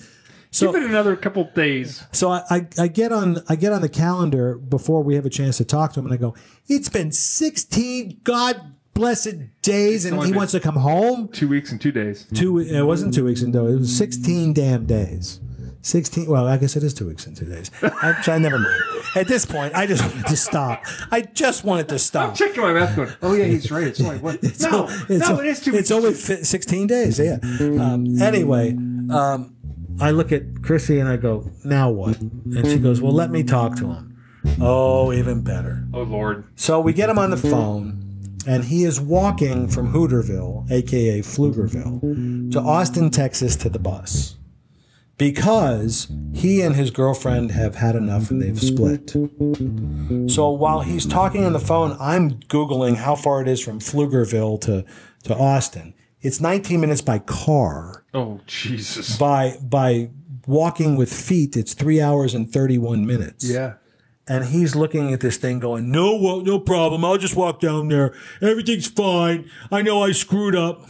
[SPEAKER 1] So,
[SPEAKER 2] Give it another couple days.
[SPEAKER 1] so I, I, I get on I get on the calendar before we have a chance to talk to him, and I go, "It's been 16 God blessed days, and
[SPEAKER 2] only
[SPEAKER 1] he
[SPEAKER 2] been-
[SPEAKER 1] wants to come home."
[SPEAKER 2] Two weeks and two days.
[SPEAKER 1] Two it wasn't two weeks in though. It was 16 damn days. 16. Well, I guess it is two weeks and two days. I, so I never mind. At this point, I just wanted to stop. I just wanted to stop.
[SPEAKER 2] Checking my math going, oh yeah, he's right. *laughs* It's only one. no,
[SPEAKER 1] it's,
[SPEAKER 2] no, it is two
[SPEAKER 1] it's
[SPEAKER 2] weeks.
[SPEAKER 1] only fi- 16 days. Yeah. Um, anyway, um, I look at Chrissy and I go, now what? And she goes, well, let me talk to him. Oh, even better.
[SPEAKER 2] oh lord.
[SPEAKER 1] So we get him on the phone, and he is walking from Hooterville, aka Pflugerville, to Austin, Texas to the bus because he and his girlfriend have had enough and they've split. So while he's talking on the phone, I'm Googling how far it is from Pflugerville to, to Austin. It's 19 minutes by car.
[SPEAKER 2] Oh
[SPEAKER 1] *laughs*
[SPEAKER 2] Jesus.
[SPEAKER 1] By, by walking with feet, it's three hours and 31 minutes
[SPEAKER 2] Yeah.
[SPEAKER 1] and he's looking at this thing going, no, wo- no problem. I'll just walk down there. Everything's fine. I know I screwed up.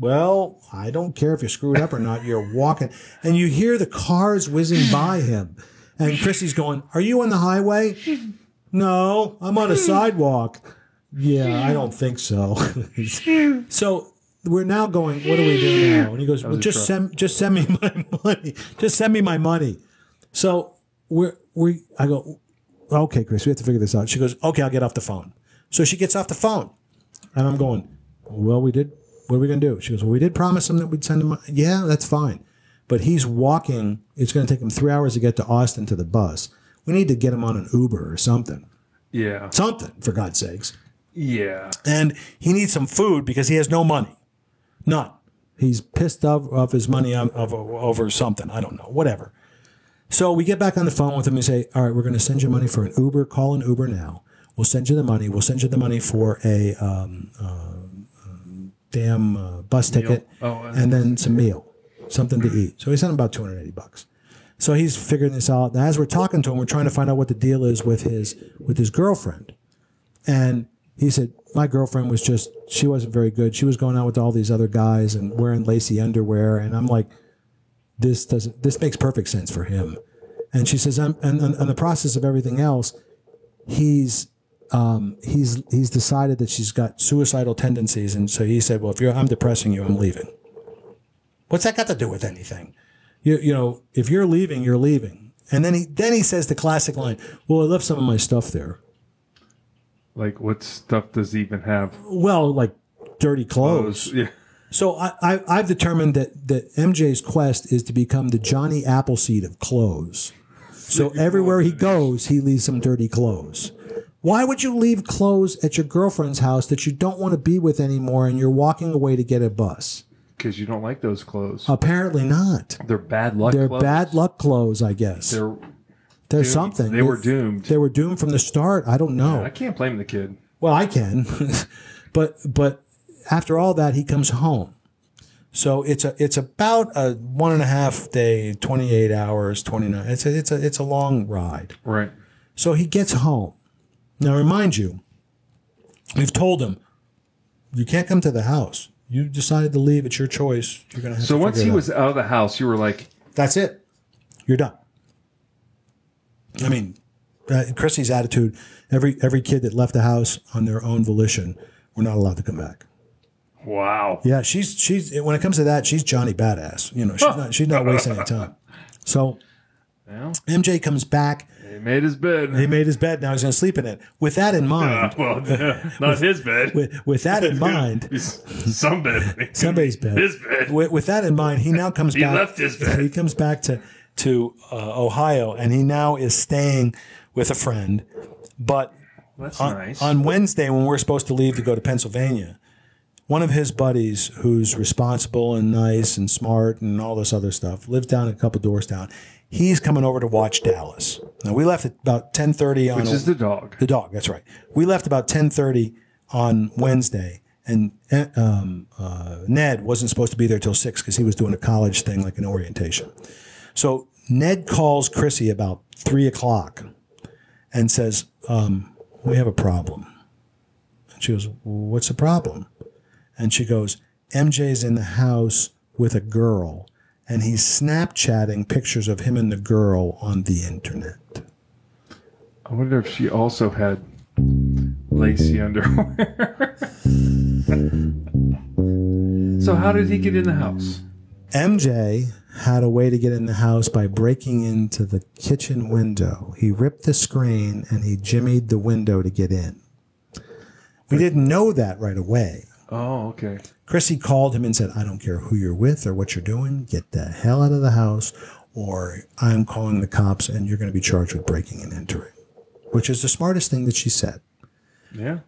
[SPEAKER 1] Well, I don't care if you screwed up or not. You're walking and you hear the cars whizzing by him. And Chrissy's going, are you on the highway? No, I'm on a sidewalk. Yeah, I don't think so. *laughs* so we're now going, what do we do now? And he goes, well, just send, just send me *laughs* my money. Just send me my money. So we're, we, I go, okay, Chris, we have to figure this out. She goes, okay, I'll get off the phone. So she gets off the phone, and I'm going, well, we did. What are we going to do? She goes, well, we did promise him that we'd send him. Yeah, that's fine, but he's walking. It's going to take him three hours to get to Austin to the bus. We need to get him on an Uber or something,
[SPEAKER 2] Yeah.
[SPEAKER 1] something for God's sakes.
[SPEAKER 2] Yeah.
[SPEAKER 1] And he needs some food because he has no money, none. He's pissed off of his money on, of, over something. I don't know, whatever. So we get back on the phone with him and say, "All right, we're going to send you money for an Uber. Call an Uber now. We'll send you the money. We'll send you the money for a um, um, um, damn uh, bus ticket,
[SPEAKER 2] Oh, uh,
[SPEAKER 1] and then some meal, something to eat." So he sent him about two hundred eighty bucks. So he's figuring this out. And as we're talking to him, we're trying to find out what the deal is with his with his girlfriend. And he said, My girlfriend was just she wasn't very good. She was going out with all these other guys and wearing lacy underwear. And I'm like, This doesn't this makes perfect sense for him. And she says, I'm and on the process of everything else, he's um, he's he's decided that she's got suicidal tendencies, and so he said, "Well, if you're I'm depressing you, I'm leaving." What's that got to do with anything? You you know, if you're leaving, you're leaving. And then he then he says the classic line, "Well, I left some of my stuff there."
[SPEAKER 2] Like what stuff does he even have?
[SPEAKER 1] Well, like dirty clothes.
[SPEAKER 2] Yeah.
[SPEAKER 1] So I, I, I've determined that, that MJ's quest is to become the Johnny Appleseed of clothes. So everywhere he goes, he leaves some dirty clothes. Why would you leave clothes at your girlfriend's house that you don't want to be with anymore and you're walking away to get a bus?
[SPEAKER 2] Because you don't like those clothes.
[SPEAKER 1] Apparently not.
[SPEAKER 2] they're bad luck.
[SPEAKER 1] They're
[SPEAKER 2] clothes.
[SPEAKER 1] bad luck clothes, I guess. They're,
[SPEAKER 2] They're
[SPEAKER 1] something.
[SPEAKER 2] They were doomed.
[SPEAKER 1] They were doomed from the start. I don't know.
[SPEAKER 2] I can't blame the kid.
[SPEAKER 1] Well, I can, *laughs* but but after all that, he comes home. So it's a it's about a one and a half day, twenty eight hours, twenty nine. It's a, it's a it's a long ride.
[SPEAKER 2] Right.
[SPEAKER 1] So he gets home. Now, remind you, we've told him you can't come to the house. You decided to leave. It's your choice. You're gonna have
[SPEAKER 2] So
[SPEAKER 1] to
[SPEAKER 2] once
[SPEAKER 1] figure
[SPEAKER 2] he
[SPEAKER 1] it out.
[SPEAKER 2] was out of the house, you were like,
[SPEAKER 1] That's it. You're done. I mean, uh, Chrissy's attitude. Every every kid that left the house on their own volition, were not allowed to come back.
[SPEAKER 2] "Wow,
[SPEAKER 1] Yeah, she's she's when it comes to that, she's Johnny Badass. You know, she's not she's not wasting any time. So
[SPEAKER 2] well,
[SPEAKER 1] MJ comes back.
[SPEAKER 2] he made his bed."
[SPEAKER 1] He made his bed. Now he's going to sleep in it. With that in mind,
[SPEAKER 2] *laughs*
[SPEAKER 1] *laughs*
[SPEAKER 2] well, *laughs* not his bed.
[SPEAKER 1] with, with that in
[SPEAKER 2] *laughs*
[SPEAKER 1] mind,
[SPEAKER 2] Some bed.
[SPEAKER 1] *laughs* somebody's bed.
[SPEAKER 2] His bed.
[SPEAKER 1] With, with that in mind, he now comes
[SPEAKER 2] He
[SPEAKER 1] back.
[SPEAKER 2] left his bed.
[SPEAKER 1] He comes back to to uh, Ohio, and he now is staying with a friend. But
[SPEAKER 2] That's
[SPEAKER 1] on,
[SPEAKER 2] nice.
[SPEAKER 1] on Wednesday, when we're supposed to leave to go to Pennsylvania, one of his buddies, who's responsible and nice and smart and all this other stuff, lives down a couple doors down. He's coming over to watch Dallas. Now we left at about ten thirty on
[SPEAKER 2] Which
[SPEAKER 1] a-
[SPEAKER 2] is the dog.
[SPEAKER 1] the dog. That's right. We left about ten thirty on Wednesday, and uh, um, uh, Ned wasn't supposed to be there till six because he was doing a college thing like an orientation. So Ned calls Chrissy about three o'clock and says, um, "We have a problem." And she goes, "What's the problem?" And she goes, "MJ's in the house with a girl." And he's Snapchatting pictures of him and the girl on the internet.
[SPEAKER 2] I wonder if she also had lacy underwear. *laughs* so how did he get in the house?
[SPEAKER 1] MJ had a way to get in the house by breaking into the kitchen window. He ripped the screen and he jimmied the window to get in. We didn't know that right away.
[SPEAKER 2] Oh, okay.
[SPEAKER 1] Chrissy called him and said, I don't care who you're with or what you're doing, get the hell out of the house, or I'm calling the cops and you're going to be charged with breaking and entering, which is the smartest thing that she said.
[SPEAKER 2] Yeah.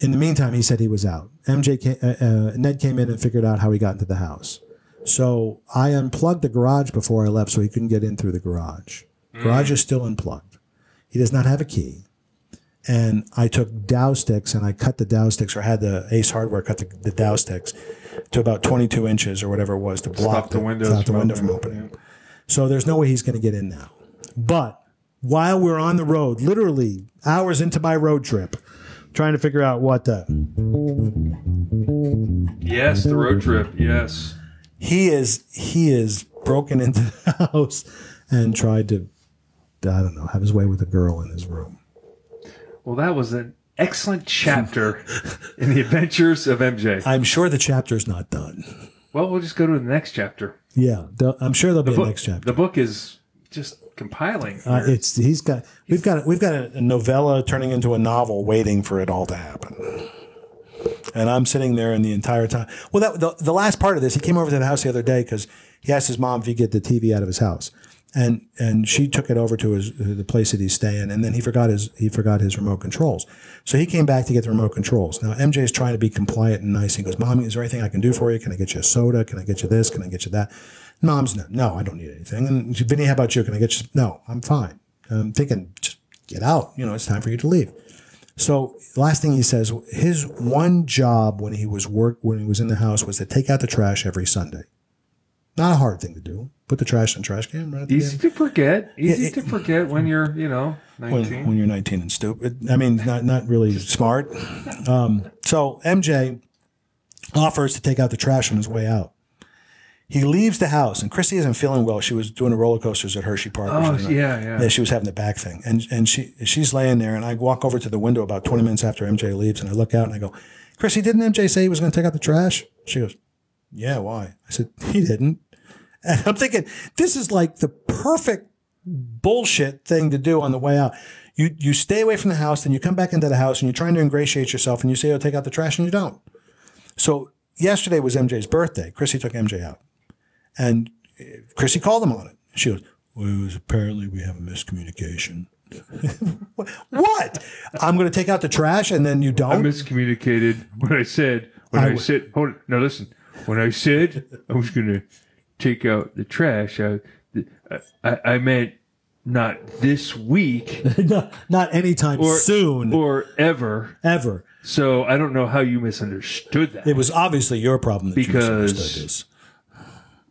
[SPEAKER 1] In the meantime, he said he was out. MJ came, uh, uh, Ned came in and figured out how he got into the house. So I unplugged the garage before I left, so he couldn't get in through the garage.
[SPEAKER 2] Mm.
[SPEAKER 1] Garage is still unplugged. He does not have a key. And I took Dow sticks and I cut the Dow sticks, or had the Ace Hardware cut the, the Dow sticks to about 22 inches or whatever it was to block
[SPEAKER 2] the windows
[SPEAKER 1] stop the
[SPEAKER 2] from
[SPEAKER 1] window from
[SPEAKER 2] opening.
[SPEAKER 1] opening. So there's no way he's going to get in now. But while we're on the road, literally hours into my road trip, trying to figure out what the
[SPEAKER 2] Yes, the road trip. Yes.
[SPEAKER 1] he is he is broken into the *laughs* house and tried to I don't know have his way with a girl in his room.
[SPEAKER 2] Well, that was an excellent chapter in the adventures of MJ.
[SPEAKER 1] I'm sure the chapter's not done.
[SPEAKER 2] Well, we'll just go to the next chapter.
[SPEAKER 1] Yeah, the- I'm sure there'll be
[SPEAKER 2] Book-
[SPEAKER 1] a next chapter.
[SPEAKER 2] The book is just compiling.
[SPEAKER 1] Uh, it's he's got we've got we've got a, a novella turning into a novel waiting for it all to happen. And I'm sitting there and the entire time. Well, that the, the last part of this, he came over to the house the other day because he asked his mom if he could get the TV out of his house, and and she took it over to his the place that he's staying, and then he forgot his he forgot his remote controls. So he came back to get the remote controls. Now MJ's trying to be compliant and nice. He goes, "Mom, is there anything I can do for you? Can I get you a soda? Can I get you this? Can I get you that?" Mom's no, no, I don't need anything. And Vinny, how about you? Can I get you? some-" No, I'm fine. I'm thinking, just get out. You know, it's time for you to leave. So last thing he says, his one job when he was work when he was in the house was to take out the trash every Sunday. Not a hard thing to do. Put the trash in the trash can. Right at the
[SPEAKER 2] Easy
[SPEAKER 1] end.
[SPEAKER 2] to forget. Easy
[SPEAKER 1] it-
[SPEAKER 2] to forget when you're, you know,
[SPEAKER 1] When,
[SPEAKER 2] 19.
[SPEAKER 1] when you're 19 and stupid. I mean, not not really smart. Um, so MJ offers to take out the trash on his way out. He leaves the house, and Chrissy isn't feeling well. She was doing the roller coasters at Hershey Park. or
[SPEAKER 2] Oh,
[SPEAKER 1] something like
[SPEAKER 2] yeah, yeah.
[SPEAKER 1] yeah, she was having the back thing, and and she she's laying there, and I walk over to the window about twenty minutes after MJ leaves, and I look out and I go, Chrissy, didn't MJ say he was going to take out the trash? She goes, Yeah, why? I said he didn't, and I'm thinking this is like the perfect bullshit thing to do on the way out. You you stay away from the house, then you come back into the house, and you're trying to ingratiate yourself, and you say, Oh, take out the trash, and you don't. So yesterday was MJ's birthday. Chrissy took MJ out, and uh, Chrissy called him on it. She goes, well, it was apparently we have a miscommunication. *laughs* what? I'm going to take out the trash and then you
[SPEAKER 2] I
[SPEAKER 1] don't?
[SPEAKER 2] miscommunicated when I said, when
[SPEAKER 1] I
[SPEAKER 2] I,
[SPEAKER 1] w-
[SPEAKER 2] said, hold it. Now listen, when I said I was going to take out the trash, I, I, I meant not
[SPEAKER 1] *laughs*
[SPEAKER 2] this week
[SPEAKER 1] No, Not anytime
[SPEAKER 2] or
[SPEAKER 1] soon,
[SPEAKER 2] or ever.
[SPEAKER 1] ever.
[SPEAKER 2] So I don't know how you misunderstood that.
[SPEAKER 1] It was obviously your problem that
[SPEAKER 2] Because-
[SPEAKER 1] you misunderstood this.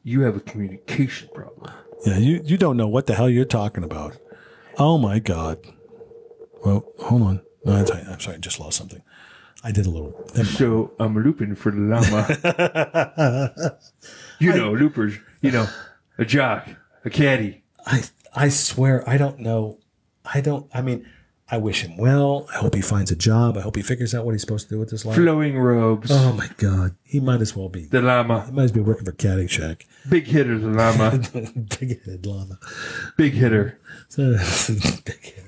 [SPEAKER 2] you have a communication problem.
[SPEAKER 1] Yeah, you, you don't know what the hell you're talking about. Oh my God. Well, hold on. No, I'm sorry, I'm sorry, I just lost something. I did a little.
[SPEAKER 2] So I'm looping for the llama.
[SPEAKER 1] *laughs*
[SPEAKER 2] you know, loopers, you know, a jock, a caddy.
[SPEAKER 1] I I swear I don't know. I don't. I mean, I wish him well. I hope he finds a job. I hope he figures out what he's supposed to do with his life.
[SPEAKER 2] Flowing robes,
[SPEAKER 1] Oh my God, he might as well be.
[SPEAKER 2] the llama.
[SPEAKER 1] He might as well be working for Caddyshack. *laughs*
[SPEAKER 2] Big hitter, the llama.
[SPEAKER 1] Big-headed llama.
[SPEAKER 2] Big hitter.
[SPEAKER 1] So, *laughs* big-headed.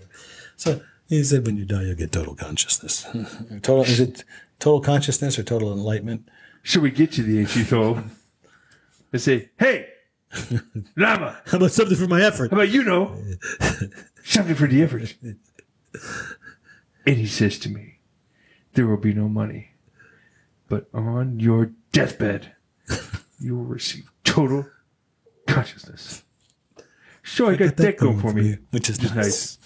[SPEAKER 1] so he said, when you die, you'll get total consciousness. *laughs* total is it total consciousness or total enlightenment? *laughs*
[SPEAKER 2] Should we get you the H E toll? I say, hey, llama,
[SPEAKER 1] How about something for my effort?
[SPEAKER 2] how about you know? Something for the effort. And he says to me, there will be no money, but on your deathbed, you will receive total consciousness. So I got that going for me.
[SPEAKER 1] which is
[SPEAKER 2] *laughs* Which is
[SPEAKER 1] nice.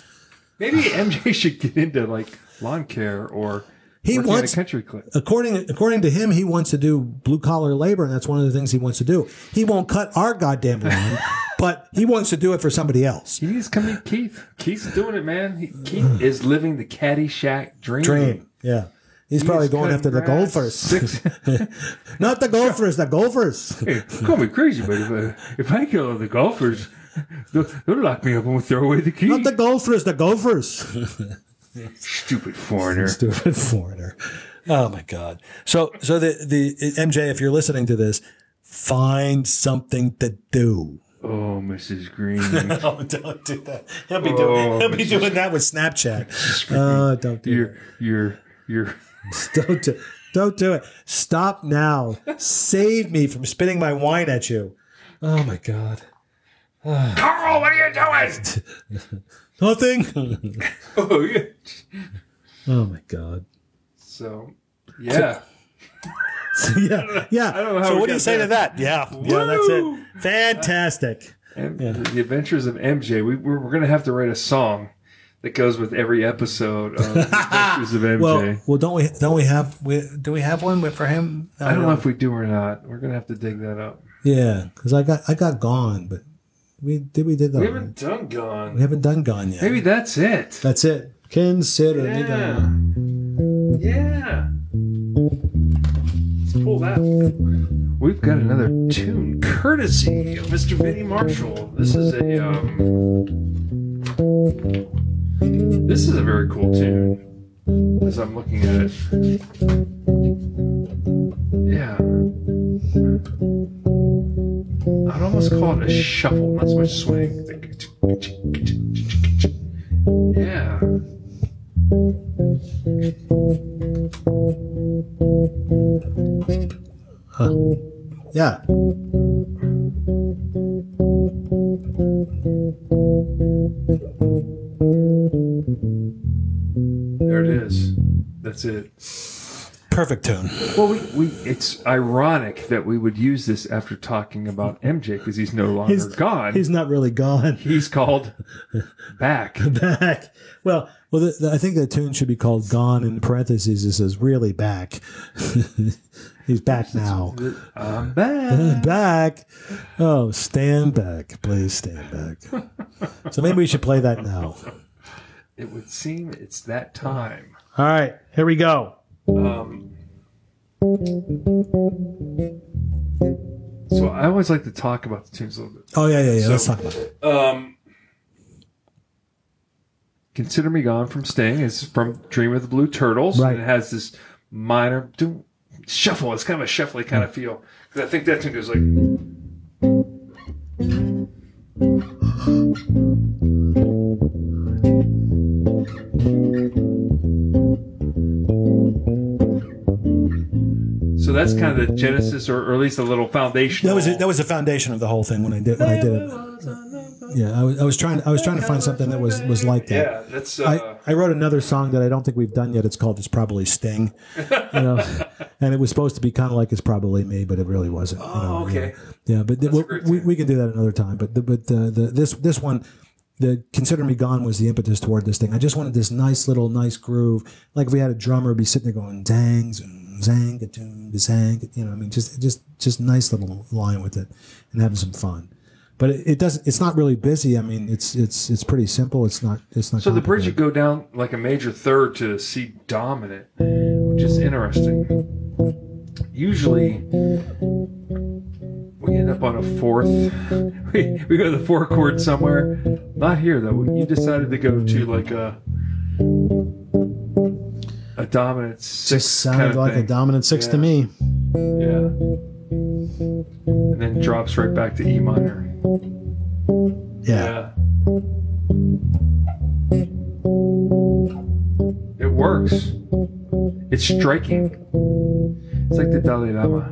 [SPEAKER 2] Maybe MJ should get into like lawn care or
[SPEAKER 1] He
[SPEAKER 2] working
[SPEAKER 1] wants
[SPEAKER 2] at a country club.
[SPEAKER 1] according according to him, he wants to do blue collar labor, and that's one of the things he wants to do. He won't cut our goddamn *laughs* line, but he wants to do it for somebody else.
[SPEAKER 2] He needs to come meet Keith. Keith's doing it, man. He, Keith is living the Caddyshack dream.
[SPEAKER 1] Dream, yeah. He's
[SPEAKER 2] He's
[SPEAKER 1] probably going
[SPEAKER 2] cutting
[SPEAKER 1] after the
[SPEAKER 2] grass.
[SPEAKER 1] gophers,
[SPEAKER 2] *laughs* Six,
[SPEAKER 1] *laughs* not the gophers, the gophers.
[SPEAKER 2] hey, call me crazy, but if, uh, if I kill the golfers, *laughs* they'll, they'll lock me up and throw away the key.
[SPEAKER 1] Not the gophers, the gophers.
[SPEAKER 2] Stupid
[SPEAKER 1] *laughs*
[SPEAKER 2] foreigner.
[SPEAKER 1] Stupid foreigner. Oh my god. So so the the MJ, if you're listening to this, find something to do.
[SPEAKER 2] Oh, Mrs. Green.
[SPEAKER 1] *laughs* Oh, don't do that. He'll be
[SPEAKER 2] Oh,
[SPEAKER 1] doing he'll be
[SPEAKER 2] Mrs.
[SPEAKER 1] doing that with Snapchat. Oh, don't do it.
[SPEAKER 2] you're, you're, you're. *laughs*
[SPEAKER 1] *laughs* Don't do, don't do it. Stop now. Save me from spitting my wine at you. Oh my god.
[SPEAKER 2] Carl, what are you doing? *laughs*
[SPEAKER 1] Nothing.
[SPEAKER 2] oh, yeah.
[SPEAKER 1] oh my god. *laughs*
[SPEAKER 2] So, yeah.
[SPEAKER 1] yeah, yeah.
[SPEAKER 2] don't know how
[SPEAKER 1] so
[SPEAKER 2] we
[SPEAKER 1] what do you
[SPEAKER 2] got
[SPEAKER 1] say to
[SPEAKER 2] there.
[SPEAKER 1] that? Yeah, yeah, that's
[SPEAKER 2] Woo!
[SPEAKER 1] it. Fantastic.
[SPEAKER 2] M- The Adventures of MJ. We, we're we're going to have to write a song that goes with every episode
[SPEAKER 1] *laughs*
[SPEAKER 2] of The Adventures of MJ.
[SPEAKER 1] Well, well, don't we? Don't we have? We, do we have one for him?
[SPEAKER 2] I don't know if we do or not. We're going to have to dig that up.
[SPEAKER 1] Yeah, because I got I got gone, but we did we did that.
[SPEAKER 2] We
[SPEAKER 1] We
[SPEAKER 2] haven't done Gone.
[SPEAKER 1] we haven't done gone yet.
[SPEAKER 2] Maybe that's it.
[SPEAKER 1] That's it. Consider me
[SPEAKER 2] yeah.
[SPEAKER 1] gone.
[SPEAKER 2] Yeah. Let's pull that. We've got another tune courtesy of Mr. Vinnie Marshall. This is a um This is a very cool tune. As I'm looking at it. Yeah. I'd almost call it a shuffle, not so much swing. Yeah.
[SPEAKER 1] Yeah.
[SPEAKER 2] There it is. That's it.
[SPEAKER 1] Perfect tune.
[SPEAKER 2] Well, we, we it's ironic that we would use this after talking about MJ because he's no longer
[SPEAKER 1] He's-
[SPEAKER 2] gone. He's,
[SPEAKER 1] He's not really gone.
[SPEAKER 2] called back.
[SPEAKER 1] Back. Well, well, the, the, I think the tune should be called "Gone" in parentheses. It says "really back." *laughs* He's back now. *laughs*
[SPEAKER 2] I'm back.
[SPEAKER 1] back. Oh, stand back. Please stand back. So maybe we should play that now.
[SPEAKER 2] It would seem it's that time.
[SPEAKER 4] All right, here we go.
[SPEAKER 2] Um, so I always like to talk about the tunes a little bit.
[SPEAKER 1] Oh, yeah, yeah, yeah. Let's
[SPEAKER 2] So-
[SPEAKER 1] talk about it.
[SPEAKER 2] Um, Consider Me Gone from Sting is from Dream of the Blue Turtles,
[SPEAKER 1] Right.
[SPEAKER 2] and it has this minor do, shuffle. It's kind of a shuffly kind
[SPEAKER 1] Mm.
[SPEAKER 2] of feel because I think that tune goes like. So that's kind of the genesis, or, or at least a little foundation.
[SPEAKER 1] That was that was the foundation of the whole thing when I did when I did it. Yeah, I was, I was trying I was trying to find something that was was like that.
[SPEAKER 2] Yeah, that's. Uh,
[SPEAKER 1] I, I wrote another song that I don't think we've done yet. It's called "It's Probably Sting," you
[SPEAKER 2] *laughs*
[SPEAKER 1] know, and it was supposed to be kind of like "It's Probably Me," but it really wasn't. you know,
[SPEAKER 2] Oh, okay.
[SPEAKER 1] Yeah, but th- we,
[SPEAKER 2] great
[SPEAKER 1] we, we can do that another time. But the, but the, the this this one, the "Consider Me Gone" was the impetus toward this thing. I just wanted this nice little nice groove, like if we had a drummer it'd be sitting there going zang zang zang ka-toon, zang. You know, I mean, just just just nice little line with it, and having some fun. But it, it doesn't. It's not really busy. I mean, it's it's it's pretty simple. It's not it's not.
[SPEAKER 2] So the bridge
[SPEAKER 1] complicated.
[SPEAKER 2] would go down like a major third to C dominant, which is interesting. Usually, we end up on a fourth. *laughs* We, we go to the four chord somewhere. Not here though. You decided to go to like a a dominant six.
[SPEAKER 4] Just
[SPEAKER 2] kind
[SPEAKER 4] sounded
[SPEAKER 2] of
[SPEAKER 4] like
[SPEAKER 2] thing.
[SPEAKER 4] a dominant six to
[SPEAKER 2] Yeah.
[SPEAKER 4] me.
[SPEAKER 2] Yeah. And then drops right back to E minor.
[SPEAKER 4] Yeah.
[SPEAKER 2] Yeah. It works. It's striking. It's like the Dalai Lama.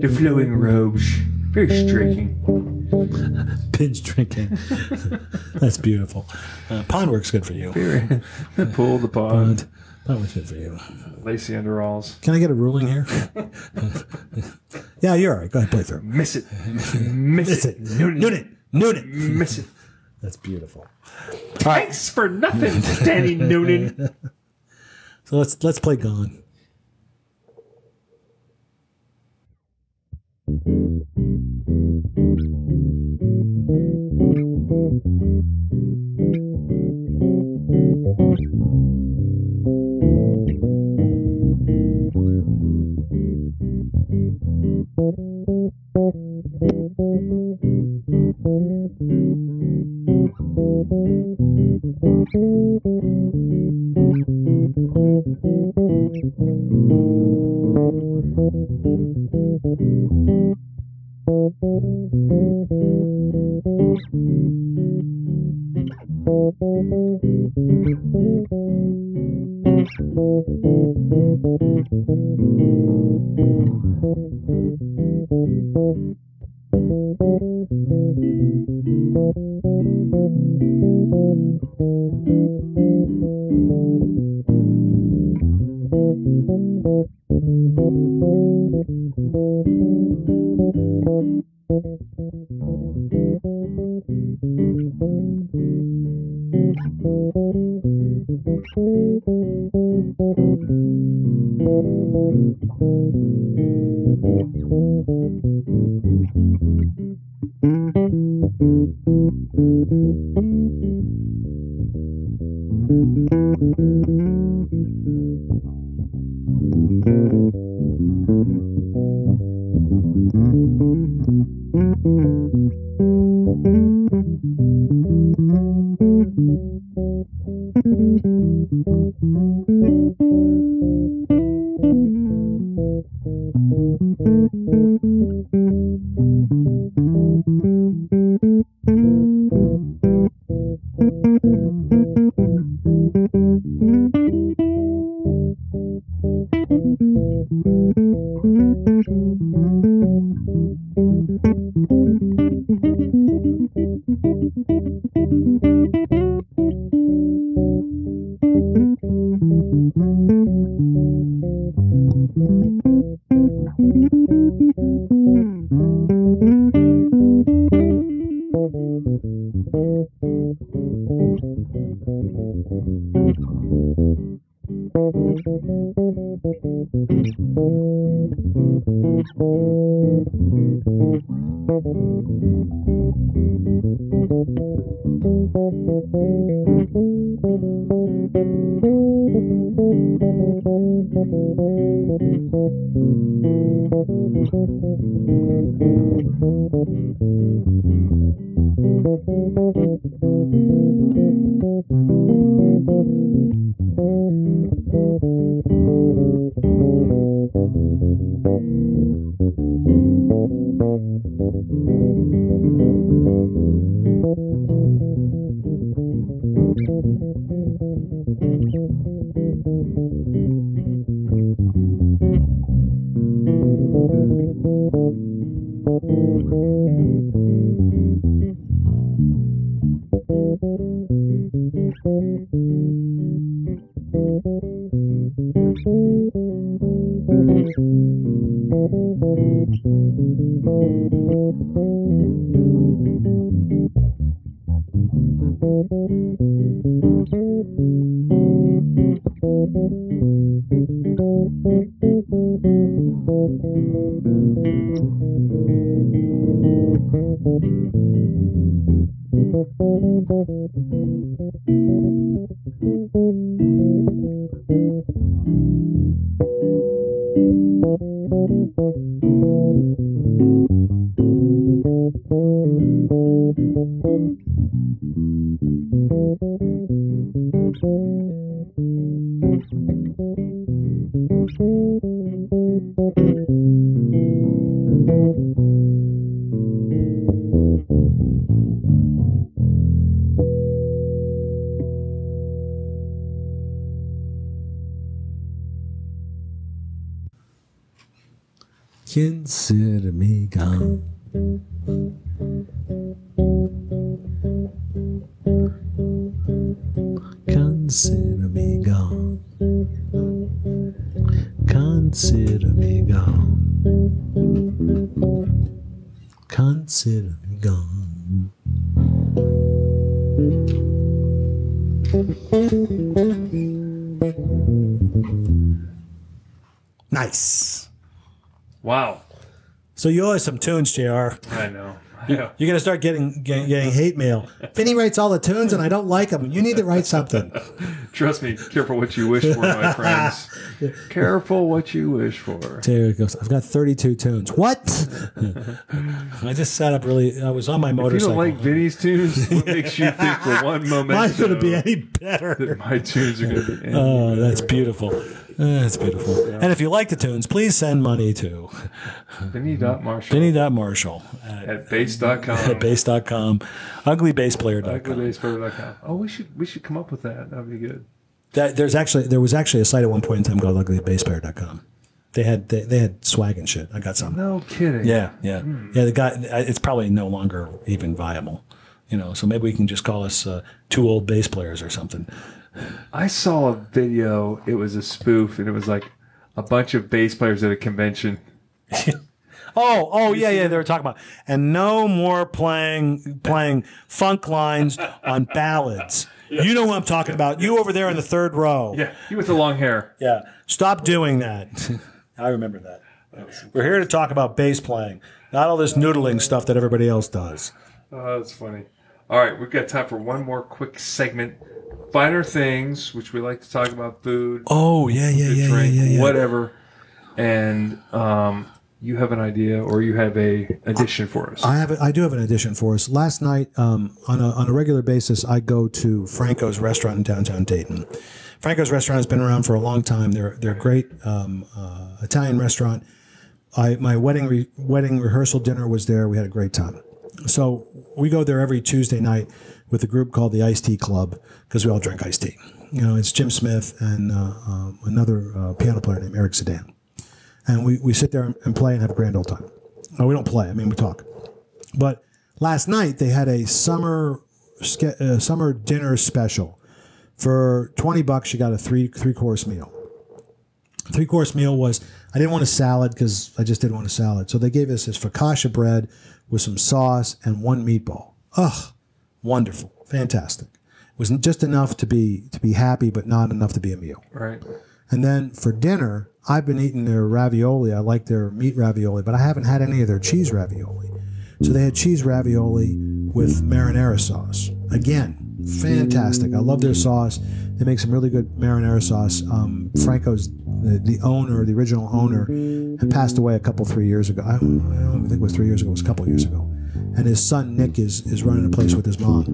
[SPEAKER 2] The flowing robes. Very striking.
[SPEAKER 1] *laughs* binge drinking. *laughs* That's beautiful. Uh, pond work's good for you.
[SPEAKER 2] Very. Pull the pond.
[SPEAKER 1] Pond, pond work's good for you.
[SPEAKER 2] Lacy underalls.
[SPEAKER 1] Can I get a ruling here? *laughs* yeah, you're all right. Go ahead, play through.
[SPEAKER 2] Miss it. Miss,
[SPEAKER 1] That's
[SPEAKER 2] it.
[SPEAKER 1] it. Noonan. Noonan.
[SPEAKER 2] Miss it.
[SPEAKER 1] That's beautiful.
[SPEAKER 2] Thanks for nothing, Danny Noonan.
[SPEAKER 1] So let's let's play Gone. Consider me gone. Consider me gone. Consider me gone. Consider me gone. Nice.
[SPEAKER 2] Wow.
[SPEAKER 1] So you owe us some tunes, Jr.
[SPEAKER 2] I know. Yeah.
[SPEAKER 1] You're gonna start getting getting, getting hate mail. Finney writes all the tunes, and I don't like them. You need to write something.
[SPEAKER 2] Trust me, careful what you wish for, my *laughs* friends. careful what you wish for.
[SPEAKER 1] There it goes. I've got 32 tunes. What? *laughs* I just sat up really. I was on my
[SPEAKER 2] If you
[SPEAKER 1] motorcycle. *laughs*
[SPEAKER 2] don't like Vinny's tunes, what makes you think for one moment
[SPEAKER 1] Mine's gonna be
[SPEAKER 2] though,
[SPEAKER 1] any better.
[SPEAKER 2] that my tunes are going to be any
[SPEAKER 1] Oh, that's beautiful. Eh, That's beautiful. And if you like the tunes, please send money to
[SPEAKER 2] Vinny.Marshall
[SPEAKER 1] Vinny.Marshall
[SPEAKER 2] at bass.com.
[SPEAKER 1] *laughs* at bass.com, uglybassplayer.com.
[SPEAKER 2] Uglybassplayer.com. Oh, we should we should come up with that. That'd be good.
[SPEAKER 1] That, there's actually there was actually a site at one point in time called uglybassplayer.com. They had they, they had swag and shit. I got some.
[SPEAKER 2] No kidding.
[SPEAKER 1] Yeah, yeah, yeah. The guy, it's probably no longer even viable, you know. So maybe we can just call us uh, two old bass players or something.
[SPEAKER 2] I saw a video. It was a spoof, and it was like a bunch of bass players at a convention.
[SPEAKER 1] Oh, oh, yeah, yeah. They were talking about and no more playing playing funk lines on ballads. You know what I'm talking about. You over there in the third row.
[SPEAKER 2] Yeah, you with the long hair.
[SPEAKER 1] Yeah. Stop doing that. *laughs* I remember that. We're here to talk about bass playing, not all this noodling stuff that everybody else does.
[SPEAKER 2] Oh, that's funny. All right, we've got time for one more quick segment. Finer things, which we like to talk about food,
[SPEAKER 1] Oh, yeah, yeah, yeah, yeah,
[SPEAKER 2] drink,
[SPEAKER 1] yeah, yeah.
[SPEAKER 2] whatever. And um, you have an idea or you have a addition for us.
[SPEAKER 1] I have. A, I do have an addition for us. Last night, um, on a on a regular basis, I go to Franco's restaurant in downtown Dayton. Franco's restaurant has been around for a long time. They're they're a great um, uh, Italian restaurant. I my wedding re, wedding rehearsal dinner was there. We had a great time. So we go there every Tuesday night with a group called the Iced Tea Club because we all drink iced tea. You know, it's Jim Smith and uh, uh, another uh, piano player named Eric Sedan, and we we sit there and play and have a grand old time. No, we don't play. I mean, we talk. But last night they had a summer ske- uh, summer dinner special. For twenty bucks, you got a three three course meal. Three course meal was I didn't want a salad because I just didn't want a salad. So they gave us this focaccia bread with some sauce and one meatball. Ugh, wonderful, fantastic. It was just enough to be to be happy, but not enough to be a meal.
[SPEAKER 2] right?
[SPEAKER 1] And then for dinner, I've been eating their ravioli. I like their meat ravioli, but I haven't had any of their cheese ravioli. So they had cheese ravioli with marinara sauce. Again, fantastic. I love their sauce. They make some really good marinara sauce. Um, Franco's, the, the owner, the original owner, had passed away a couple, three years ago. I don't, I don't think it was three years ago, it was a couple years ago. And his son, Nick, is, is running a place with his mom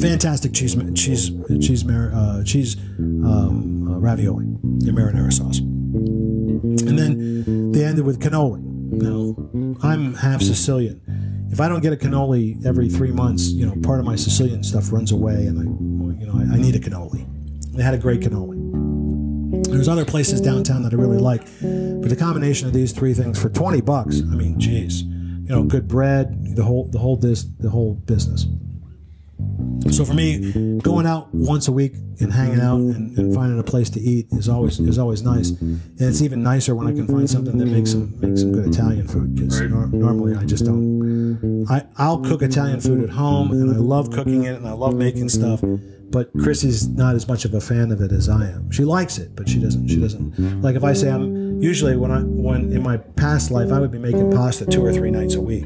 [SPEAKER 1] fantastic cheese cheese cheese mar- uh, cheese um, uh, ravioli and marinara sauce. And then they ended with cannoli. Now, I'm half Sicilian. If I don't get a cannoli every three months, you know, part of my Sicilian stuff runs away, and I, you know, I, I need a cannoli. They had a great cannoli. There's other places downtown that I really like, but the combination of these three things for 20 bucks, I mean, geez, you know, good bread, the whole, the whole this, the whole business. So for me, going out once a week and hanging out and, and finding a place to eat is always is always nice, and it's even nicer when I can find something that makes some makes some good Italian food because
[SPEAKER 2] Right.
[SPEAKER 1] normally I just don't. I I'll cook Italian food at home, and I love cooking it, and I love making stuff. But Chrissy's not as much of a fan of it as I am. She likes it, but she doesn't. She doesn't like if I say I'm usually when I when in my past life I would be making pasta two or three nights a week.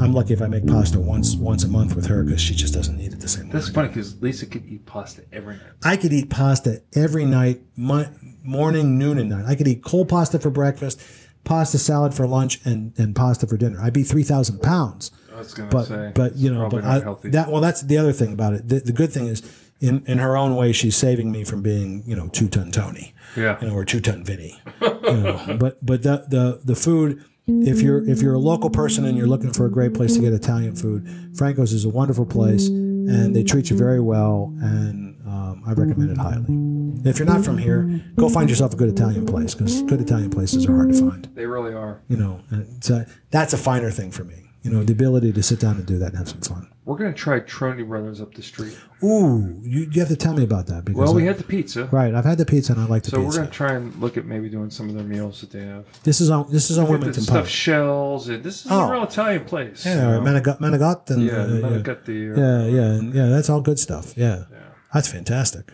[SPEAKER 1] I'm lucky if I make pasta once once a month with her because she just doesn't eat it the same. way.
[SPEAKER 2] That's funny because Lisa could eat pasta every night.
[SPEAKER 1] I could eat pasta
[SPEAKER 2] Mm.
[SPEAKER 1] every night, mo- morning, noon, and night. I could eat cold pasta for breakfast, pasta salad for lunch, and, and pasta for dinner. I'd be three thousand pounds.
[SPEAKER 2] I was going to
[SPEAKER 1] But
[SPEAKER 2] say.
[SPEAKER 1] but you
[SPEAKER 2] it's
[SPEAKER 1] know
[SPEAKER 2] probably
[SPEAKER 1] but
[SPEAKER 2] not
[SPEAKER 1] I,
[SPEAKER 2] healthy.
[SPEAKER 1] that well that's the other thing about it. The, the good thing is in in her own way she's saving me from being you know two ton Tony
[SPEAKER 2] yeah.
[SPEAKER 1] you know, or two ton Vinny. You
[SPEAKER 2] *laughs*
[SPEAKER 1] know, but but the, the the food. If you're if you're a local person and you're looking for a great place to get Italian food, Franco's is a wonderful place, and they treat you very well, and um, I recommend it highly. And if you're not from here, go find yourself a good Italian place because good Italian places are hard to find.
[SPEAKER 2] they really are.
[SPEAKER 1] You know, and so that's a finer thing for me. You know, the ability to sit down and do that and have some fun.
[SPEAKER 2] We're going to try Trony Brothers up the street.
[SPEAKER 1] Ooh, you, you have to tell me about that because
[SPEAKER 2] Well, we
[SPEAKER 1] I-
[SPEAKER 2] had the pizza.
[SPEAKER 1] right. I've had the pizza and I like the
[SPEAKER 2] So we're
[SPEAKER 1] pizza.
[SPEAKER 2] going to try and look at maybe doing some of their meals that they have.
[SPEAKER 1] This is on this is on
[SPEAKER 2] With the
[SPEAKER 1] Wilmington
[SPEAKER 2] stuffed
[SPEAKER 1] Post.
[SPEAKER 2] shells, and this is
[SPEAKER 1] Oh.
[SPEAKER 2] a real Italian place.
[SPEAKER 1] Yeah,
[SPEAKER 2] you
[SPEAKER 1] or
[SPEAKER 2] know?
[SPEAKER 1] Manigot, Manigot and
[SPEAKER 2] yeah,
[SPEAKER 1] uh,
[SPEAKER 2] not
[SPEAKER 1] yeah.
[SPEAKER 2] got the.
[SPEAKER 1] yeah, yeah, and- yeah, That's all good stuff. Yeah, that's fantastic.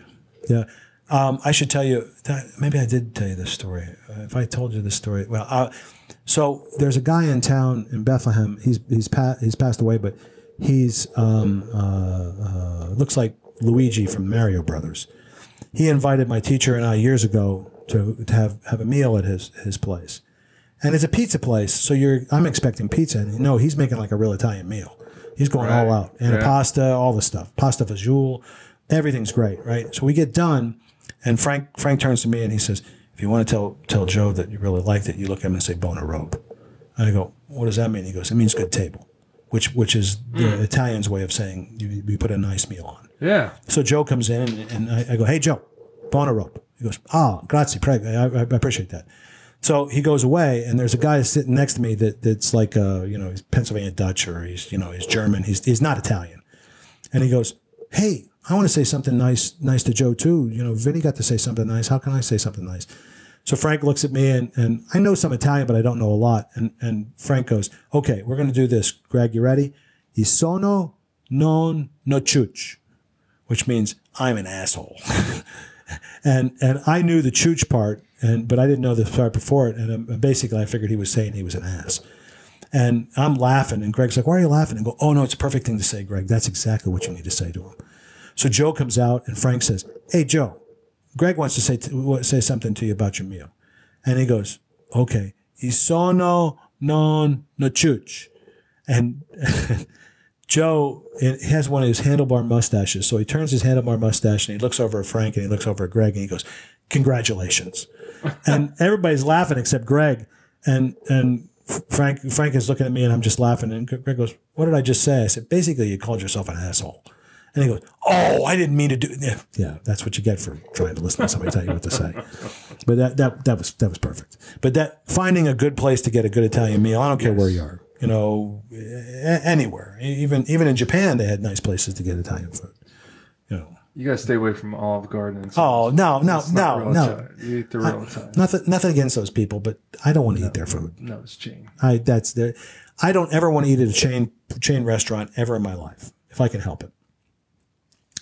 [SPEAKER 1] Yeah, Um, I should tell you. that- Maybe I did tell you this story. Uh, If I told you this story, well, uh, so there's a guy in town in Bethlehem. He's he's pa- he's passed away, but he's um, uh, uh, looks like Luigi from Mario Brothers. He invited my teacher and I years ago to, to have have a meal at his his place, and it's a pizza place. So you're I'm expecting pizza, and no, he's making like a real Italian meal. He's going all out and
[SPEAKER 2] yeah.
[SPEAKER 1] pasta, all the stuff, pasta fagioli, everything's great, right? So we get done, and Frank Frank turns to me and he says, "If you want to tell tell Joe that you really liked it, you look at him and say bona robe." And I go, "What does that mean?" He goes, "It means good table." Which, which is the Italian's way of saying you, you put a nice meal on.
[SPEAKER 2] Yeah.
[SPEAKER 1] So Joe comes in and I, I go, Hey, Joe, bona rope. He goes, Ah, grazie, prego. I, I, I appreciate that. So he goes away and there's a guy sitting next to me that, that's like, uh, you know, he's Pennsylvania Dutch or he's, you know, he's German. He's, he's not Italian. And he goes, Hey, I want to say something nice, nice to Joe too. You know, Vinny got to say something nice. How can I say something nice? So Frank looks at me and, and I know some Italian, but I don't know a lot. And, and Frank goes, okay, we're going to do this. Greg, you ready? I sono non nochuch which means I'm an asshole. *laughs* and and I knew the chooch part, and but I didn't know the part before it. And um, basically, I figured he was saying he was an ass. And I'm laughing, and Greg's like, "Why are you laughing?" And go, "Oh no, it's a perfect thing to say, Greg. That's exactly what you need to say to him." So Joe comes out, and Frank says, "Hey, Joe, Greg wants to say to, say something to you about your meal," and he goes, "Okay, I sono non nochuch," and *laughs* Joe he has one of his handlebar mustaches. So he turns his handlebar mustache and he looks over at Frank and he looks over at Greg and he goes, Congratulations. and everybody's laughing except Greg. And and Frank Frank is looking at me and I'm just laughing. And Greg goes, What did I just say? I said, Basically, you called yourself an asshole. And he goes, Oh, I didn't mean to do yeah, yeah, that's what you get for trying to listen to somebody tell you what to say. But that, that that was that was perfect. But that finding a good place to get a good Italian meal, I don't care where you are you know, a- anywhere. E- Even even in Japan, they had nice places to get Italian food. You know,
[SPEAKER 2] You gotta stay away from Olive Garden. And
[SPEAKER 1] oh no, no,
[SPEAKER 2] It's not
[SPEAKER 1] no,
[SPEAKER 2] real
[SPEAKER 1] no,
[SPEAKER 2] Italian. You eat the real Italian.
[SPEAKER 1] nothing, nothing against those people, but I don't want to eat their food.
[SPEAKER 2] No, it's chain.
[SPEAKER 1] I that's their, I don't ever want to eat at a chain chain restaurant ever in my life if I can help it.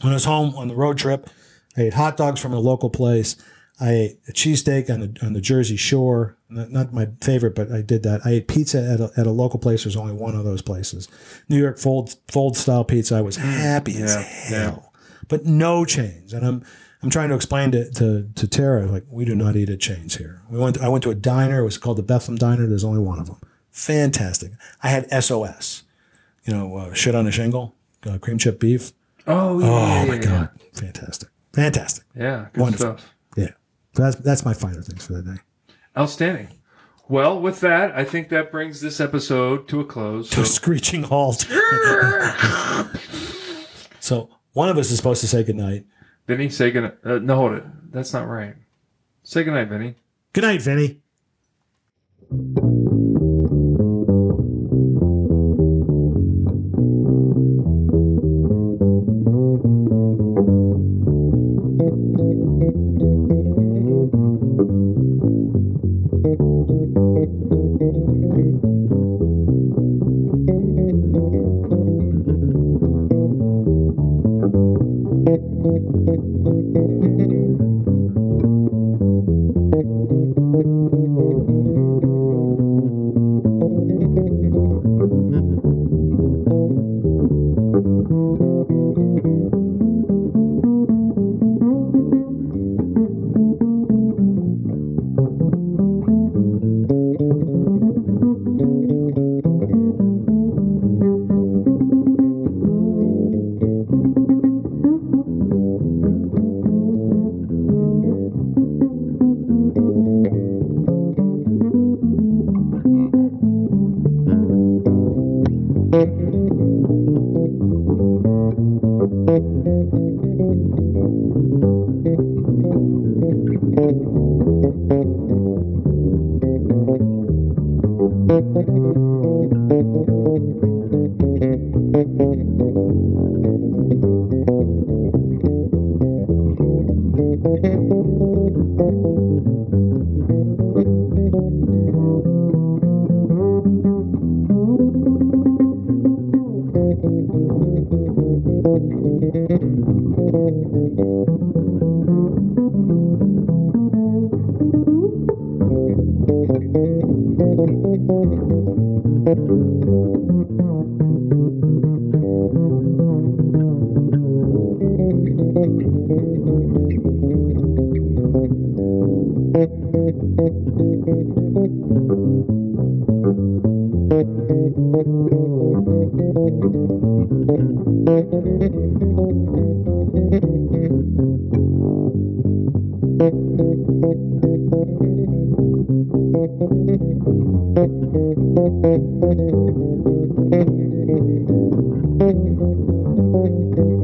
[SPEAKER 1] When I was home on the road trip, I ate hot dogs from a local place. I ate a cheesesteak on the on the Jersey Shore. Not, not my favorite, but I did that. I ate pizza at a, at a local place. There's only one of those places. New York fold fold style pizza. I was happy as
[SPEAKER 2] Mm. Yeah, yeah.
[SPEAKER 1] hell, but no chains. And I'm I'm trying to explain to, to to Tara like we do not eat at chains here. We went. I went to a diner. It was called the Bethlehem Diner. There's only one of them. Fantastic. I had SOS. You know, uh, shit on a shingle, uh, cream chip beef.
[SPEAKER 2] Oh, yeah,
[SPEAKER 1] Oh
[SPEAKER 2] yeah,
[SPEAKER 1] my
[SPEAKER 2] yeah,
[SPEAKER 1] god, fantastic, fantastic.
[SPEAKER 2] Yeah, yeah good
[SPEAKER 1] Wonderful.
[SPEAKER 2] stuff.
[SPEAKER 1] Yeah, so that's that's my final things for the day.
[SPEAKER 2] Outstanding. Well, with that, I think that brings this episode to a close.
[SPEAKER 1] To a
[SPEAKER 2] So,
[SPEAKER 1] screeching halt. *laughs* so one of us is supposed to say goodnight.
[SPEAKER 2] Vinny, say good. Uh, no, hold it. That's not right. Say goodnight, Vinny.
[SPEAKER 1] Good night, Vinny.
[SPEAKER 5] Thank you.